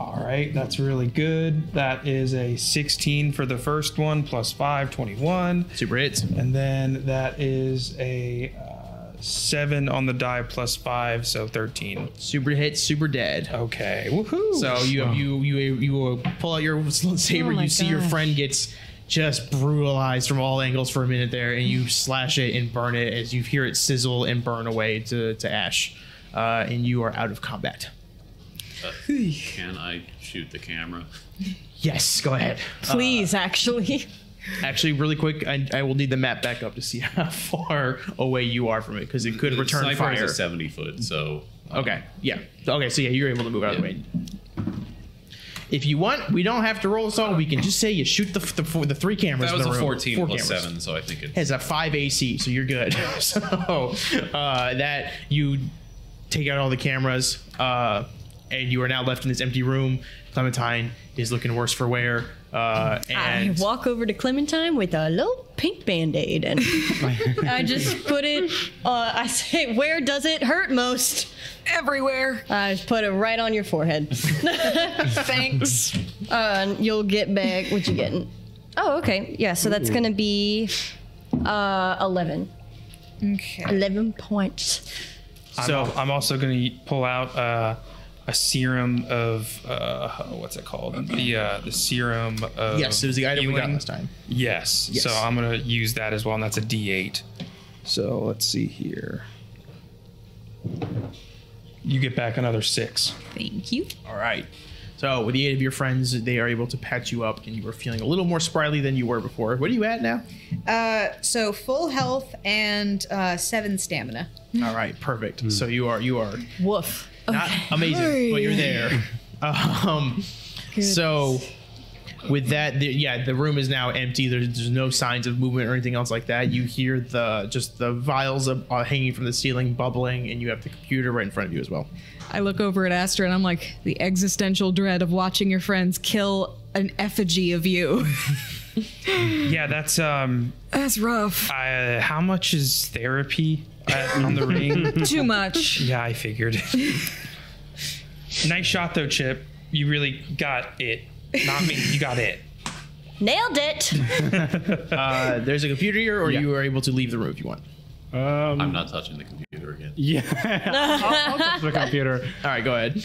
Speaker 7: All right, that's really good. That is a 16 for the first one, plus 5, 21.
Speaker 1: Super hits.
Speaker 7: And then that is a uh, 7 on the die, plus 5, so 13.
Speaker 1: Super hits, super dead.
Speaker 7: Okay, woohoo!
Speaker 1: So you you you you uh, pull out your saber. you see your friend gets just brutalized from all angles for a minute there, and you slash it and burn it as you hear it sizzle and burn away to to ash, uh, and you are out of combat.
Speaker 3: Can I shoot the camera?
Speaker 1: Yes, go ahead. Uh,
Speaker 6: Please, actually.
Speaker 1: Actually, really quick, I, I will need the map back up to see how far away you are from it because it could return
Speaker 3: Sniper
Speaker 1: fire.
Speaker 3: is a 70 foot, so
Speaker 1: Okay, yeah. Okay, so yeah, you're able to move out of the way. If you want, we don't have to roll this all. We can just say you shoot the the, four- the three cameras.
Speaker 3: That was
Speaker 1: in
Speaker 3: a
Speaker 1: the room.
Speaker 3: 14
Speaker 1: Four
Speaker 3: plus
Speaker 1: cameras.
Speaker 3: 7, so I think it's.
Speaker 1: Has a five AC, so you're good. so uh, that you take out all the cameras, uh, and you are now left in this empty room. Clementine is looking worse for wear, uh,
Speaker 2: I
Speaker 1: and
Speaker 2: walk over to Clementine with a little pink band aid and I just put it, uh, I say, where does it hurt most?
Speaker 10: Everywhere.
Speaker 2: I just put it right on your forehead.
Speaker 10: Thanks.
Speaker 2: Uh, and you'll get back what you getting. Oh, okay. Yeah, so that's going to be uh, 11.
Speaker 4: Okay.
Speaker 2: 11 points.
Speaker 1: So-
Speaker 7: So I'm, also going to pull out uh, a serum of uh, what's it called? The uh, the serum of
Speaker 1: yes, it was the item we got
Speaker 7: healing.
Speaker 1: last time.
Speaker 7: Yes.
Speaker 1: Yes.
Speaker 7: So I'm gonna use that as well, and that's a D8. So let's see here. You get back another six.
Speaker 4: Thank you.
Speaker 1: All right. So, with the aid of your friends, they are able to patch you up, and you are feeling a little more sprightly than you were before. What are you at now?
Speaker 4: Uh, so full health and uh, seven stamina.
Speaker 1: All right, perfect. So you are you are
Speaker 2: Woof.
Speaker 10: Oh,
Speaker 1: not amazing, but you're there. Um, so with that, the, yeah, the room is now empty. There's, there's no signs of movement or anything else like that. You hear the just the vials of, uh, hanging from the ceiling bubbling, and you have the computer right in front of you as well.
Speaker 10: I look over at Astra and I'm like, the existential dread of watching your friends kill an effigy of you.
Speaker 7: Yeah, that's um.
Speaker 10: That's rough.
Speaker 7: Uh, how much is therapy uh, on the ring?
Speaker 10: Too much.
Speaker 7: Yeah, I figured. nice shot though, Chip. You really got it. Not me. You got it.
Speaker 2: Nailed it.
Speaker 1: Uh, there's a computer here, or
Speaker 5: Yeah.
Speaker 1: you are able to leave the room if you want.
Speaker 5: Um,
Speaker 3: I'm not touching the computer again.
Speaker 5: yeah. I'll, I'll touch the computer.
Speaker 1: All right, go ahead.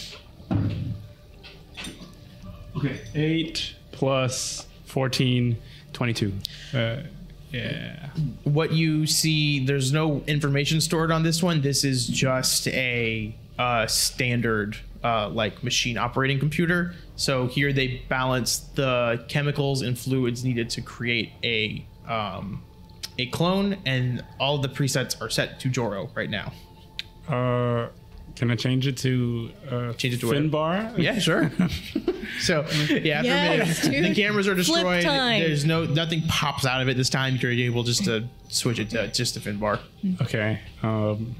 Speaker 5: Okay. 8 plus 14, 22. Uh, yeah.
Speaker 1: what you see there's no information stored on this one this is just a uh, standard uh, like machine operating computer so here they balance the chemicals and fluids needed to create a um, a clone and all the presets are set to joro right now
Speaker 5: Uh, can I change it to uh,
Speaker 1: Change it to whatever.
Speaker 5: Finbar?
Speaker 1: yeah sure so yeah after
Speaker 2: Yes,
Speaker 1: a minute, the
Speaker 2: dude.
Speaker 1: cameras are destroyed
Speaker 2: time.
Speaker 1: there's no nothing pops out of it this time you're able just to switch it to just a finbar
Speaker 5: Okay. Um,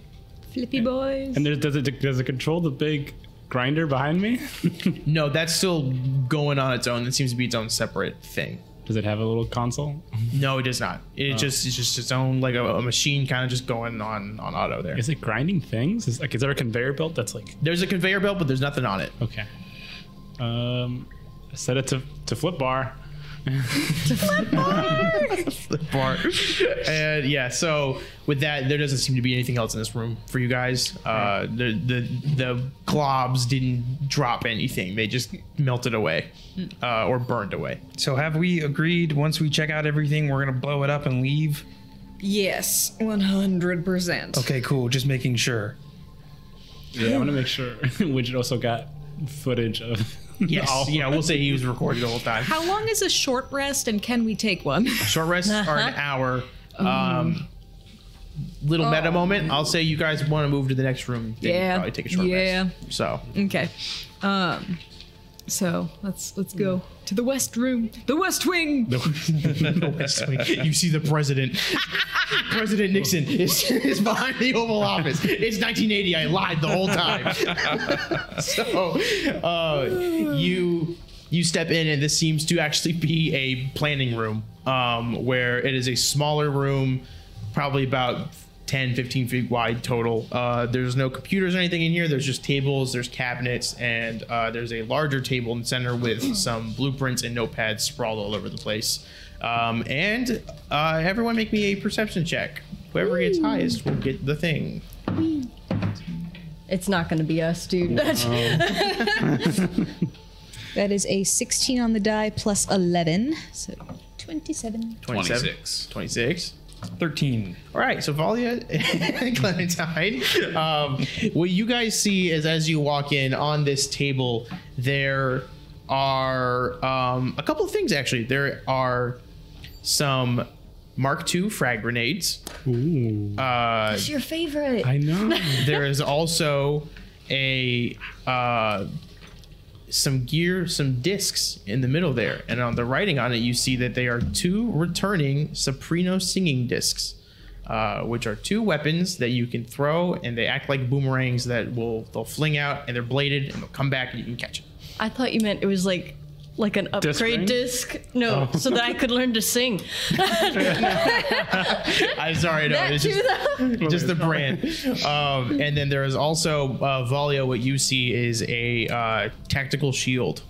Speaker 10: Flippy boys.
Speaker 5: and there's, does it does it control the big grinder behind me?
Speaker 1: No, that's still going on its own. It seems to be its own separate thing.
Speaker 5: does it have a little console?
Speaker 1: No, it does not. It just it's just its own like a, a machine kind of just going on on auto there.
Speaker 5: Is it grinding things? Is like is there a conveyor belt that's like
Speaker 1: There's a conveyor belt, but there's nothing on it.
Speaker 5: okay? Um, I set it to to flip bar.
Speaker 1: Bart. and yeah, so with that, there doesn't seem to be anything else in this room for you guys. Uh, the the the globs didn't drop anything. They just melted away uh, or burned away.
Speaker 7: So have we agreed? Once we check out everything, we're gonna blow it up and leave.
Speaker 4: Yes, one hundred percent.
Speaker 7: Okay, cool. Just making sure.
Speaker 5: Yeah, I want to make sure Widget also got footage of.
Speaker 1: Yes,
Speaker 5: all-
Speaker 1: yeah, we'll say he was recorded the whole time.
Speaker 10: How long is a short rest and can we take one?
Speaker 1: Short rests are
Speaker 10: Uh-huh.
Speaker 1: an hour. Um, little meta moment. I'll say you guys want to move to the next room. Then yeah.
Speaker 10: Oh. Yeah.
Speaker 1: Probably take a short
Speaker 10: Yeah.
Speaker 1: rest. So
Speaker 10: Okay. Um so let's let's go to the west room. The west wing.
Speaker 1: you see the president. president Nixon is, is behind the Oval Office. It's 1980. I lied the whole time. so uh, you you step in, and this seems to actually be a planning room um, where it is a smaller room, probably about 10, 15 feet wide total. Uh, there's no computers or anything in here. There's just tables, there's cabinets, and uh, there's a larger table in the center with some blueprints and notepads sprawled all over the place. Um, and uh, everyone make me a perception check. Whoever gets highest will get the thing.
Speaker 2: It's not going to be us, dude.
Speaker 8: That is a 16 on the die plus 11. So 27.
Speaker 1: 27.
Speaker 3: 26.
Speaker 1: 26.
Speaker 7: Thirteen.
Speaker 1: All right, so Valia and Clementine, um, what you guys see is as you walk in on this table, there are um, a couple of things actually. There are some Mark II frag grenades.
Speaker 5: Ooh,
Speaker 1: Uh,
Speaker 2: it's your favorite.
Speaker 5: I know.
Speaker 1: there is also a uh, some gear, some discs in the middle there. And on the writing on it, you see that they are two returning soprano singing discs, uh, which are two weapons that you can throw, and they act like boomerangs that will they'll fling out, and they're bladed, and they'll come back, and you can catch it.
Speaker 6: I thought you meant it was like like an
Speaker 5: Disc
Speaker 6: upgrade
Speaker 5: ring?
Speaker 6: disc. No, so that I could learn to sing.
Speaker 1: I'm sorry, no,
Speaker 6: That
Speaker 1: it's
Speaker 6: too,
Speaker 1: just,
Speaker 6: though.
Speaker 1: just the brand. Um, and then there is also uh, Volio. What you see is a uh, tactical shield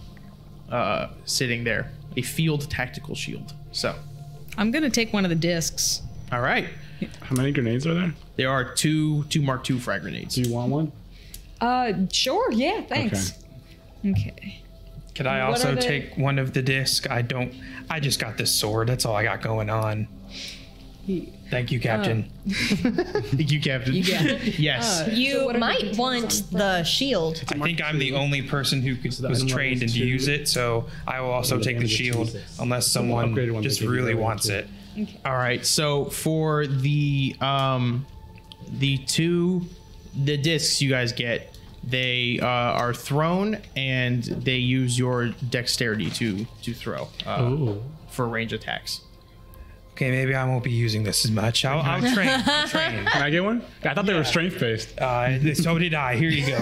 Speaker 1: uh, sitting there, a field tactical shield. So,
Speaker 4: I'm gonna take one of the discs.
Speaker 1: all right,
Speaker 5: How many grenades are there?
Speaker 1: there are two two Mark II frag grenades.
Speaker 5: Do you want one?
Speaker 4: Uh, sure, yeah, thanks. Okay.
Speaker 7: Could I
Speaker 4: What
Speaker 7: also
Speaker 4: are they-
Speaker 7: take one of the disc? I don't. I just got this sword. That's all I got going on. Thank you, Captain.
Speaker 4: Oh.
Speaker 1: Thank you, Captain.
Speaker 4: Uh,
Speaker 1: yes.
Speaker 2: You might want the shield.
Speaker 7: I think I'm the only person who could,
Speaker 9: that
Speaker 7: was
Speaker 9: I'm
Speaker 7: trained
Speaker 9: level
Speaker 7: and to
Speaker 9: two.
Speaker 7: use it, so I will also
Speaker 9: I'm
Speaker 7: take the
Speaker 9: level
Speaker 7: shield
Speaker 9: two.
Speaker 7: unless
Speaker 9: I'm
Speaker 7: someone
Speaker 9: the upgraded one,
Speaker 7: just
Speaker 9: they give you
Speaker 7: really
Speaker 9: level
Speaker 7: wants
Speaker 9: two.
Speaker 7: it.
Speaker 1: All right. So for the um, the two the discs you guys get, they uh, are thrown and they use your dexterity to to throw uh,
Speaker 5: Ooh.
Speaker 1: for range attacks.
Speaker 7: Okay, maybe I won't be using this as much. I'll, I'll train. I'll train.
Speaker 5: Can I get one? I thought they were strength based.
Speaker 7: Uh, so did I. Here you go.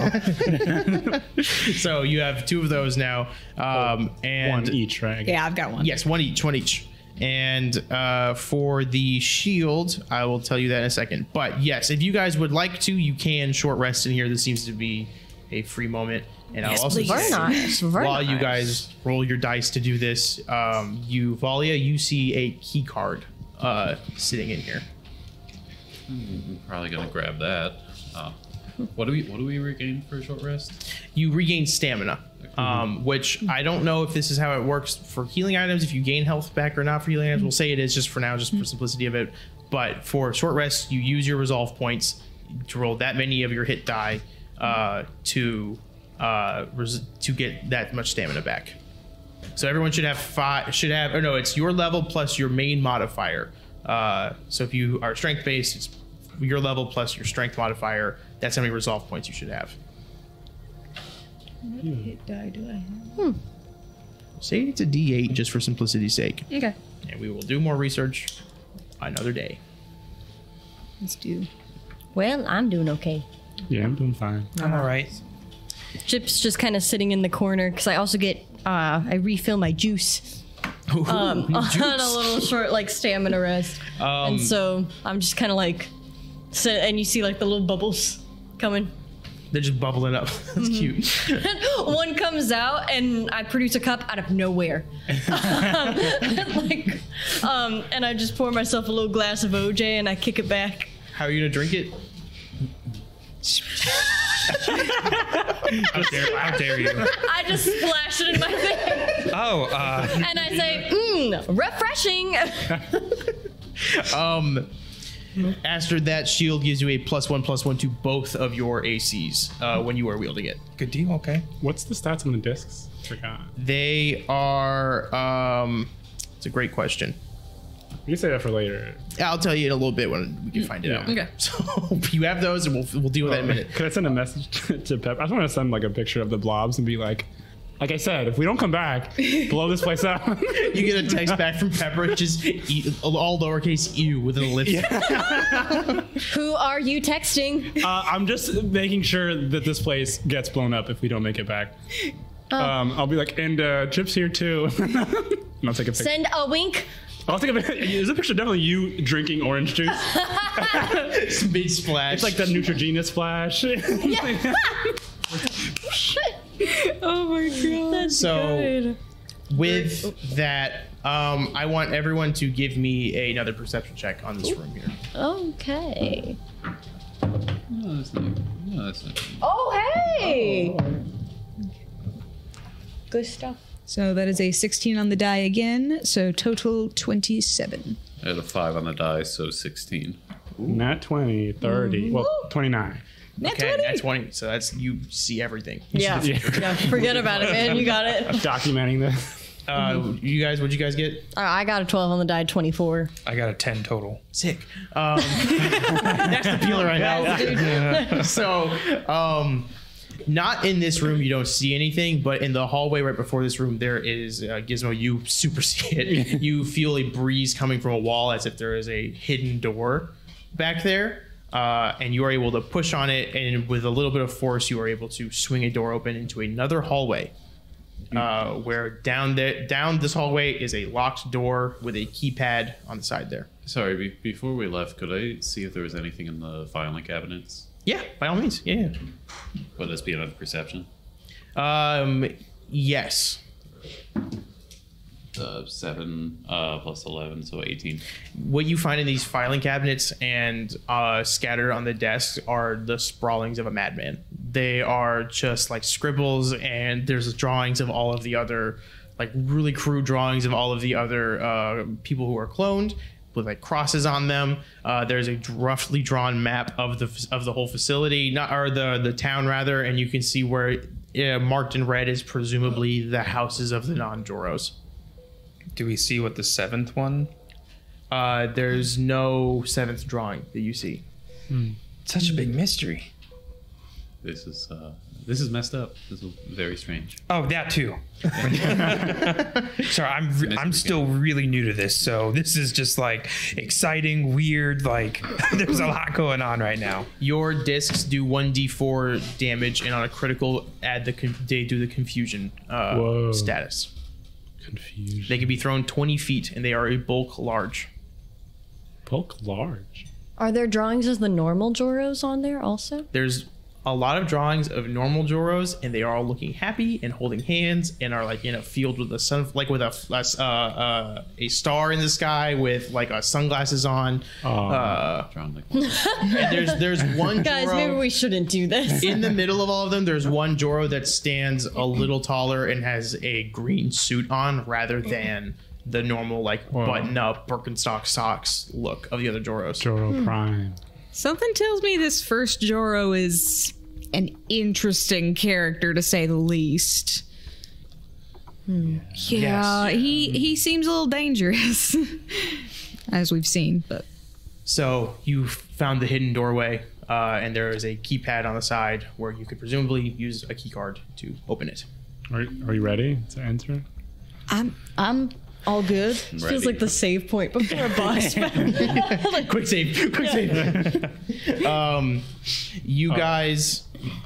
Speaker 1: So you have two of those now, um, and
Speaker 5: One each, right? I guess.
Speaker 4: Yeah, I've got one.
Speaker 1: Yes, one each, one each. And uh, for the shield, I will tell you that in a second. But yes, if you guys would like to, you can short rest in here. This seems to be a free moment. And I'll also
Speaker 2: please.
Speaker 1: say,
Speaker 2: Vernice,
Speaker 1: while you
Speaker 2: vernice.
Speaker 1: guys roll your dice to do this, um, you Valia, you see a key card uh, sitting in here.
Speaker 3: Probably gonna grab that. Uh, what do we What do we regain for a short rest?
Speaker 1: you regain stamina, um, which I don't know if this is how it works for healing items. If you gain health back or not for healing items, we'll say it is just for now, just for simplicity of it. But for short rest, you use your resolve points to roll that many of your hit die uh, to uh, res- to get that much stamina back. So everyone should have five. Should have or no, it's your level plus your main modifier. Uh, so if you are strength based, it's your level plus your strength modifier. That's how many resolve points you should have. Say it's a D8 just for simplicity's sake.
Speaker 4: Okay.
Speaker 1: And we will do more research another day.
Speaker 4: Let's do.
Speaker 2: Well, I'm doing okay.
Speaker 5: Yeah, I'm doing fine.
Speaker 7: I'm all right.
Speaker 6: Chip's just kind of sitting in the corner because I also get uh, I refill my juice um, on a little short like stamina rest,
Speaker 1: Um,
Speaker 6: and so I'm just kind of like, so, and you see like the little bubbles coming.
Speaker 1: They're just bubbling up. That's
Speaker 6: Mm-hmm.
Speaker 1: cute.
Speaker 6: One comes out, and I produce a cup out of nowhere. Um, like, um, and I just pour myself a little glass of OJ, and I kick it back.
Speaker 1: How are you gonna drink it?
Speaker 7: How dare, how dare you?
Speaker 6: I just splash it in my face,
Speaker 7: Oh, uh,
Speaker 6: and I say, "Mmm, refreshing."
Speaker 1: Um, after that, shield E gives you a plus one plus one to both of your ACs uh, when you are wielding it.
Speaker 7: good deal. Okay.
Speaker 5: What's the stats on the discs? Forgot.
Speaker 1: They are. Um, it's a great question.
Speaker 5: You can say that for later.
Speaker 1: I'll tell you in a little bit when we can
Speaker 6: Mm.
Speaker 1: find it
Speaker 5: Yeah.
Speaker 1: out.
Speaker 5: Okay.
Speaker 1: So you have those, and we'll we'll deal with that in a minute.
Speaker 5: Could I send a message to- to Pep? I just want to send like a picture of the blobs and be like, like I said, if we don't come back, blow this place up.
Speaker 1: You get a text back from Pepper, just e- all lowercase u with an ellipsis.
Speaker 6: Who are you texting?
Speaker 5: Uh, I'm just making sure that this place gets blown up if we don't make it back.
Speaker 1: Oh.
Speaker 5: Um, I'll be like, and uh, Chip's here too. and I'll take a picture.
Speaker 6: Send a wink.
Speaker 5: I'll take a picture. There's a picture of definitely you drinking orange juice.
Speaker 1: Big splash.
Speaker 5: It's like that Neutrogena splash.
Speaker 1: So with that, um, I want everyone to give me another perception check on this room here.
Speaker 2: Okay.
Speaker 3: No, that's not. No, that's not.
Speaker 2: Oh, hey!
Speaker 8: Good stuff.
Speaker 4: So that is a 16 on the die again. So total 27.
Speaker 3: I had a five on the die, so sixteen.
Speaker 5: Not 20, 30, well, 29.
Speaker 1: Okay, that's 20. So that's you see everything.
Speaker 6: Yeah.
Speaker 5: Yeah.
Speaker 6: yeah. Forget about it, man. You got it.
Speaker 5: Documenting this.
Speaker 1: Uh, you guys, what'd you guys get?
Speaker 6: Uh, I got a 12 on the die, 24.
Speaker 7: I got a 10 total.
Speaker 1: Sick. Um, that's the peeler right now. so, um, Not in this room, you don't see anything, but in the hallway right before this room, there is uh, Gizmo. You super see it. you feel a breeze coming from a wall as if there is a hidden door back there, uh, and you are able to push on it, and with a little bit of force, you are able to swing a door open into another hallway. Uh, where down there, down this hallway is a locked door with a keypad on the side there.
Speaker 3: Sorry, be- before we left, could I see if there was anything in the filing cabinets?
Speaker 1: Yeah, by all means. Yeah.
Speaker 3: Would this be another perception?
Speaker 1: yeah. Um. Yes.
Speaker 3: Uh, seven uh, plus eleven, so eighteen.
Speaker 1: What you find in these filing cabinets and uh, scattered on the desks are the sprawlings of a madman. They are just like scribbles, and there's drawings of all of the other, like really crude drawings of all of the other uh, people who are cloned with like crosses on them. Uh, there's a roughly drawn map of the of the whole facility, not or the the town rather, and you can see where uh, marked in red is presumably the houses of the non-Joros.
Speaker 7: Do we see what the seventh one?
Speaker 1: Uh, there's no seventh drawing that you see.
Speaker 7: Such a big mystery.
Speaker 3: This is uh, this is messed up. This is very strange.
Speaker 7: Oh, that too. Sorry, I'm re- I'm still really new to this, so this is just like exciting, weird. Like there's a lot going on right now.
Speaker 1: Your discs do 1d4 damage, and on a critical, add the con- they do the confusion uh,
Speaker 5: Whoa.
Speaker 1: status.
Speaker 5: Confused.
Speaker 1: They can be thrown 20 feet, and they are a bulk large.
Speaker 5: Bulk large.
Speaker 2: Are there drawings of the normal Joros on there also?
Speaker 1: There's a lot of drawings of normal Joros, and they are all looking happy and holding hands, and are like in a field with a sun, like with a f- a s- uh, uh, a star in the sky with like uh, sunglasses on. Uh,
Speaker 3: Drawn like one.
Speaker 1: and there's there's one
Speaker 2: Guys,
Speaker 1: Joro-
Speaker 2: maybe we shouldn't do this.
Speaker 1: in the middle of all of them, there's one Joro that stands a little taller and has a green suit on rather than the normal like button up Birkenstock socks look of the other Joros.
Speaker 5: Joro Prime.
Speaker 10: Something tells me this first Joro is an interesting character to say the least. Yeah, he he seems a little dangerous, as we've seen. But
Speaker 1: So you found the hidden doorway, uh, and there is a keypad on the side where you could presumably use a keycard to open it.
Speaker 5: Are, are you ready to enter?
Speaker 2: I'm I'm all good.
Speaker 3: Ready.
Speaker 2: Feels like the save point before a boss.
Speaker 1: quick save, quick save. um, you guys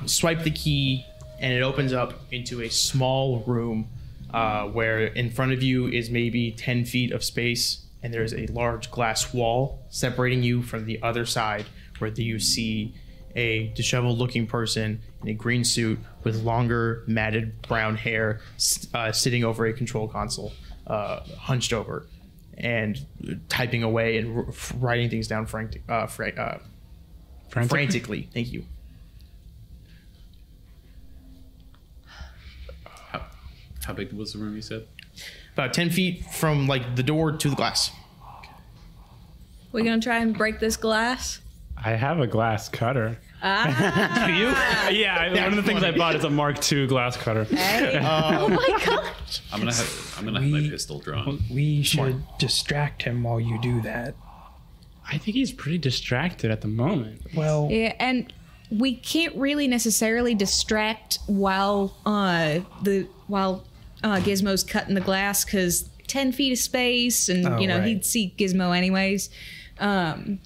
Speaker 1: swipe the key, and it opens up into a small room uh, where in front of you is maybe 10 feet of space, and there's a large glass wall separating you from the other side where you see a disheveled looking person in a green suit with longer matted brown hair s- uh, sitting over a control console uh, hunched over and typing away and r- f- writing things down frantic, uh, fra- uh,
Speaker 5: Frantic?
Speaker 1: frantically. Thank you.
Speaker 3: How, how big was the room you said?
Speaker 1: About ten feet from like the door to the glass.
Speaker 4: We're gonna try and break this glass.
Speaker 5: I have a glass cutter.
Speaker 1: Do you?
Speaker 5: Yeah, I- one of the things I bought is a Mark II glass cutter.
Speaker 3: I'm gonna have I'm gonna have my
Speaker 7: We-
Speaker 3: pistol drawn.
Speaker 7: We should distract him while you do that.
Speaker 5: I think he's pretty distracted at the moment.
Speaker 7: Well,
Speaker 10: yeah, and we can't really necessarily distract while uh the while uh Gizmo's cutting the glass because ten feet of space, and
Speaker 7: Oh,
Speaker 10: you know
Speaker 7: right.
Speaker 10: he'd see Gizmo anyways. Um,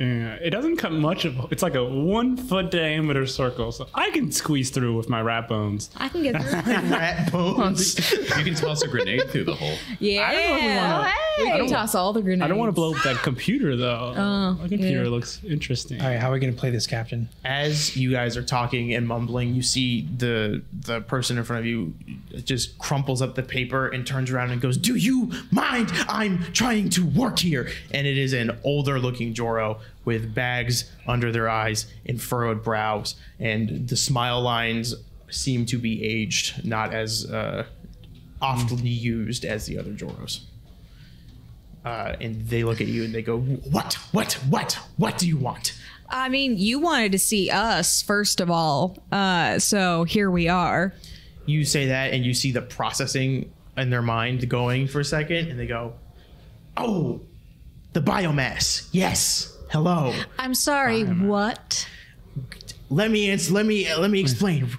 Speaker 5: Yeah, it doesn't cut much of. It's like a one foot diameter circle, so I can squeeze through with my rat bones.
Speaker 10: I can get through.
Speaker 1: Rat bones.
Speaker 3: You can toss a grenade through the hole.
Speaker 10: yeah,
Speaker 8: We can toss all the grenades.
Speaker 5: I don't want to blow up that computer though.
Speaker 10: Oh,
Speaker 5: my computer
Speaker 10: yeah.
Speaker 5: looks interesting.
Speaker 7: all right. How are we gonna play this, Captain?
Speaker 1: As you guys are talking and mumbling, you see the the person in front of you just crumples up the paper and turns around and goes, "Do you mind? I'm trying to work here." And it is an older looking Joro with bags under their eyes and furrowed brows, and the smile lines seem to be aged, not as uh, often used as the other Joros. Uh, and they look at you and they go, "What? What? What? What do you want?"
Speaker 10: I mean, you wanted to see us first of all, uh, so here we are.
Speaker 1: you say that and you see the processing in their mind going for a second and they go oh the biomass yes hello
Speaker 10: I'm sorry. What?
Speaker 1: let me ans- let me let me explain.
Speaker 5: Mm.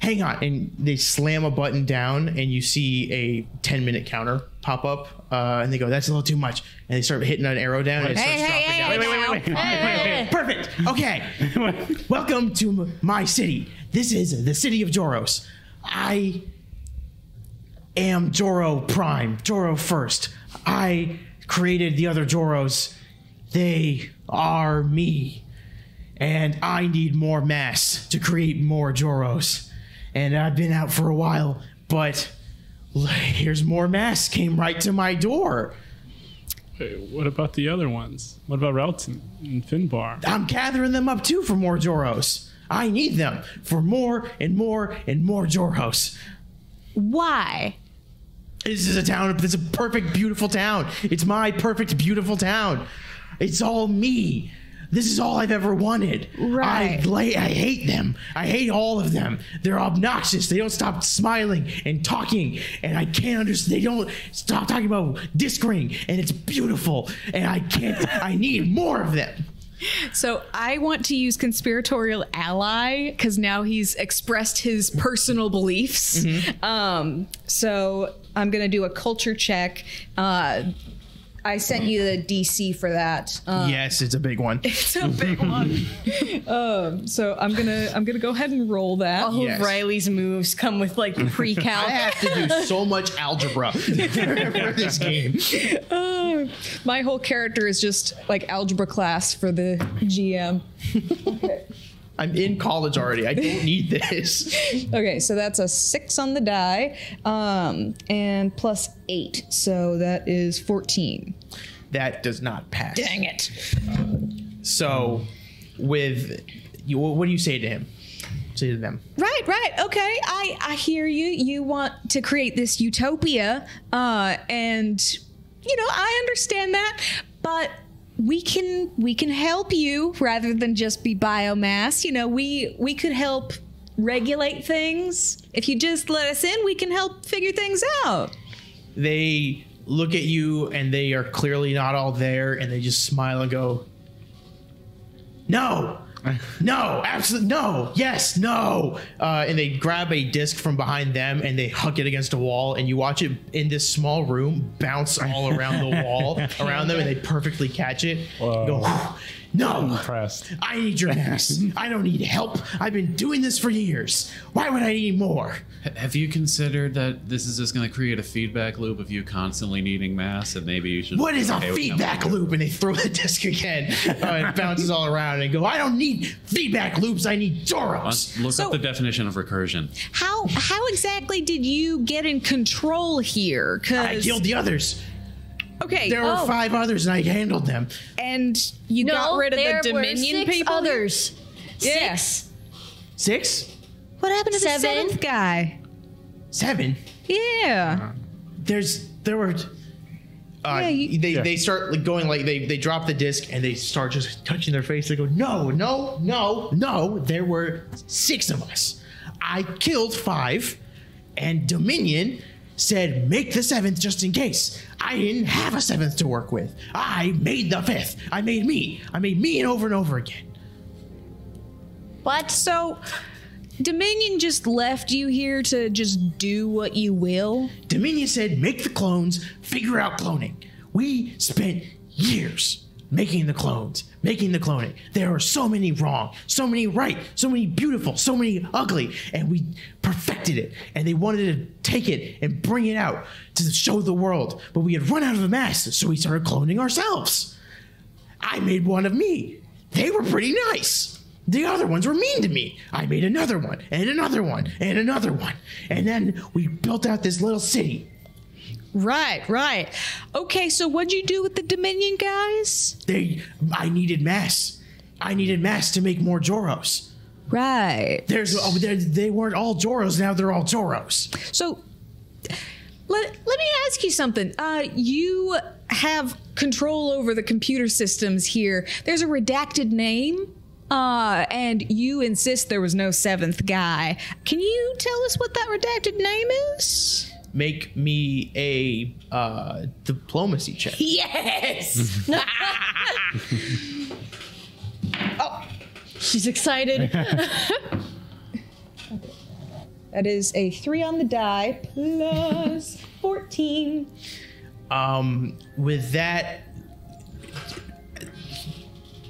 Speaker 1: Hang on, and they slam a button down, and you see a ten minute counter pop up, uh, and they go, "That's a little too much," and they start hitting an arrow down, and it starts dropping down.
Speaker 5: Wait, wait, wait, wait, wait.
Speaker 1: Perfect. Okay. Welcome to m- my city. This is the city of Joros. I am Joro Prime, Joro First. I created the other Joros. They are me. And I need more mass to create more Joros. And I've been out for a while, but l- here's more mass came right to my door.
Speaker 5: Hey, what about the other ones? What about Relton and Finbar?
Speaker 1: I'm gathering them up too for more Joros. I need them for more and more and more Joros.
Speaker 10: Why?
Speaker 1: This is a town. This is a perfect, beautiful town. It's my perfect, beautiful town. It's all me. This is all I've ever wanted.
Speaker 10: Right.
Speaker 1: I, lay, I hate them. I hate all of them. They're obnoxious. They don't stop smiling and talking, and I can't understand. They don't stop talking about disc ring, and it's beautiful, and I can't. I need more of them.
Speaker 10: So I want to use conspiratorial ally because now he's expressed his personal beliefs.
Speaker 5: Mm-hmm.
Speaker 10: Um,
Speaker 4: So I'm gonna do a culture check. Uh, I sent you the DC for that. Um,
Speaker 1: yes, it's a big one.
Speaker 4: it's a big one. um, so I'm gonna I'm gonna go ahead and roll that.
Speaker 8: Oh.
Speaker 6: All
Speaker 1: Yes.
Speaker 6: of Riley's moves come with like
Speaker 1: I
Speaker 6: pre-calc.
Speaker 1: have to do so much algebra for this game.
Speaker 4: Uh,
Speaker 8: My whole character is just like algebra class for the GM.
Speaker 1: I'm in college already. I don't need this.
Speaker 8: Okay, so that's a six on the die, um, and plus eight, so that is fourteen.
Speaker 1: That does not pass.
Speaker 8: Dang it!
Speaker 1: So, with you, what do you say to him? Say to them.
Speaker 10: right, right, okay. I I hear you. You want to create this utopia, uh, and you know I understand that, but we can we can help you rather than just be biomass. You know we we could help regulate things if you just let us in. We can help figure things out.
Speaker 1: They look at you and they are clearly not all there, and they just smile and go, "No." No, absolutely no. Yes, no. Uh, and they grab a disc from behind them and they huck it against a wall, and you watch it in this small room bounce all around the wall around them, and they perfectly catch it. You Go,
Speaker 5: Whoa.
Speaker 1: no,
Speaker 5: Impressed.
Speaker 1: I need your ass. I don't need help. I've been doing this for years. Why would I need more?
Speaker 3: Have you considered that this is just going to create a feedback loop of you constantly needing mass, and maybe you should.
Speaker 1: What is
Speaker 3: be
Speaker 1: a
Speaker 3: okay with them?
Speaker 1: feedback loop? And they throw the disc again. Uh, it bounces all around and go, I don't need feedback loops. I need Doros.
Speaker 3: Let's Look up the definition of recursion.
Speaker 10: How how exactly did you get in control here?
Speaker 1: I
Speaker 10: Because
Speaker 1: killed the others.
Speaker 10: okay,
Speaker 1: There were
Speaker 10: oh,
Speaker 1: five others and I handled them.
Speaker 10: and you
Speaker 2: No,
Speaker 10: got rid of
Speaker 2: there
Speaker 10: the
Speaker 2: were
Speaker 10: Dominion
Speaker 2: six
Speaker 10: people.
Speaker 2: Others.
Speaker 10: Yeah.
Speaker 2: Six.
Speaker 1: Six?
Speaker 10: What happened to
Speaker 2: Seven.
Speaker 10: the seventh guy?
Speaker 1: Seven?
Speaker 10: Yeah.
Speaker 1: There's, there were. Uh,
Speaker 10: you-
Speaker 1: they,
Speaker 5: Yeah.
Speaker 1: they start like going like they, they drop the disc and they start just touching their face. They go, no, no, no, no. There were six of us. I killed five, and Dominion said, make the seventh just in case. I didn't have a seventh to work with. I made the fifth. I made me. I made me and over and over again.
Speaker 2: What?
Speaker 10: So Dominion just left you here to just do what you will.
Speaker 1: Dominion said, make the clones, figure out cloning. We spent years making the clones, making the cloning. There are so many wrong, so many right, so many beautiful, so many ugly, and we perfected it. And they wanted to take it and bring it out to show the world, but we had run out of mass, so we started cloning ourselves. I made one of me. They were pretty nice. The other ones were mean to me. I made another one, and another one, and another one. And then we built out this little city.
Speaker 10: Right, right. Okay, so what'd you do with the Dominion guys?
Speaker 1: They I needed mass. I needed mass to make more Joros.
Speaker 10: Right.
Speaker 1: There's oh, there, they weren't all Joros, now they're all Joros.
Speaker 10: So let, let me ask you something. Uh, you have control over the computer systems here. There's a redacted name, uh, and you insist there was no seventh guy. Can you tell us what that redacted name is?
Speaker 1: Make me a uh, diplomacy check.
Speaker 10: Yes.
Speaker 2: She's excited.
Speaker 8: That is a three on the die plus 14.
Speaker 1: Um, with that,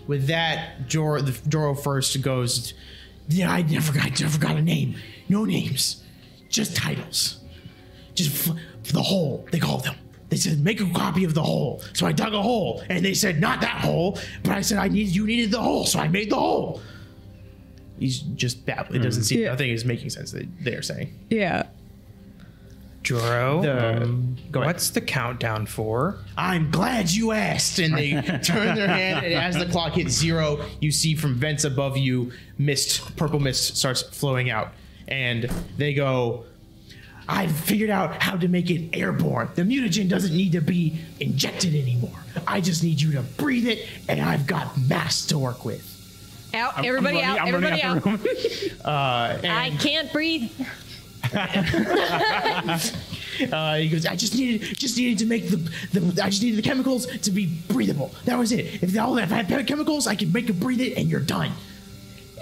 Speaker 1: with that, Jor the Joro first goes. Yeah, I never got, I never got a name. No names, just titles. Just f- the hole they called them. They said make a copy of the hole. So I dug a hole, and they said not that hole, but I said I needed you needed the hole, so I made the hole. He's just babbling. It doesn't seem
Speaker 8: Yeah.
Speaker 1: nothing is making sense. That they're saying. Um,
Speaker 8: Yeah.
Speaker 7: Joro,
Speaker 1: The- go ahead.
Speaker 7: what's the countdown for?
Speaker 1: I'm glad you asked. And they turn their hand, and as the clock hits zero, you see from vents above you, mist, purple mist starts flowing out. And they go, I've figured out how to make it airborne. The mutagen doesn't need to be injected anymore. I just need you to breathe it, and I've got mass to work with.
Speaker 4: Out, Oh, everybody
Speaker 5: running-
Speaker 4: out,
Speaker 5: I'm running out
Speaker 4: everybody out.
Speaker 5: the room.
Speaker 2: I can't breathe.
Speaker 1: Uh, he goes, I just needed, just needed to make the, the, I just needed the chemicals to be breathable. That was it. If all if I had chemicals, I could make it breathe it, and you're done.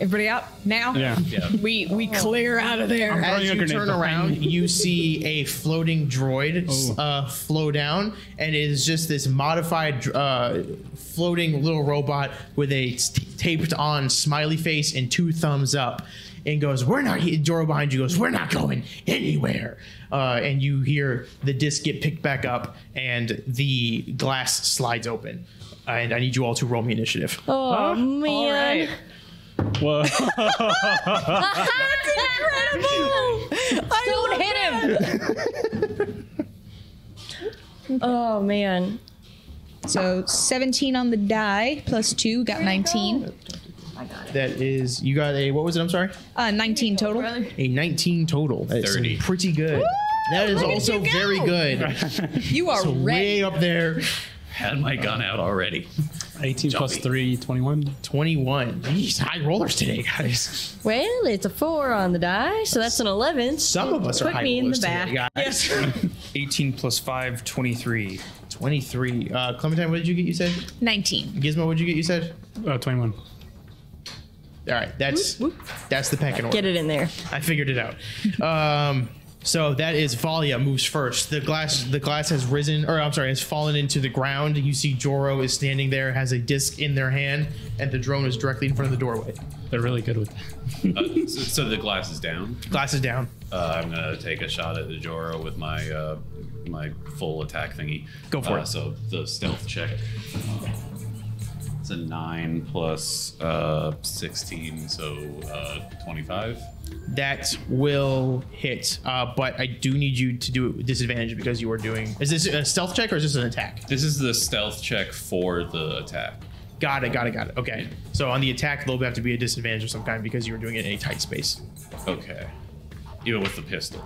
Speaker 4: Everybody out now.
Speaker 5: yeah.
Speaker 4: We we clear out of there.
Speaker 5: throwing
Speaker 1: As
Speaker 5: a
Speaker 1: you
Speaker 5: grenade
Speaker 1: turn
Speaker 5: behind
Speaker 1: around, you see a floating droid
Speaker 5: Oh.
Speaker 1: uh, flow down, and it is just this modified uh, floating little robot with a t- taped on smiley face and two thumbs up, and goes, "We're not." He- Doro behind you goes, "We're not going anywhere." Uh, and you hear the disc get picked back up, and the glass slides open. And I need you all to roll me initiative.
Speaker 2: Oh man.
Speaker 5: Whoa.
Speaker 2: Don't hit him. oh man.
Speaker 8: So 17 on the die plus two, got 19.
Speaker 1: That is, you got a what was it? I'm sorry.
Speaker 8: Uh, 19 total.
Speaker 1: a 19 total. That's
Speaker 3: 30.
Speaker 1: pretty good. that is also very good.
Speaker 4: You are ready.
Speaker 1: Way up there.
Speaker 3: Had my gun out already.
Speaker 5: 18 plus
Speaker 3: Jumpy.
Speaker 5: 3, 21.
Speaker 1: 21. These high rollers today, guys.
Speaker 2: Well, it's a four on the die, so that's an eleven.
Speaker 1: Some of us are
Speaker 2: Put
Speaker 1: high
Speaker 2: me in the
Speaker 1: rollers today,
Speaker 2: back.
Speaker 1: guys.
Speaker 7: 18 plus 5, 23.
Speaker 1: 23. Uh, Clementine, what did you get? You said
Speaker 8: 19.
Speaker 1: Gizmo. What did you get? You said.
Speaker 5: Uh, 21.
Speaker 1: All right, that's that's the pecking order.
Speaker 2: Get it in there.
Speaker 1: I figured it out. Um, so that is Valia moves first. The glass the glass has risen, or I'm sorry, has fallen into the ground. You see Joro is standing there, has a disc in their hand, and the drone is directly in front of the doorway.
Speaker 5: They're really good with that.
Speaker 3: Uh, so, so the glass is down.
Speaker 1: Glass is down.
Speaker 3: Uh, I'm gonna take a shot at the Joro with my uh, my full attack thingy.
Speaker 1: Go for
Speaker 3: Uh,
Speaker 1: it.
Speaker 3: So the stealth check. It's a nine plus uh, sixteen, so uh, twenty-five.
Speaker 1: That will hit, uh, but I do need you to do it with disadvantage because you are doing. Is this a stealth check or is this an attack?
Speaker 3: This is the stealth check for the attack.
Speaker 1: Got it, got it, got it. Okay. So on the attack, there'll have to be a disadvantage of some kind because you were doing it in a tight space.
Speaker 3: Okay. Even with the pistol.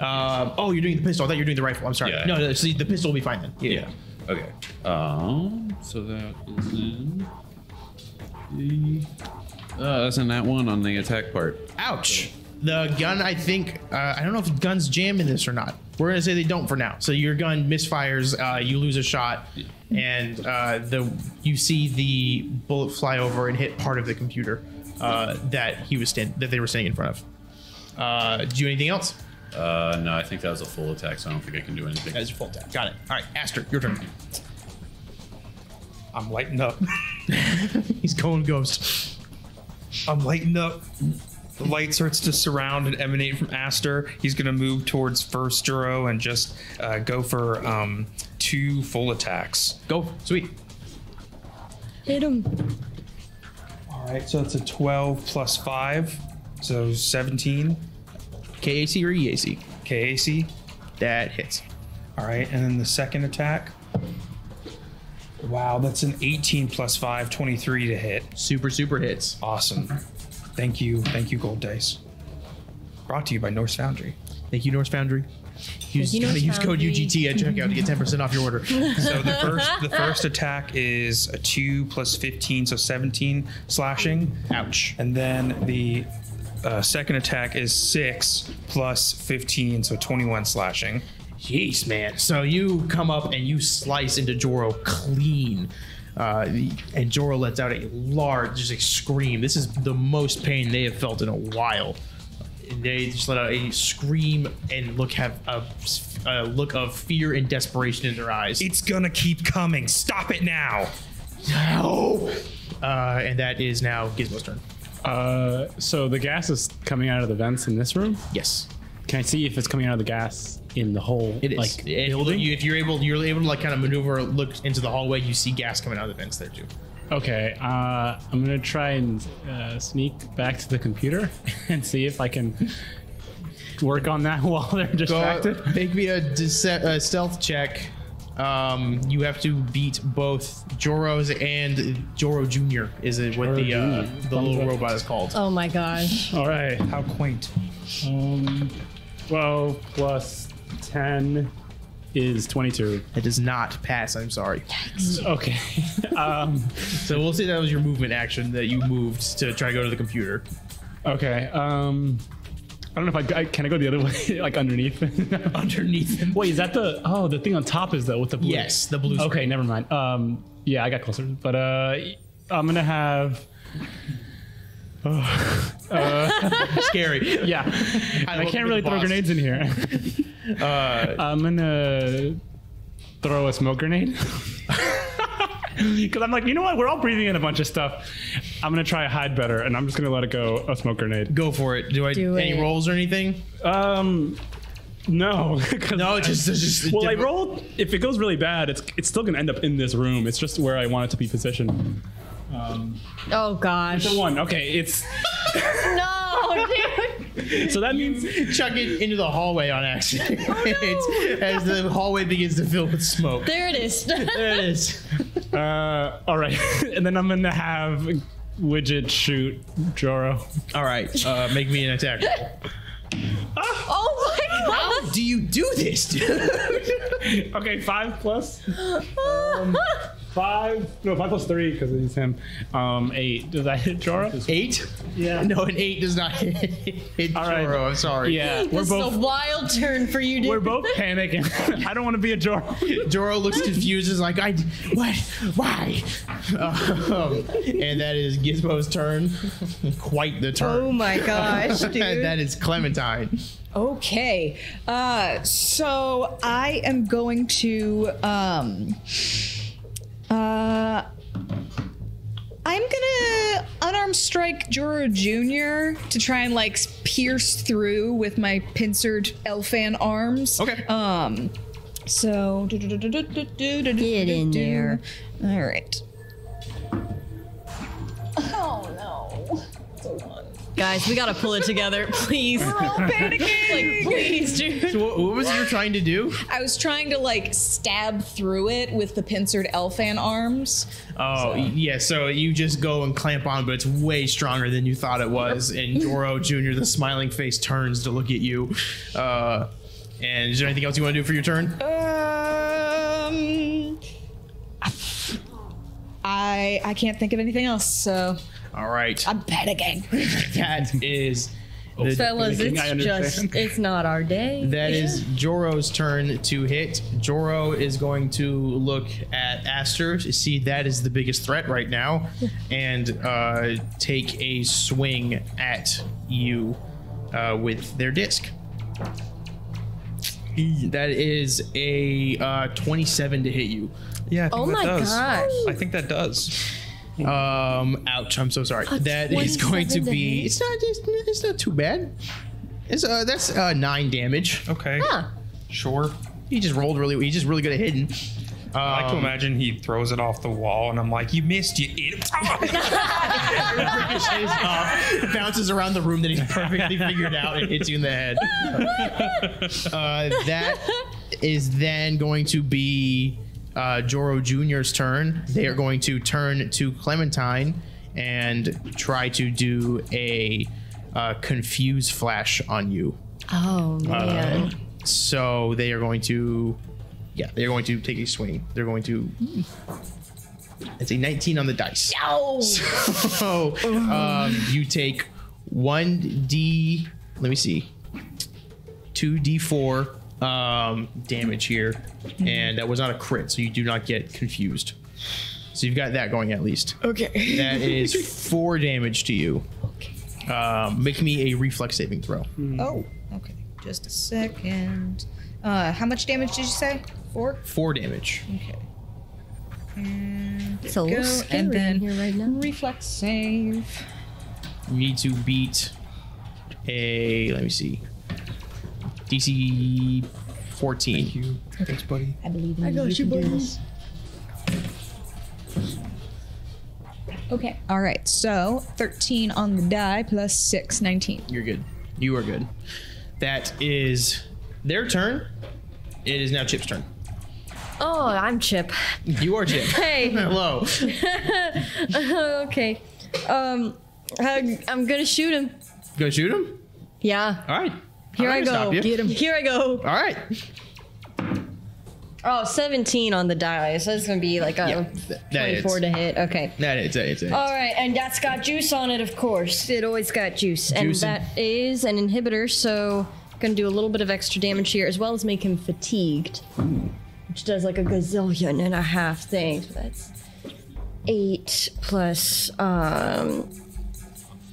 Speaker 1: Um, oh, you're doing the pistol. I thought you were doing the rifle. I'm sorry.
Speaker 3: Yeah.
Speaker 1: No, no, see, the pistol will be fine then.
Speaker 3: Yeah. Okay. Um. So that is in. the- Uh, that's in that one on the attack part.
Speaker 1: Ouch. The gun, I think, uh, I don't know if guns jam in this or not. We're gonna say they don't for now. So your gun misfires, uh, you lose a shot, and uh, the you see the bullet fly over and hit part of the computer uh, that he was stand- that they were standing in front of. Uh, do you anything else?
Speaker 3: Uh, no, I think that was a full attack, so I don't think I can do anything.
Speaker 1: That's your full attack. Got it. All right, Aster, your turn.
Speaker 7: I'm lighting up.
Speaker 1: He's going ghost.
Speaker 7: I'm lighting up. The light starts to surround and emanate from Aster. He's going to move towards first Juro and just uh, go for um, two full attacks.
Speaker 1: Go, sweet.
Speaker 2: Hit him.
Speaker 7: All right, so that's a 12 plus 5, so 17
Speaker 1: KAC or EAC?
Speaker 7: KAC.
Speaker 1: That hits.
Speaker 7: All right, and then the second attack. Wow, that's an 18 plus 5, 23 to hit.
Speaker 1: Super, super hits.
Speaker 7: Awesome. Thank you. Thank you, Gold Dice. Brought to you by Norse Foundry.
Speaker 1: Thank you, Norse Foundry. Use,
Speaker 2: you, Norse
Speaker 1: use code
Speaker 2: Foundry.
Speaker 1: UGT at checkout to get 10% off your order.
Speaker 7: So the first the first attack is a two plus fifteen, so seventeen slashing,
Speaker 1: Ouch.
Speaker 7: and then the uh, second attack is six plus fifteen, so twenty-one slashing.
Speaker 1: Jeez, man. So you come up and you slice into Joro clean. Uh, and Jorah lets out a large, just a scream. This is the most pain they have felt in a while. And they just let out a scream and look have a, a look of fear and desperation in their eyes.
Speaker 7: It's gonna keep coming. Stop it now.
Speaker 1: No. Uh, and that is now Gizmo's turn.
Speaker 5: Uh, so the gas is coming out of the vents in this room.
Speaker 1: Yes,
Speaker 5: Can I see if it's coming out of the gas in the whole
Speaker 1: it is.
Speaker 5: like
Speaker 1: if,
Speaker 5: building?
Speaker 1: You, if you're able, you're able to like kind of maneuver, look into the hallway. You see gas coming out of the vents there too.
Speaker 5: Okay, uh, I'm gonna try and uh, sneak back to the computer and see if I can work on that while they're distracted.
Speaker 1: make me a, dece- a stealth check. Um, you have to beat both Joros and Joro Junior. Is it what
Speaker 5: Joro
Speaker 1: the uh,
Speaker 5: Jr..
Speaker 1: the little robot is called?
Speaker 6: Oh my gosh.
Speaker 5: All right,
Speaker 7: How quaint.
Speaker 5: um, 12 plus 10 is 22.
Speaker 1: It does not pass. I'm sorry.
Speaker 5: Okay, um,
Speaker 1: So we'll say that was your movement action that you moved to try to go to the computer.
Speaker 5: okay. Um, I don't know if I, I can I go the other way, like underneath.
Speaker 1: Underneath him.
Speaker 5: Wait, is that the oh the thing on top is that with the blue?
Speaker 1: Yes, the blue.
Speaker 5: Okay, never mind. Um, yeah, I got closer, but uh, I'm gonna have.
Speaker 1: Scary.
Speaker 5: Yeah, I,
Speaker 1: woke up
Speaker 5: can't
Speaker 1: with
Speaker 5: really
Speaker 1: the
Speaker 5: throw
Speaker 1: boss.
Speaker 5: grenades in here. Uh, I'm gonna throw a smoke grenade. Because I'm like, you know what? We're all breathing in a bunch of stuff. I'm gonna try hide better, and I'm just gonna let it go. A smoke grenade.
Speaker 1: Go for it. Do I
Speaker 6: Do
Speaker 1: any
Speaker 6: it.
Speaker 1: rolls or anything?
Speaker 5: Um, no. 'cause
Speaker 1: No, it's just, it's just
Speaker 5: Well, I
Speaker 1: different-
Speaker 5: rolled. If it goes really bad, it's it's still gonna end up in this room. It's just where I want it to be positioned. Um,
Speaker 6: Oh gosh.
Speaker 5: it's a one. Okay, it's
Speaker 6: No, dude.
Speaker 5: so that means
Speaker 1: chuck it into the hallway on accident
Speaker 5: Oh,
Speaker 1: It's- as the hallway begins to fill with smoke.
Speaker 6: There it is.
Speaker 1: There it is.
Speaker 5: Uh, all right, and then I'm gonna have Widget shoot Joro.
Speaker 1: All right, uh, make me an attack. roll.
Speaker 6: oh my god.
Speaker 1: How do you do this, dude?
Speaker 5: Okay, five plus five, no, five plus three because it's him. Um, eight. Does that hit Joro?
Speaker 1: Eight?
Speaker 5: Yeah.
Speaker 1: No, an eight does not hit, hit
Speaker 5: All right.
Speaker 1: Joro. I'm sorry.
Speaker 5: Yeah, we're
Speaker 6: this is a
Speaker 5: both
Speaker 6: wild turn for you, dude.
Speaker 5: we're both panicking. I don't want to be a Joro.
Speaker 1: Joro looks confused. Is like, I what? Why? Um, and that is Gizmo's turn. Quite the turn.
Speaker 4: Oh my gosh, dude.
Speaker 1: that is Clementine.
Speaker 8: Okay. Uh, so I am going to. Um, uh, I'm gonna unarmed strike Jura Jr. to try and like pierce through with my pincered elfan arms.
Speaker 1: Okay.
Speaker 8: Um. So. Get in
Speaker 6: there.
Speaker 8: All right. Oh no. It's a one.
Speaker 6: Guys, we gotta pull it together, please.
Speaker 8: We're all panicking.
Speaker 6: please, dude.
Speaker 1: So what, what was it you were trying to do?
Speaker 8: I was trying to like stab through it with the pincered elfan arms.
Speaker 1: Oh yeah, so you just go and clamp on, but it's way stronger than you thought it was. And Doro Junior, the smiling face, turns to look at you. Uh, and is there anything else you want to do for your turn?
Speaker 8: Um, I I can't think of anything else, so
Speaker 1: All right,
Speaker 8: I'm panicking.
Speaker 1: that is
Speaker 6: Fellas,
Speaker 5: Panicking, I
Speaker 6: it's just, it's not our day.
Speaker 1: that is Joro's turn to hit. Joro is going to look at Aster to see that is the biggest threat right now, and uh, take a swing at you uh, with their disc. That is a uh, 27 to hit you.
Speaker 7: Yeah. I
Speaker 6: Oh
Speaker 7: think that
Speaker 6: my
Speaker 7: does.
Speaker 6: gosh.
Speaker 7: I think that does.
Speaker 1: Um, ouch! I'm so sorry. That is going to
Speaker 6: 27 to
Speaker 1: be.
Speaker 6: hit?
Speaker 1: It's not. It's, it's not too bad. It's uh, that's uh, nine damage.
Speaker 7: Okay.
Speaker 6: Huh.
Speaker 7: Sure.
Speaker 1: He just rolled really. He's just really good at hitting.
Speaker 7: I like to
Speaker 1: Um,
Speaker 7: imagine he throws it off the wall, and I'm like, "You missed, you idiot!"
Speaker 1: ricochets off, uh, bounces around the room that he's perfectly figured out and hits you in the head. Uh, that is then going to be uh, Joro Jr.'s turn. They are going to turn to Clementine and try to do a uh, confuse flash on you.
Speaker 6: Oh man.
Speaker 1: So they are going to, yeah, they're going to take a swing. They're going to. It's a 19 on the dice. So um, you take one d. Let me see. Two d four um, damage here, and that was not a crit, so you do not get confused. So you've got that going at least.
Speaker 10: Okay.
Speaker 1: That is four damage to you. Okay. Um, make me a reflex saving throw.
Speaker 4: Oh, okay. Just a second. Uh, how much damage did you say? Four.
Speaker 1: Four damage.
Speaker 4: Okay. And
Speaker 2: It's a little
Speaker 4: go,
Speaker 2: scary
Speaker 4: and then
Speaker 2: in here right now.
Speaker 4: reflex save.
Speaker 1: You need to beat a. Let me see. DC 14.
Speaker 7: you. Thanks, buddy.
Speaker 2: I believe in you. you can do this.
Speaker 4: Okay. All right. So 13 on the die plus 6, 19.
Speaker 1: You're good. You are good. That is their turn. It is now Chip's turn.
Speaker 2: Oh, I'm Chip.
Speaker 1: You are Chip.
Speaker 2: Hey.
Speaker 1: Hello.
Speaker 2: okay. Um, I, I'm gonna shoot him.
Speaker 1: Go shoot him.
Speaker 2: Yeah.
Speaker 1: All right.
Speaker 2: Here
Speaker 1: I'm gonna
Speaker 2: I go.
Speaker 1: stop you.
Speaker 2: him. Here I go.
Speaker 1: All right.
Speaker 2: Oh, 17 on the die, so it's gonna be like
Speaker 1: Yeah,
Speaker 2: a
Speaker 1: th- that is.
Speaker 2: 24 to hit. Okay.
Speaker 1: That is it. It's it.
Speaker 2: All right, and that's got juice on it, of course. It always got juice, and
Speaker 1: Juicy.
Speaker 2: that is an inhibitor. So, gonna do a little bit of extra damage here, as well as make him fatigued, which does like a gazillion and a half things. But that's eight plus um,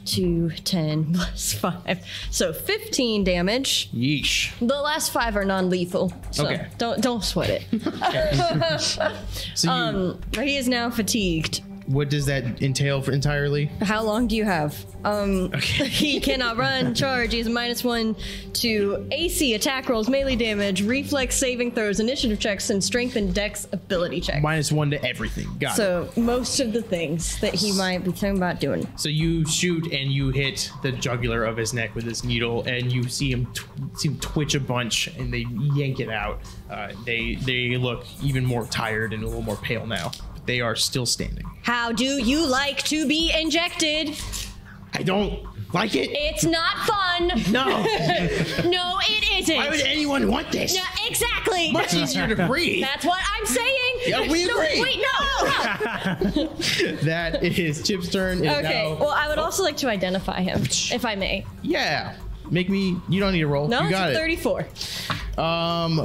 Speaker 2: two, ten plus five, so fifteen damage.
Speaker 1: Yeesh.
Speaker 2: The last five are non-lethal, so
Speaker 1: Okay.
Speaker 2: don't don't sweat it.
Speaker 1: So you,
Speaker 2: um, he is now fatigued.
Speaker 1: what does that entail for entirely?
Speaker 2: How long do you have? Um, he cannot run, charge. He has a minus one to AC, attack rolls, melee damage, reflex saving throws, initiative checks, and strength and dex ability checks.
Speaker 1: Minus one to everything. Got it.
Speaker 2: so most of the things that he might be talking about doing.
Speaker 1: So you shoot and you hit the jugular of his neck with this needle, and you see him tw- see him twitch a bunch, and they yank it out. Uh, they they look even more tired and a little more pale now. But they are still standing.
Speaker 2: How do you like to be injected?
Speaker 1: I don't like it.
Speaker 2: It's not fun.
Speaker 1: No.
Speaker 2: No, it isn't.
Speaker 1: Why would anyone want this?
Speaker 2: Yeah, exactly.
Speaker 1: Much easier to breathe.
Speaker 2: That's what I'm saying.
Speaker 1: Yeah, we
Speaker 2: No,
Speaker 1: agree.
Speaker 2: wait, no. no.
Speaker 1: that is Chip's turn. It is
Speaker 2: Okay.
Speaker 1: now-
Speaker 2: Well, I would also like to identify him, if I may.
Speaker 1: yeah. Make me. You don't need to roll.
Speaker 2: No,
Speaker 1: you
Speaker 2: it's
Speaker 1: got
Speaker 2: a
Speaker 1: it.
Speaker 2: 34.
Speaker 1: Um,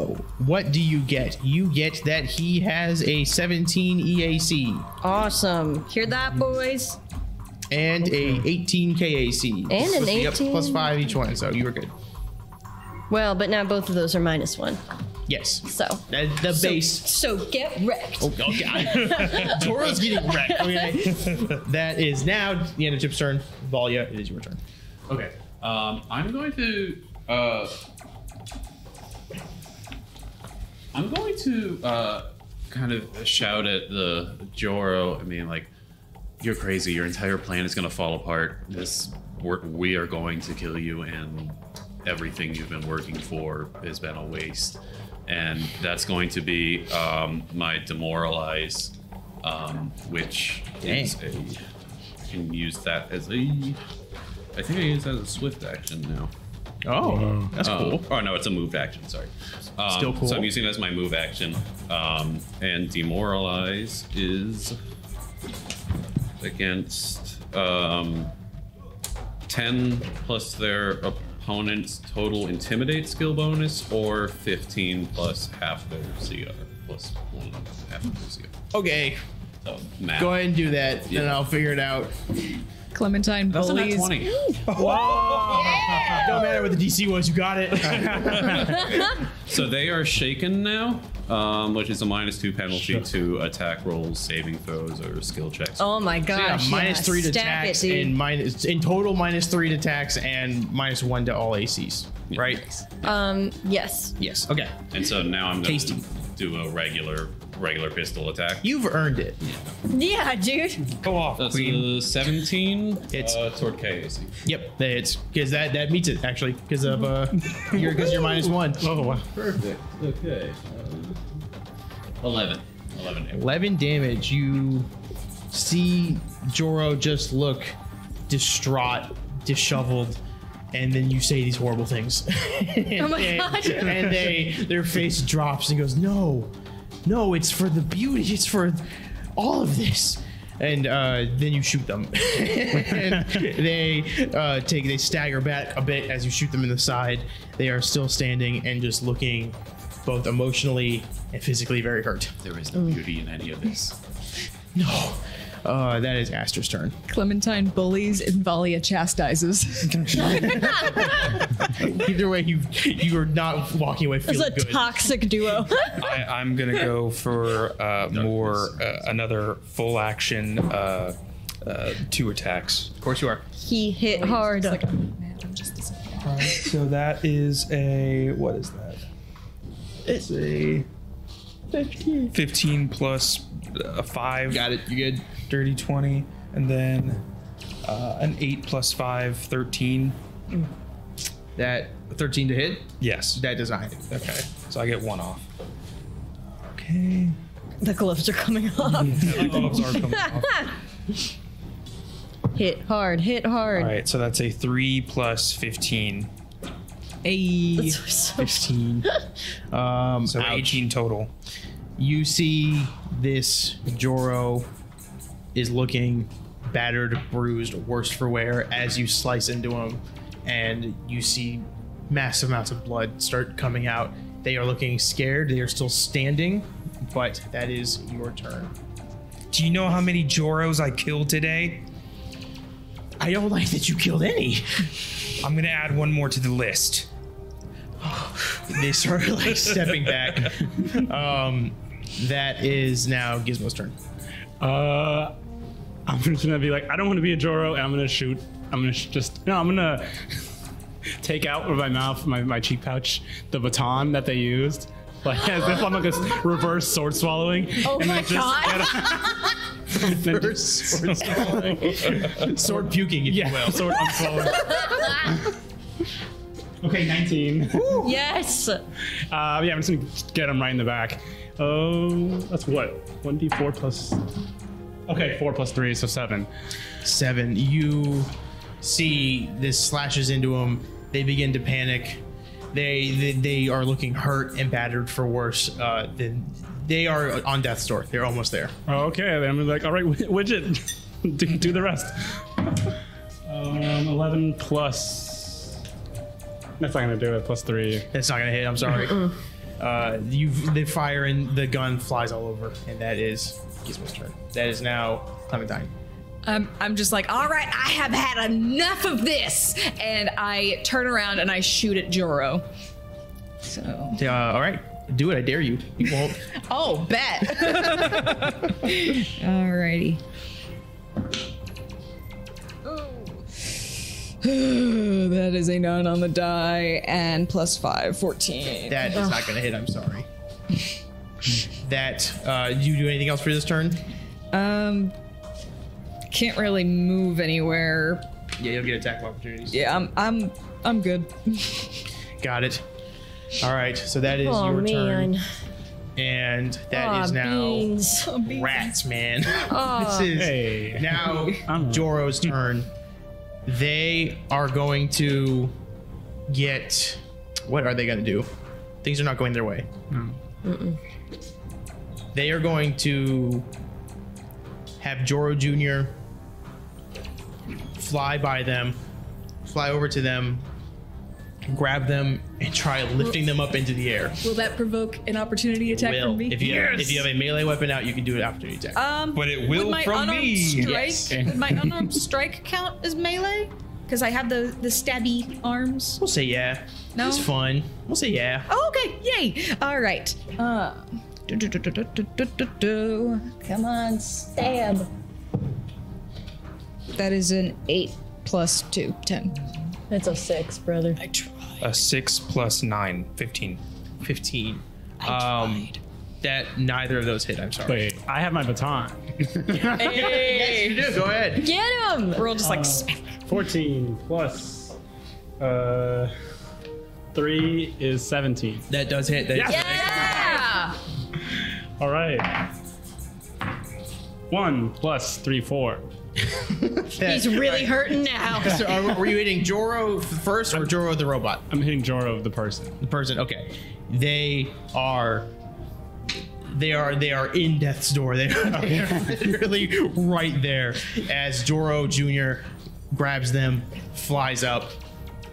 Speaker 1: what do you get? You get that he has a E 17 EAC
Speaker 2: Awesome. Hear that, boys?
Speaker 1: and a 18 KAC.
Speaker 2: And an
Speaker 1: With the up
Speaker 2: 18.
Speaker 1: plus five each one, so you were good.
Speaker 2: Well, but now both of those are minus one.
Speaker 1: Yes.
Speaker 2: So.
Speaker 1: That- The, base.
Speaker 2: So get wrecked.
Speaker 1: Oh, oh, God. Toro's getting wrecked. Okay. that is now the end of Chip's turn. Valia, it is your turn.
Speaker 3: Okay. Um, I'm going to. Uh, I'm going to uh, kind of shout at the Joro. I mean, like, you're crazy. Your entire plan is going to fall apart. This we're, we are going to kill you, and everything you've been working for has been a waste. And that's going to be um, my demoralize, um, which is a. I can use that as a. I think I use that as a swift action now.
Speaker 1: Oh, that's
Speaker 3: Um,
Speaker 1: cool.
Speaker 3: Oh no, it's a move action. Sorry. Um,
Speaker 1: Still cool.
Speaker 3: So I'm using it as my move action, um, and demoralize is against um, ten plus their opponent's total intimidate skill bonus, or fifteen plus half their CR plus one half of their CR.
Speaker 1: Uh, Okay.
Speaker 3: So math.
Speaker 1: Go ahead and do that, and
Speaker 3: Yeah.
Speaker 1: I'll figure it out.
Speaker 8: Clementine
Speaker 3: That's a nat
Speaker 8: bullies.
Speaker 3: twenty.
Speaker 1: Don't matter what the DC was, you got it.
Speaker 3: So they are shaken now, um, which is a minus two penalty to attack rolls, saving throws, or skill checks.
Speaker 2: Oh my
Speaker 1: Yeah,
Speaker 2: gosh.
Speaker 1: minus
Speaker 2: yes.
Speaker 1: three to
Speaker 2: Stack
Speaker 1: attacks
Speaker 2: it, dude.
Speaker 1: and minus in total minus three to attacks and minus one to all ACs.
Speaker 3: Yeah.
Speaker 1: Right?
Speaker 2: um, yes.
Speaker 1: Yes. Okay.
Speaker 3: And so now I'm going
Speaker 1: Tasty.
Speaker 3: to do a regular regular pistol attack.
Speaker 1: You've earned it.
Speaker 2: Yeah, dude.
Speaker 7: Go off,
Speaker 3: That's
Speaker 7: queen.
Speaker 3: a 17.
Speaker 1: It's-
Speaker 3: uh, toward KAC.
Speaker 1: Yep. That hits because that that meets it actually because of uh you're because you're minus one.
Speaker 5: Oh, wow.
Speaker 3: Perfect. Okay. Uh, 11. 11 damage.
Speaker 1: Eleven damage. You see Joro just look distraught, disheveled. And then you say these horrible things. and,
Speaker 2: Oh my
Speaker 1: they-
Speaker 2: God.
Speaker 1: and they their face drops and goes, No, no, it's for the beauty, it's for all of this. And uh, then you shoot them. and they uh, take they stagger back a bit as you shoot them in the side. They are still standing and just looking both emotionally and physically very hurt.
Speaker 3: There is no beauty in any of this.
Speaker 1: No. Uh, that is Aster's turn.
Speaker 8: Clementine bullies and Valia chastises.
Speaker 1: Either way, you you are not walking away feeling
Speaker 6: It's a
Speaker 1: good.
Speaker 6: toxic duo.
Speaker 7: I, I'm gonna go for uh, more uh, another full action uh, uh, two attacks.
Speaker 1: of course you are.
Speaker 2: He hit hard.
Speaker 7: so that is a what is that? It's a fifteen. Fifteen plus a five.
Speaker 1: Got it. You good?
Speaker 7: Dirty twenty, and then uh, an eight plus five, 13.
Speaker 1: That 13 to hit.
Speaker 7: Yes.
Speaker 1: That does not hit.
Speaker 7: okay. So I get one off. Okay.
Speaker 6: the gloves are coming off.
Speaker 7: The gloves are coming off.
Speaker 2: Hit hard. Hit hard.
Speaker 7: All right, so that's a three plus fifteen.
Speaker 4: Hey.
Speaker 6: So-
Speaker 1: 16. Um,
Speaker 7: So
Speaker 1: ouch.
Speaker 7: eighteen total.
Speaker 1: you see this Joro is looking battered, bruised, worse for wear as you slice into him, and you see massive amounts of blood start coming out. They are looking scared. They are still standing, but that is your turn.
Speaker 7: Do you know how many Joros I killed today?
Speaker 1: I don't like that you killed any.
Speaker 7: I'm gonna add one more to the list.
Speaker 1: They start like stepping back. Um, that is now Gizmo's turn.
Speaker 5: Uh, I'm just gonna be like, I don't want to be a Joro, and I'm gonna shoot. I'm gonna sh- just no. I'm gonna take out with my mouth, my, my cheek pouch, the baton that they used, like as if I'm like a s- reverse sword swallowing. Oh and my just god!
Speaker 1: Sword, sword puking, if
Speaker 5: yeah,
Speaker 1: you will.
Speaker 5: sword I'm swallowing. okay, 19.
Speaker 6: yes.
Speaker 5: Uh, yeah, I'm just gonna get him right in the back. Oh, that's what? 1d4 plus. Okay, 4 plus 3, so 7.
Speaker 1: seven. You see this slashes into them. They begin to panic. They they, they are looking hurt and battered for worse. Uh, than they are on death's door. They're almost there.
Speaker 5: Okay, then I'm like, all right, Widget, do, do the rest. Um, 11 plus. That's not gonna do it, plus 3.
Speaker 1: That's not gonna hit. I'm sorry. uh, you they fire and the gun flies all over, and that is Gizmo's turn. That is now Clementine.
Speaker 4: I'm, I'm just like, all right, I have had enough of this. And I turn around and I shoot at Joro. So.
Speaker 1: Uh, all right, do it. I dare you. You won't.
Speaker 4: Oh, bet. Alrighty. that is a nine on the die and plus five, 14.
Speaker 1: That is not gonna hit. I'm sorry. That uh, you do anything else for this turn?
Speaker 4: Um, can't really move anywhere.
Speaker 1: Yeah, you'll get attack of opportunities.
Speaker 4: Yeah, I'm, I'm, I'm good.
Speaker 1: Got it. All right, so that is
Speaker 6: Oh
Speaker 1: your
Speaker 6: man.
Speaker 1: turn, and that
Speaker 6: Aw,
Speaker 1: is now Oh,
Speaker 6: beans.
Speaker 1: rats, man. this is
Speaker 5: Hey.
Speaker 1: now
Speaker 5: I'm-
Speaker 1: Joro's turn. They are going to get. What are they going to do? Things are not going their way. They are going to have Joro Jr. fly by them, fly over to them, grab them, and try lifting them up into the air.
Speaker 8: Will that provoke an opportunity attack
Speaker 1: Will,
Speaker 8: from me?
Speaker 1: if you have, if you have a melee weapon out, you can do an opportunity attack.
Speaker 4: Um,
Speaker 7: But it will
Speaker 4: would my
Speaker 7: from
Speaker 4: unarmed
Speaker 7: me.
Speaker 4: Strike,
Speaker 1: Yes.
Speaker 4: would my unarmed strike count as melee? Because I have the, the stabby arms.
Speaker 1: We'll say yeah.
Speaker 4: No?
Speaker 1: It's fun. We'll say yeah.
Speaker 4: Oh, okay. Yay. All right. Uh, do, do, do, do, do, do, do, do, do. Come on, stab. That is an eight plus two, ten.
Speaker 6: That's a six, brother.
Speaker 7: A six plus nine, 15.
Speaker 1: 15. um, that neither of those hit. I'm sorry.
Speaker 5: Wait, I have my baton.
Speaker 1: You do. Go ahead.
Speaker 6: Get him!
Speaker 4: We're all just like, smack.
Speaker 5: 14 plus. Uh, 3 is 17.
Speaker 1: That does hit. That
Speaker 5: All right. 1 plus 3, 4.
Speaker 1: that-
Speaker 6: He's really hurting now.
Speaker 1: So, are- were you hitting Joro first or Joro the robot?
Speaker 5: I'm hitting Joro of the person.
Speaker 1: The person. Okay. They are. They are they are in death's door. They are, they are literally right there as Joro Jr. grabs them, flies up.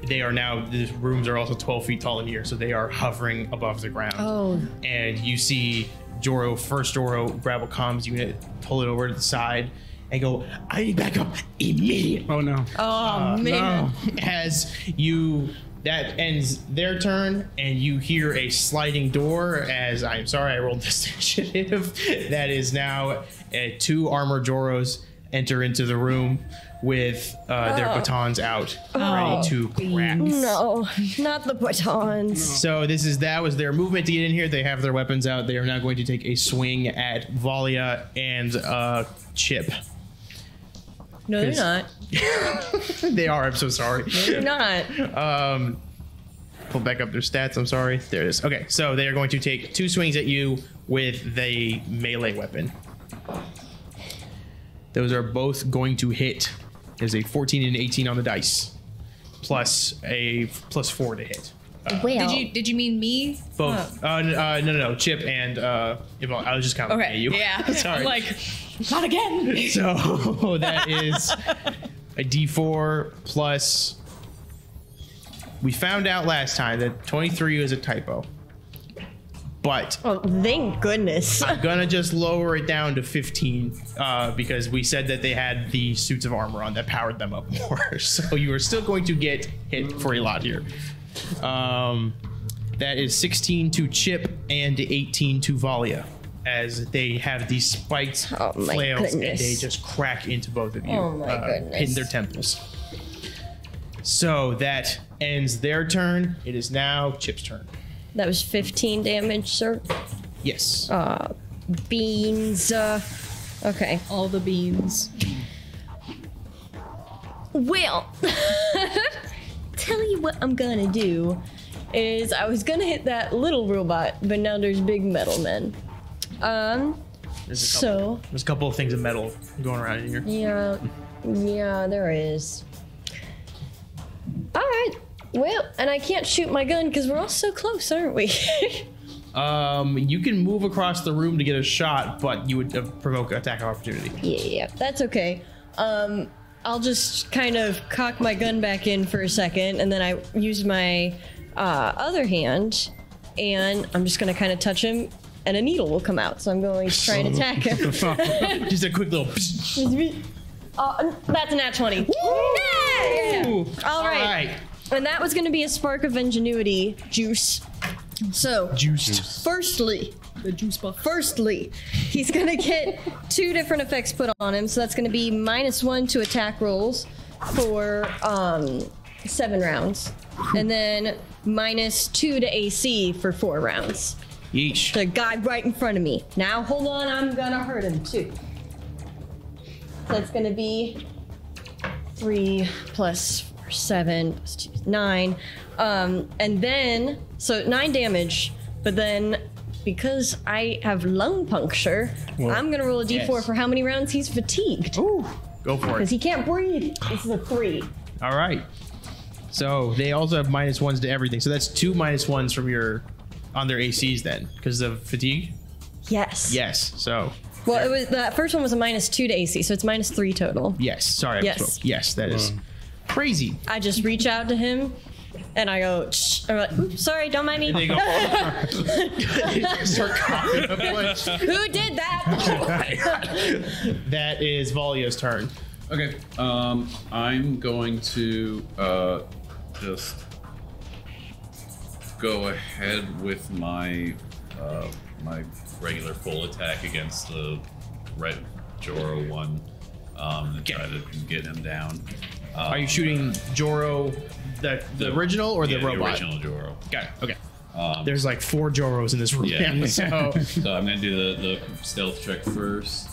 Speaker 1: They are now the rooms are also 12 feet tall in here, so they are hovering above the ground.
Speaker 6: Oh,
Speaker 1: and you see Joro, first Joro, grab a comms unit, pull it over to the side, and go, I need backup immediately.
Speaker 5: Oh no.
Speaker 1: Uh, As you that ends their turn, and you hear a sliding door. As I'm sorry, I rolled this initiative. That is now uh, two armor Joros enter into the room with uh, their batons out, ready to crack.
Speaker 2: No, not the batons.
Speaker 1: So this is that was their movement to get in here. They have their weapons out. They are now going to take a swing at Valia and uh, Chip.
Speaker 2: No, they're
Speaker 1: Yes.
Speaker 2: not.
Speaker 1: They are. I'm so sorry.
Speaker 2: They're not.
Speaker 1: Um, pull back up their stats. I'm sorry. There it is. Okay, so they are going to take two swings at you with the melee weapon. Those are both going to hit. There's a 14 and 18 on the dice, plus a plus four to hit.
Speaker 2: Well,
Speaker 4: Did you did you mean me?
Speaker 1: Both. Uh, n- uh, no, no, no. Chip and uh, Yvonne. I was just counting
Speaker 4: Okay.
Speaker 1: at you.
Speaker 4: Yeah.
Speaker 1: sorry.
Speaker 4: I'm like, not again.
Speaker 1: So that is a D4 plus. We found out last time that 23 is a typo, but
Speaker 2: oh, thank goodness.
Speaker 1: I'm gonna just lower it down to 15 uh, because we said that they had the suits of armor on that powered them up more. so you are still going to get hit for a lot here. Um, that is 16 to Chip and 18 to Valia as they have these spiked
Speaker 2: Oh my
Speaker 1: flails and
Speaker 2: goodness.
Speaker 1: they just crack into both of you
Speaker 2: Oh my
Speaker 1: in
Speaker 2: goodness.
Speaker 1: their temples. So that ends their turn. It is now Chip's turn.
Speaker 2: That was 15 damage, sir.
Speaker 1: Yes.
Speaker 2: Uh, Beans. Uh, okay.
Speaker 4: All the beans.
Speaker 2: Well, tell you what I'm gonna do is I was gonna hit that little robot, but now there's big metal men. Um,
Speaker 1: There's a couple-
Speaker 2: so
Speaker 1: There's a couple of things of metal going around in here.
Speaker 2: yeah, yeah, there is. All right. Well, and I can't shoot my gun because we're all so close, aren't we?
Speaker 1: Um, you can move across the room to get a shot, but you would uh, provoke attack of opportunity.
Speaker 2: yeah, that's okay. Um, I'll just kind of cock my gun back in for a second, and then I use my uh, other hand, and I'm just gonna kind of touch him, and a needle will come out. So I'm going to try and attack him.
Speaker 1: Just a quick little.
Speaker 2: Uh, that's an at twenty. Yay!
Speaker 1: Ooh.
Speaker 2: All right.
Speaker 1: right.
Speaker 2: And that was gonna be a spark of ingenuity juice. So
Speaker 1: Juiced.
Speaker 2: firstly,
Speaker 4: The juice box.
Speaker 2: firstly, he's gonna get two different effects put on him. So that's gonna be minus one to attack rolls for um, seven rounds, and then minus two to AC for four rounds.
Speaker 1: Yeesh.
Speaker 2: The guy right in front of me. Now hold on, I'm gonna hurt him too. So that's gonna be three plus four, seven plus two, nine. Um, and then so nine damage, but then because I have lung puncture, I'm gonna roll a d4
Speaker 1: yes.
Speaker 2: for how many rounds he's fatigued.
Speaker 1: Ooh. Go for
Speaker 2: Because
Speaker 1: it.
Speaker 2: he can't breathe. This is a three.
Speaker 1: All right. So they also have minus ones to everything. So that's two minus ones from your on their ACs then, because of fatigue.
Speaker 2: Yes.
Speaker 1: Yes. So
Speaker 2: Well, it was that first one was a minus two to AC, so it's minus three total.
Speaker 1: yes. Sorry. I
Speaker 2: Yes.
Speaker 1: misspoke. Yes. That is crazy.
Speaker 2: I just reach out to him and I go, Shh. I'm like, "Oops, sorry, don't mind me.
Speaker 1: They go. Start coughing up like-
Speaker 2: Who did that?
Speaker 1: that is Valia's turn.
Speaker 3: Okay. Um, I'm going to uh, just go ahead with my uh, my regular full attack against the red Joro one um, and try to get him down. Um,
Speaker 1: Are you shooting Joro, the, the original Um, or the
Speaker 3: yeah,
Speaker 1: robot?
Speaker 3: The original Joro.
Speaker 1: Got it. Okay. There's like four Joros in this room.
Speaker 3: Yeah.
Speaker 1: now, so
Speaker 3: So I'm gonna do the, the stealth check first.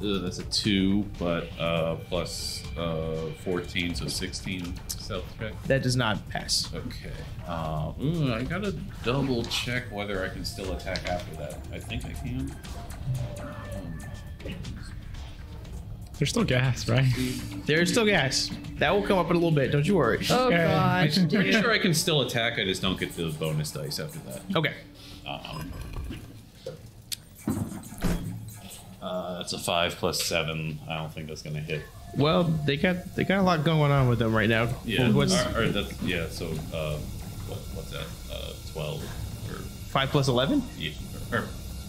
Speaker 3: Ugh, that's a two, but uh, plus uh, 14, so 16 stealth check.
Speaker 1: that does not pass.
Speaker 3: Okay. Uh, ooh, I gotta double check whether I can still attack after that. I think I can. Um,
Speaker 5: There's still gas, right?
Speaker 1: There's still gas. That will come up in a little bit. Don't you worry.
Speaker 4: Oh gosh.
Speaker 3: I'm pretty sure I can still attack. I just don't get the bonus dice after that.
Speaker 1: Okay.
Speaker 3: Um, uh, that's a five plus seven. I don't think that's gonna hit.
Speaker 1: Well, they got they got a lot going on with them right now.
Speaker 3: Yeah.
Speaker 1: What's
Speaker 3: or, or that's, yeah. So uh, what, what's that? Uh, Twelve or
Speaker 1: five plus eleven?
Speaker 3: yeah, or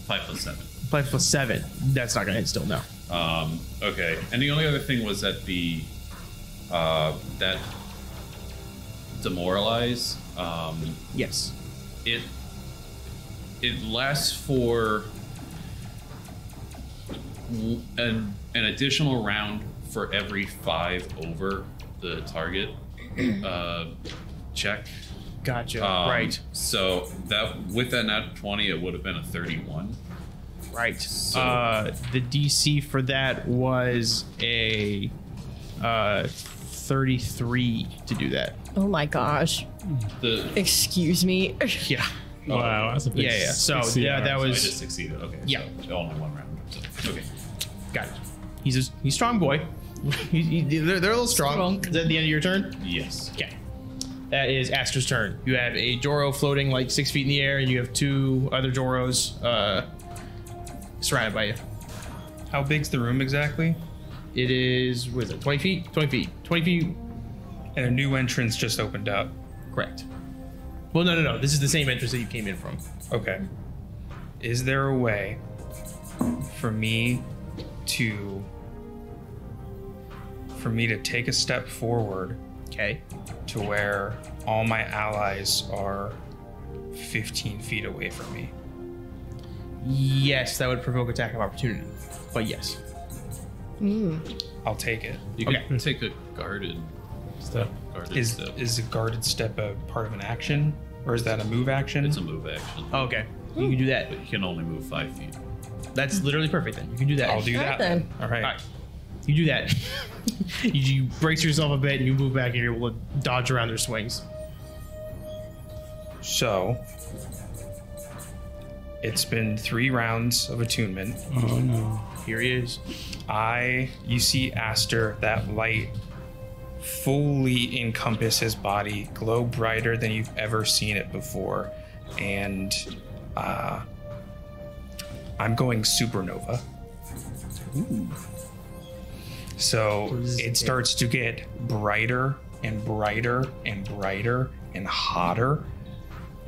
Speaker 3: five plus seven.
Speaker 1: Five plus seven. That's not gonna hit. Still no.
Speaker 3: Um, okay. And the only other thing was that the uh, that demoralize um,
Speaker 1: Yes.
Speaker 3: it it lasts for w- an, an additional round for every five over the target uh, check.
Speaker 1: Gotcha.
Speaker 3: Um,
Speaker 1: right.
Speaker 3: So that with that nat twenty, it would have been a thirty-one.
Speaker 1: Right.
Speaker 3: So-
Speaker 1: uh, the DC for that was a uh, 33 to do that.
Speaker 2: Oh my gosh.
Speaker 3: The
Speaker 2: Excuse me.
Speaker 1: Yeah.
Speaker 5: Wow, that's a big
Speaker 1: Yeah, yeah. So
Speaker 5: succeed.
Speaker 1: yeah, that
Speaker 3: so I just
Speaker 1: was
Speaker 3: succeeded. Okay.
Speaker 1: Yeah.
Speaker 3: So only one round. So, okay.
Speaker 1: got it. He's a, he's strong boy. He- he- they're, they're a little strong. Is that the end of your turn?
Speaker 3: Yes.
Speaker 1: Okay. That is Astra's turn. You have a Joro floating like six feet in the air, and you have two other Joros uh, surrounded by you.
Speaker 7: How big's the room exactly?
Speaker 1: It is what is it? Twenty feet. Twenty feet. Twenty feet.
Speaker 7: And a new entrance just opened up.
Speaker 1: Correct. Well, no, no, no. This is the same entrance that you came in from.
Speaker 7: Okay. Is there a way for me to for me to take a step forward
Speaker 1: Okay.
Speaker 7: to where all my allies are 15 feet away from me?
Speaker 1: Yes, that would provoke attack of opportunity. But yes.
Speaker 7: I'll take it.
Speaker 3: You can
Speaker 1: Okay.
Speaker 3: take a guarded
Speaker 5: Step.
Speaker 3: guarded
Speaker 7: Is
Speaker 3: step.
Speaker 7: is a guarded step a part of an action or is that a move action?
Speaker 3: it's a move action.
Speaker 1: Oh, Okay. You can do that.
Speaker 3: But you can only move five feet.
Speaker 1: That's literally perfect then. You can do that.
Speaker 7: I'll do that.
Speaker 2: Alright
Speaker 7: Then. All right.
Speaker 1: All right. You do that. you, you brace yourself a bit and you move back and you're able to dodge around their swings.
Speaker 7: So it's been 3 rounds of attunement.
Speaker 5: Oh no.
Speaker 1: Here he is.
Speaker 7: I, you see Aster, that light fully encompass his body, glow brighter than you've ever seen it before. And uh, I'm going supernova. So it starts to get brighter and brighter and brighter and hotter.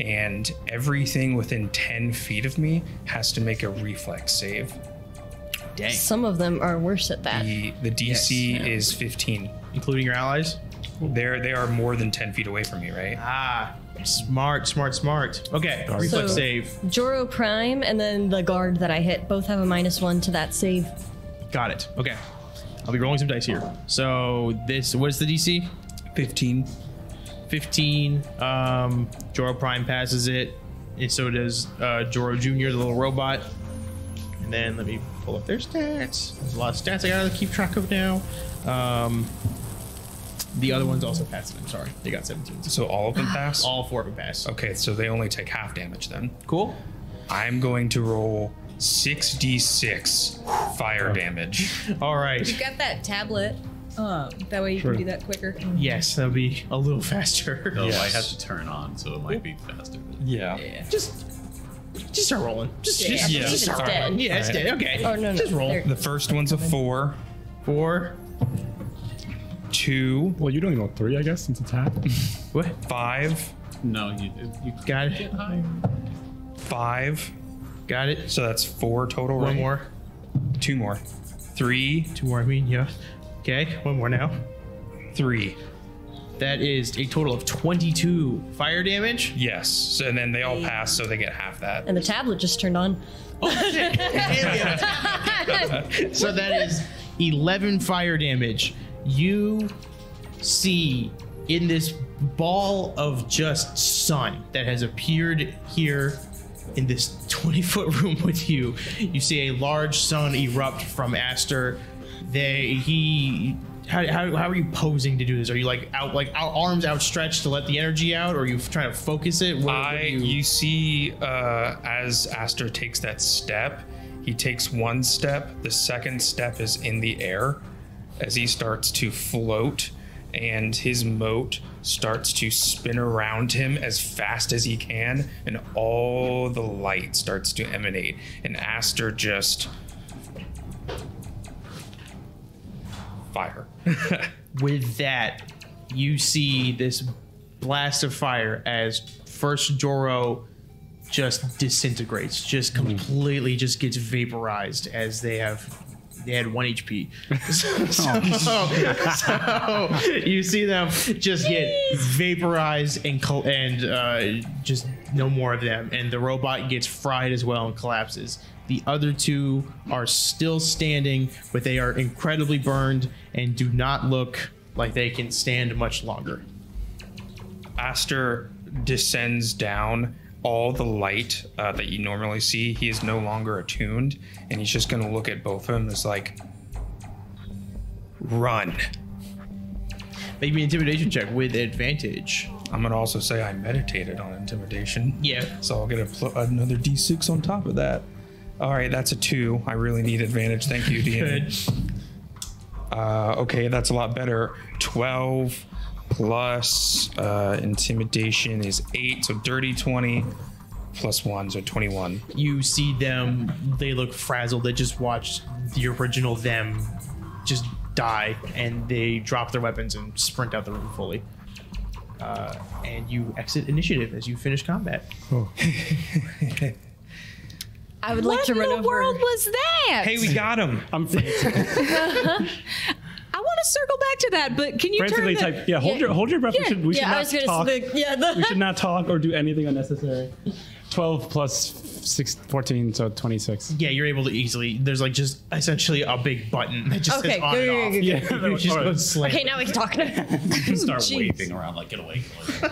Speaker 7: And everything within 10 feet of me has to make a reflex save.
Speaker 1: Dang.
Speaker 2: Some of them are worse at that.
Speaker 7: The, the DC is 15.
Speaker 1: Including your allies?
Speaker 7: They're they are more than 10 feet away from me, right?
Speaker 1: Ah. Smart, smart, smart. Okay. Reflex
Speaker 2: So-
Speaker 1: save.
Speaker 2: Joro Prime and then the guard that I hit both have a minus one to that save.
Speaker 1: Got it. Okay. I'll be rolling some dice here. So this what is the DC?
Speaker 7: 15.
Speaker 1: 15. Um, Joro Prime passes it, and so does uh, Joro Jr., the little robot. And then let me pull up their stats. There's a lot of stats I gotta keep track of now. Um, the other ones also passed. I'm sorry, they got 17. So
Speaker 7: So all of them pass?
Speaker 1: all four of them passed.
Speaker 7: Okay, so they only take half damage then.
Speaker 1: Cool.
Speaker 7: I'm going to roll 6d6 fire damage.
Speaker 1: All right.
Speaker 4: You got that tablet. Um, that way you
Speaker 5: Sure.
Speaker 4: can do that quicker.
Speaker 1: Yes, that'll be a little faster.
Speaker 3: No, I have to turn on, so it might be faster. Than
Speaker 7: Yeah.
Speaker 1: Just, just start rolling. Just, just,
Speaker 7: Yeah.
Speaker 1: just start
Speaker 2: Dead.
Speaker 1: rolling. Yeah, it's
Speaker 7: All right.
Speaker 1: dead. Okay.
Speaker 2: Oh, no, no,
Speaker 1: Just roll.
Speaker 2: they're-
Speaker 7: The first one's a 4,
Speaker 1: Four.
Speaker 7: 2,
Speaker 5: Well, you don't even know three, I guess, since it's half.
Speaker 7: 5,
Speaker 3: no, you you
Speaker 1: Got it.
Speaker 7: 5.
Speaker 1: Got it.
Speaker 7: So that's 4 total,
Speaker 1: One
Speaker 7: right?
Speaker 1: more.
Speaker 7: Two more. 3,
Speaker 1: Two more, I mean, yeah. Okay, one more now.
Speaker 7: 3.
Speaker 1: That is a total of 22 fire damage.
Speaker 7: Yes. So, and then they all pass, so they get half that.
Speaker 2: And the tablet just turned on.
Speaker 1: Oh, so that is 11 fire damage. You see in this ball of just sun that has appeared here in this 20 foot room with you, you see a large sun erupt from Aster. They, he. How, how, how are you posing to do this? Are you like out, like out, arms outstretched to let the energy out, or are you trying to focus it? What- what
Speaker 7: I
Speaker 1: do
Speaker 7: you, see uh, as Aster takes that step, he takes one step. The second step is in the air as he starts to float, and his moat starts to spin around him as fast as he can, and all the light starts to emanate, and Aster just fire.
Speaker 1: with that, you see this blast of fire as first Joro just disintegrates, just completely just gets vaporized as they have they had one HP. So, so- so you see them just get vaporized and col- and uh, just no more of them, and the robot gets fried as well and collapses. The other two are still standing, but they are incredibly burned and do not look like they can stand much longer.
Speaker 7: Aster descends down. All the light uh, that you normally see, he is no longer attuned, and he's just gonna look at both of them. It's like, run.
Speaker 1: Make me an intimidation check with advantage.
Speaker 7: I'm gonna also say I meditated on intimidation.
Speaker 1: Yeah.
Speaker 7: So I'll get a pl- another d6 on top of that. All right, that's a two. I really need advantage. Thank you, Dean. Uh, okay, that's a lot better. 12 plus uh, intimidation is 8, so dirty 20 plus 1, so 21.
Speaker 1: you see them they look frazzled they just watched the original them just die and they drop their weapons and sprint out the room fully uh, and you exit initiative as you finish combat
Speaker 2: I would like to run over.
Speaker 4: world was that?
Speaker 7: Hey, we got him.
Speaker 5: I'm frantic-
Speaker 4: I want to circle back to that, but can you
Speaker 5: frantically
Speaker 4: turn the-
Speaker 5: type. Yeah, hold your hold your breath. we should we
Speaker 2: yeah, I was
Speaker 5: should
Speaker 2: gonna.
Speaker 5: not talk.
Speaker 2: Speak, yeah,
Speaker 5: we
Speaker 2: the,
Speaker 5: should not talk or do anything unnecessary. Twelve plus six, 14, so twenty-six.
Speaker 1: yeah you're able to easily there's like just essentially a big button that just
Speaker 2: Okay,
Speaker 1: says on
Speaker 2: good, good,
Speaker 1: and off
Speaker 2: good,
Speaker 5: Yeah.
Speaker 1: you just
Speaker 5: All
Speaker 1: go
Speaker 5: right.
Speaker 1: slam
Speaker 2: okay, now we can talk.
Speaker 3: Start waving around like get away. Get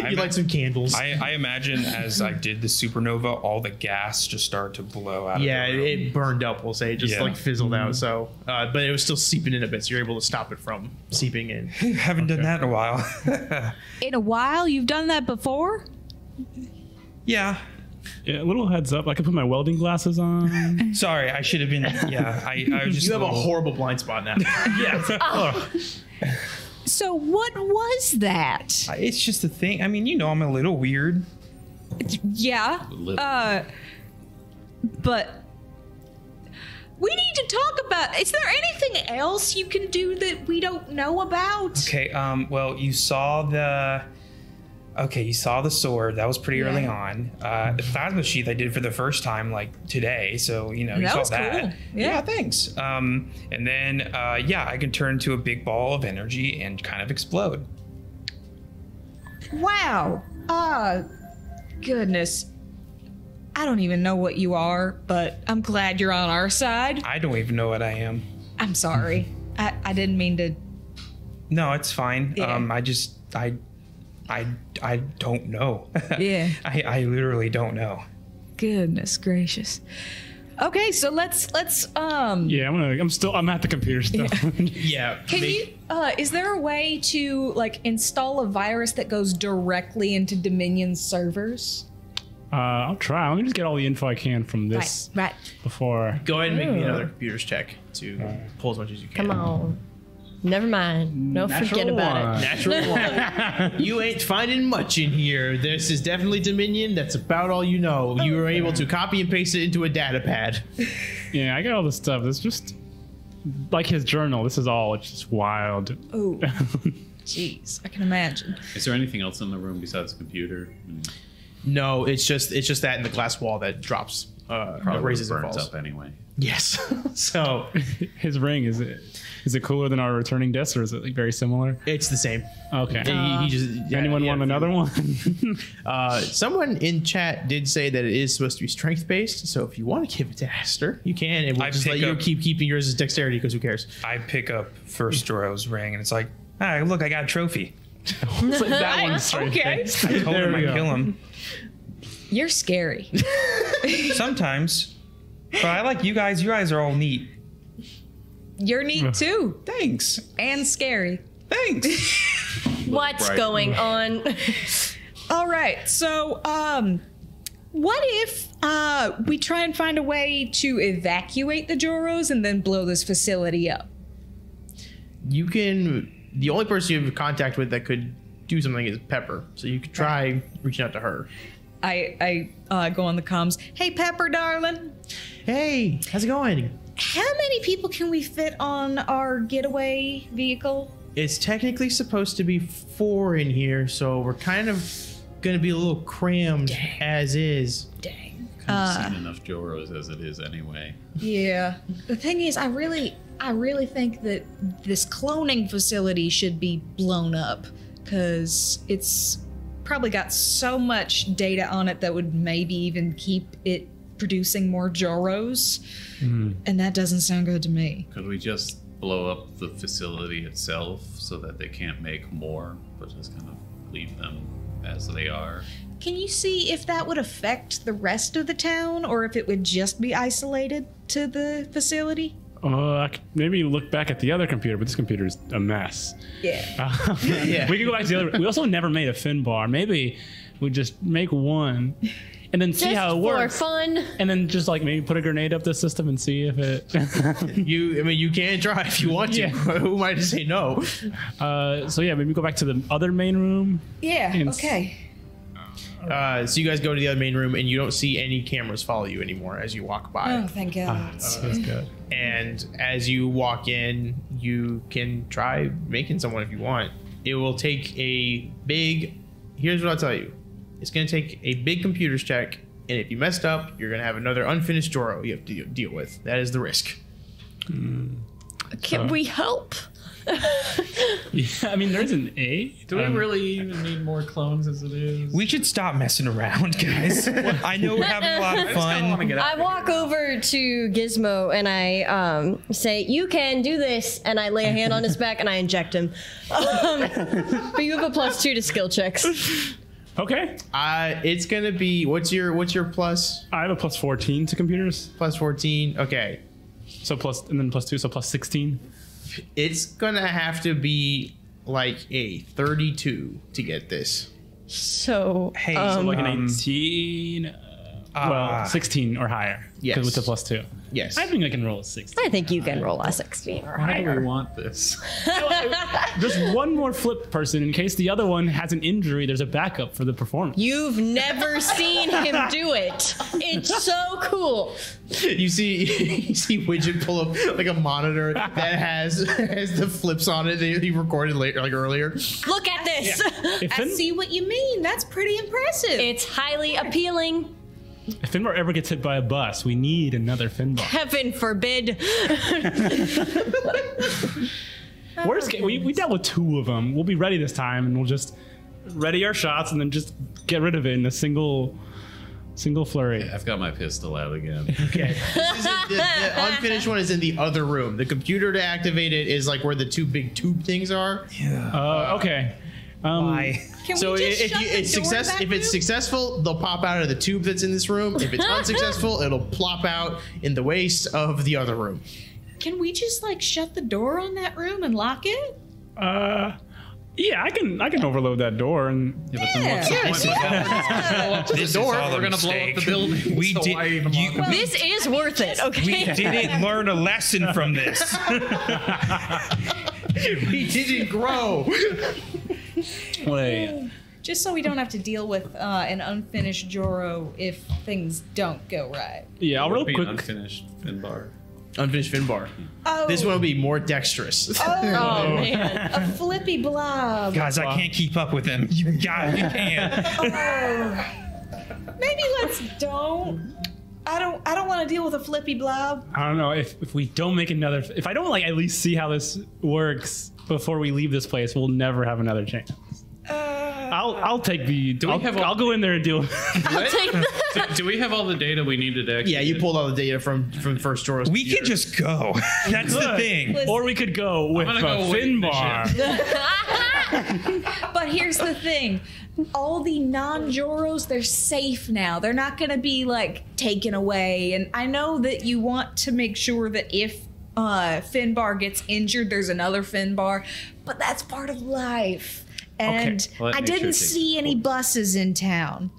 Speaker 3: away.
Speaker 1: you light some candles
Speaker 7: I, I imagine as I did the supernova, all the gas just started to blow out
Speaker 1: yeah
Speaker 7: of
Speaker 1: it,
Speaker 7: the room.
Speaker 1: it burned up we'll say it just
Speaker 7: Yeah.
Speaker 1: like fizzled out so uh, but it was still seeping in a bit so you're able to stop it from seeping in
Speaker 7: Haven't done that in a while.
Speaker 4: in a while? You've done that before.
Speaker 7: yeah,
Speaker 5: Yeah, a little heads up. I could put my welding glasses on.
Speaker 7: Sorry, I should have been. Yeah, I, I was just.
Speaker 1: you have a Oh.
Speaker 7: little-
Speaker 1: horrible blind spot now
Speaker 4: So what was that?
Speaker 7: It's just a thing. I mean, you know, I'm a little weird.
Speaker 4: Yeah.
Speaker 3: Little.
Speaker 4: Uh, but we need to talk about. Is there anything else you can do that we don't know about?
Speaker 7: Okay. Um. Well, you saw the. Okay, you saw the sword. That was pretty early on. Uh, the plasma sheath I did for the first time, like today. So you know, you
Speaker 4: That
Speaker 7: saw
Speaker 4: was cool.
Speaker 7: that.
Speaker 4: Yeah.
Speaker 7: Thanks. Um. And then, uh, yeah, I can turn into a big ball of energy and kind of explode.
Speaker 4: Wow. Ah, goodness. I don't even know what you are, but I'm glad you're on our side.
Speaker 7: I don't even know what I am.
Speaker 4: I'm sorry. I, I didn't mean to.
Speaker 7: No, it's fine.
Speaker 4: Yeah.
Speaker 7: Um. I just. I. I. I don't know.
Speaker 4: Yeah.
Speaker 7: I. I literally don't know.
Speaker 4: Goodness gracious. Okay, so let's let's um
Speaker 5: Yeah, I'm gonna. I'm still. I'm at the computer still.
Speaker 1: yeah
Speaker 4: Can
Speaker 1: they-
Speaker 4: you? Uh, is there a way to like install a virus that goes directly into Dominion servers?
Speaker 5: uh, I'll try. Let me just get all the info I can from this
Speaker 4: Right.
Speaker 5: before.
Speaker 1: Go ahead and make me another computer's check to pull as much as you can.
Speaker 2: Come on. Oh. Never mind. Don't forget
Speaker 5: Natural
Speaker 2: about
Speaker 5: one.
Speaker 2: it.
Speaker 1: Natural one. you ain't finding much in here. This is definitely Dominion. That's about all you know. You were able to copy and paste it into a data pad.
Speaker 5: Yeah, I got all this stuff. It's just like his journal. This is all it's just wild.
Speaker 4: Oh, jeez, I can imagine.
Speaker 3: Is there anything else in the room besides the computer? Mm,
Speaker 1: No, it's just it's just that in the glass wall that drops, uh, that raises and
Speaker 3: burns
Speaker 1: falls.
Speaker 3: up anyway.
Speaker 1: Yes. so
Speaker 5: his ring is it? Is it cooler than our returning disc, or is it like very similar?
Speaker 1: it's the same.
Speaker 5: Okay.
Speaker 1: He-
Speaker 2: Uh,
Speaker 1: he just- yeah,
Speaker 5: Anyone
Speaker 1: yeah,
Speaker 5: want another one?
Speaker 1: Uh, someone in chat did say that it is supposed to be strength based. So if you want to give it to Aster, you can, and we'll
Speaker 7: I
Speaker 1: just let
Speaker 7: pick
Speaker 1: you
Speaker 7: up-
Speaker 1: keep keeping yours as dexterity because who cares?
Speaker 7: I pick up first Doro's ring and it's like, ah, look, I got a trophy.
Speaker 5: that one's straight face.
Speaker 7: I told
Speaker 5: There
Speaker 7: him
Speaker 5: we
Speaker 7: I
Speaker 5: go.
Speaker 7: kill him.
Speaker 4: You're scary.
Speaker 7: Sometimes. But I like you guys. You guys are all neat.
Speaker 4: You're neat too,
Speaker 7: Thanks.
Speaker 4: and scary.
Speaker 7: Thanks.
Speaker 2: What's
Speaker 3: Right.
Speaker 2: going on?
Speaker 4: All right. So, um, what if uh, we try and find a way to evacuate the Joros and then blow this facility up?
Speaker 1: you can the only person you have contact with that could do something is pepper so you could try reaching out to her
Speaker 4: I I uh, go on the comms. Hey, Pepper, darling.
Speaker 1: hey how's it going
Speaker 4: How many people can we fit on our getaway vehicle?
Speaker 1: it's technically supposed to be four in here so we're kind of gonna be a little crammed as is.
Speaker 3: I've seen enough Joros as it is anyway.
Speaker 10: Yeah. The thing is, I really, I really think that this cloning facility should be blown up because it's probably got so much data on it that would maybe even keep it producing more Joros, and that doesn't sound good to me.
Speaker 3: Could we just blow up the facility itself so that they can't make more, but just kind of leave them as they are?
Speaker 10: Can you see if that would affect the rest of the town, or if it would just be isolated to the facility?
Speaker 5: Uh, I could maybe look back at the other computer, but this computer is a mess. Uh,
Speaker 10: Yeah.
Speaker 1: Yeah.
Speaker 5: We could go back to the other. We also never made a fin bar. Maybe we just make one, and then see
Speaker 2: Just
Speaker 5: how it
Speaker 2: for
Speaker 5: works,
Speaker 2: fun.
Speaker 5: and then just like maybe put a grenade up the system and see if it.
Speaker 1: You, I mean, you can try if you want to.
Speaker 5: Yeah.
Speaker 1: Who am I to say no?
Speaker 5: uh, so yeah, maybe go back to the other main room.
Speaker 10: Yeah.
Speaker 5: And s-
Speaker 10: okay.
Speaker 1: Uh, so you guys go to the other main room, and you don't see any cameras follow you anymore as you walk by.
Speaker 10: Oh, thank God.
Speaker 5: that's good.
Speaker 1: And as you walk in, you can try making someone if you want. It will take a big. Here's what I'll tell you. It's going to take a big computer's check, and if you messed up, you're going to have another unfinished Joro you have to deal with. That is the risk.
Speaker 2: Can we help?
Speaker 5: Yeah, I mean, there's an eight.
Speaker 3: Do
Speaker 5: Um,
Speaker 3: we really even need more clones as it is?
Speaker 7: We should stop messing around, guys. I know we're having a lot of fun.
Speaker 2: I walk over to Gizmo and I um, say, "You can do this," and I lay a hand on his back and I inject him. Um, but you have a plus two to skill checks.
Speaker 5: Okay,
Speaker 1: Uh, it's going to be what's your what's your plus
Speaker 5: I have a plus fourteen to computers,
Speaker 1: plus 14? Okay.
Speaker 5: so plus and then plus two, so plus sixteen.
Speaker 1: It's going to have to be like a 32 to get this.
Speaker 2: So
Speaker 7: Hey,
Speaker 5: So like an
Speaker 7: um,
Speaker 5: eighteen. uh,
Speaker 7: ah.
Speaker 5: well, sixteen or higher. 'cause
Speaker 1: Yes.
Speaker 5: with the plus two.
Speaker 1: Yes.
Speaker 5: I think I can roll a sixteen.
Speaker 2: I think you can roll a sixteen or
Speaker 3: Why do
Speaker 2: higher.
Speaker 3: we want this?
Speaker 5: Just one more flip person in case the other one has an injury. There's a backup for the performance.
Speaker 2: You've never seen him do it. It's so cool.
Speaker 1: You see, you see Widget pull up like a monitor that has has the flips on it that he recorded later, like earlier.
Speaker 2: Look at this.
Speaker 5: If,
Speaker 10: I
Speaker 5: Finn,
Speaker 10: see what you mean. That's pretty impressive.
Speaker 2: It's highly appealing.
Speaker 5: if Finbar ever gets hit by a bus, we need another Finbar.
Speaker 2: Heaven forbid.
Speaker 5: Worst case, we, we dealt with two of them. We'll be ready this time, and we'll just ready our shots and then just get rid of it in a single single flurry.
Speaker 3: I've got my pistol out again.
Speaker 1: This is- the, the unfinished one is in the other room. The computer to activate it is like where the two big tube things are.
Speaker 5: Uh, okay. Um,
Speaker 7: Why?
Speaker 10: Can
Speaker 1: So
Speaker 10: we
Speaker 1: i-
Speaker 10: just
Speaker 1: if,
Speaker 10: shut
Speaker 1: you,
Speaker 10: the
Speaker 1: it's
Speaker 10: door to
Speaker 1: success,
Speaker 10: that
Speaker 1: if it's
Speaker 10: room?
Speaker 1: successful, they'll pop out of the tube that's in this room. If it's unsuccessful, it'll plop out in the waste of the other room.
Speaker 10: Can we just like shut the door on that room and lock it?
Speaker 5: Uh, yeah, I can I can overload that door and
Speaker 3: Yeah, but then what's the
Speaker 10: Yeah.
Speaker 3: point?
Speaker 7: This
Speaker 3: door,
Speaker 7: is all
Speaker 3: we're
Speaker 7: a
Speaker 3: gonna blow up the
Speaker 7: mistake.
Speaker 3: building,
Speaker 7: We
Speaker 3: so
Speaker 7: did.
Speaker 3: why even
Speaker 7: you-
Speaker 3: walk
Speaker 2: This is worth it,
Speaker 7: we
Speaker 2: okay?
Speaker 7: didn't learn a lesson from this.
Speaker 1: He didn't grow.
Speaker 5: wait.
Speaker 10: Just so we don't have to deal with uh, an unfinished Joro if things don't go right.
Speaker 5: Yeah, I'll real
Speaker 3: Be an
Speaker 5: quick.
Speaker 3: Unfinished Finbar.
Speaker 1: Unfinished Finbar.
Speaker 10: Oh,
Speaker 1: This one will be more dexterous.
Speaker 2: Oh man.
Speaker 10: a flippy blob.
Speaker 7: Guys, I can't keep up with them. You guys, you can.
Speaker 10: Maybe let's don't. I don't. I don't want to deal with a flippy blob.
Speaker 5: I don't know if, if we don't make another. If I don't like at least see how this works before we leave this place, we'll never have another chance. I'll I'll take the.
Speaker 3: we
Speaker 5: I'll,
Speaker 3: have all-
Speaker 5: I'll go in there and deal.
Speaker 3: do, do we have all the data we needed to actually?
Speaker 1: yeah, you pulled all the data from from first drawers.
Speaker 7: We can just go. That's the thing.
Speaker 5: or we could go with
Speaker 3: gonna
Speaker 5: a
Speaker 3: go with
Speaker 5: Finbar. bar.
Speaker 10: But here's the thing: all the non-Joros, they're safe now. They're not going to be like taken away. And I know that you want to make sure that if uh, Finbar gets injured, there's another Finbar. But that's part of life. And
Speaker 3: Well, that
Speaker 10: I
Speaker 3: nature
Speaker 10: didn't
Speaker 3: takes-
Speaker 10: see any buses in town.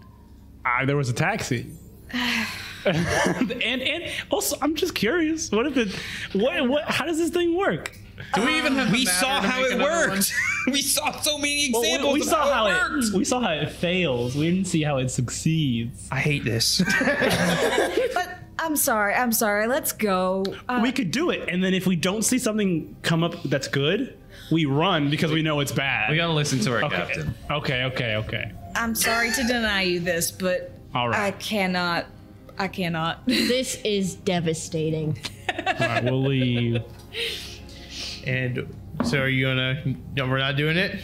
Speaker 5: ah, there was a taxi. and and also, I'm just curious. What if it? What what? How does this thing work?
Speaker 3: Do we even have?
Speaker 7: We
Speaker 3: the matter
Speaker 7: saw
Speaker 3: to
Speaker 7: how
Speaker 3: make
Speaker 7: it
Speaker 3: another
Speaker 7: worked. We saw so many
Speaker 5: Well, we-
Speaker 7: examples.
Speaker 5: we
Speaker 7: of
Speaker 5: saw how
Speaker 7: it worked.
Speaker 5: it. We saw how it fails. We didn't see how it succeeds.
Speaker 7: I hate this.
Speaker 10: But I'm sorry. I'm sorry. Let's go. Uh,
Speaker 5: we could do it, and then if we don't see something come up that's good, we run because we know it's bad.
Speaker 3: We gotta listen to our
Speaker 5: Okay.
Speaker 3: captain.
Speaker 5: Okay, okay, okay.
Speaker 4: I'm sorry to deny you this, but
Speaker 5: All
Speaker 4: I
Speaker 5: right.
Speaker 4: cannot. I cannot.
Speaker 2: This is devastating.
Speaker 5: All right, we'll leave.
Speaker 1: And so are you gonna? No, we're not doing it.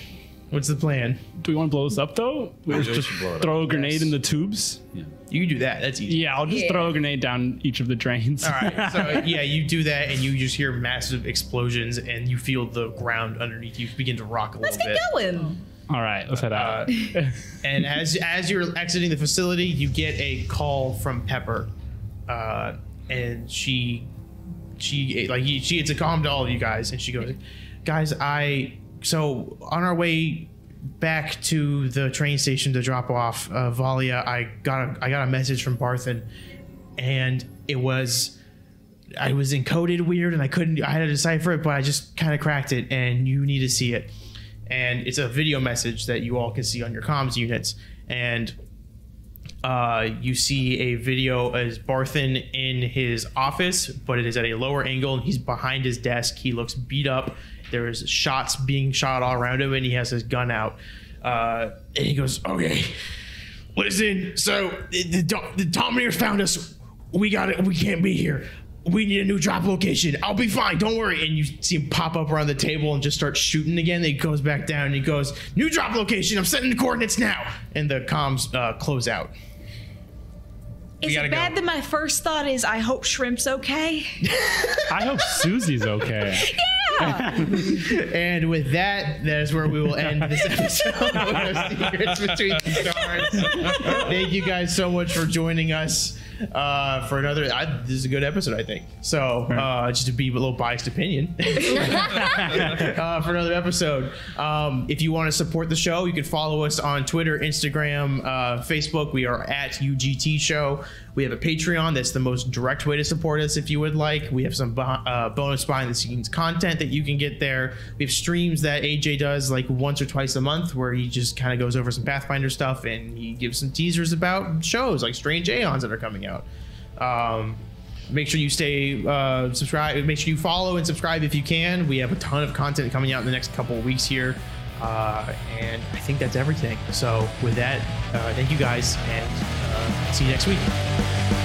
Speaker 1: What's the plan?
Speaker 5: Do we want to blow this up though? We
Speaker 3: we
Speaker 5: just
Speaker 3: should blow it up.
Speaker 5: throw a grenade in the tubes.
Speaker 1: You can do that. That's easy.
Speaker 5: Yeah, I'll just throw a grenade down each of the drains.
Speaker 1: All right. So yeah, you do that, and you just hear massive explosions, and you feel the ground underneath you begin to rock a
Speaker 4: Let's
Speaker 1: little
Speaker 4: get
Speaker 1: bit.
Speaker 4: going.
Speaker 5: All right, let's head out.
Speaker 1: And as as you're exiting the facility, you get a call from Pepper, uh, and she she like he, she gets a call to all of you guys, and she goes, "Guys, I so on our way back to the train station to drop off uh, Valia, I got a I got a message from Barthen, and it was." I was encoded weird and I couldn't I had to decipher it, but I just kind of cracked it and you need to see it. And it's a video message that you all can see on your comms units. And uh, you see a video as Barthen in his office, but it is at a lower angle and he's behind his desk. He looks beat up. There's shots being shot all around him and he has his gun out. Uh, and he goes, Okay, listen, so the, the, Dom- the Domineers found us. We got it. We can't be here. We need a new drop location. I'll be fine. Don't worry. And you see him pop up around the table and just start shooting again. Then he goes back down and he goes, New drop location. I'm sending the coordinates now. And the comms uh, close out.
Speaker 10: Is
Speaker 1: gotta
Speaker 10: it
Speaker 1: go.
Speaker 10: bad that my first thought is I hope Shrimp's okay?
Speaker 5: I hope Susie's okay.
Speaker 1: And with that, that is where we will end this episode of Secrets Between the Stars. Thank you guys so much for joining us uh, for another. I, this is a good episode, I think. So, uh, just to be a little biased opinion. uh, for another episode. Um, if you want to support the show, you can follow us on Twitter, Instagram, uh, Facebook. We are at UGT Show. We have a Patreon. That's the most direct way to support us if you would like. We have some bo- uh, bonus behind the scenes content that you can get there. We have streams that AJ does like once or twice a month where he just kind of goes over some Pathfinder stuff and he gives some teasers about shows like Strange Aeons that are coming out. Um, make sure you stay uh, subscribe make sure you follow and subscribe if you can we have a ton of content coming out in the next couple of weeks here uh, and i think that's everything so with that uh, thank you guys and uh, see you next week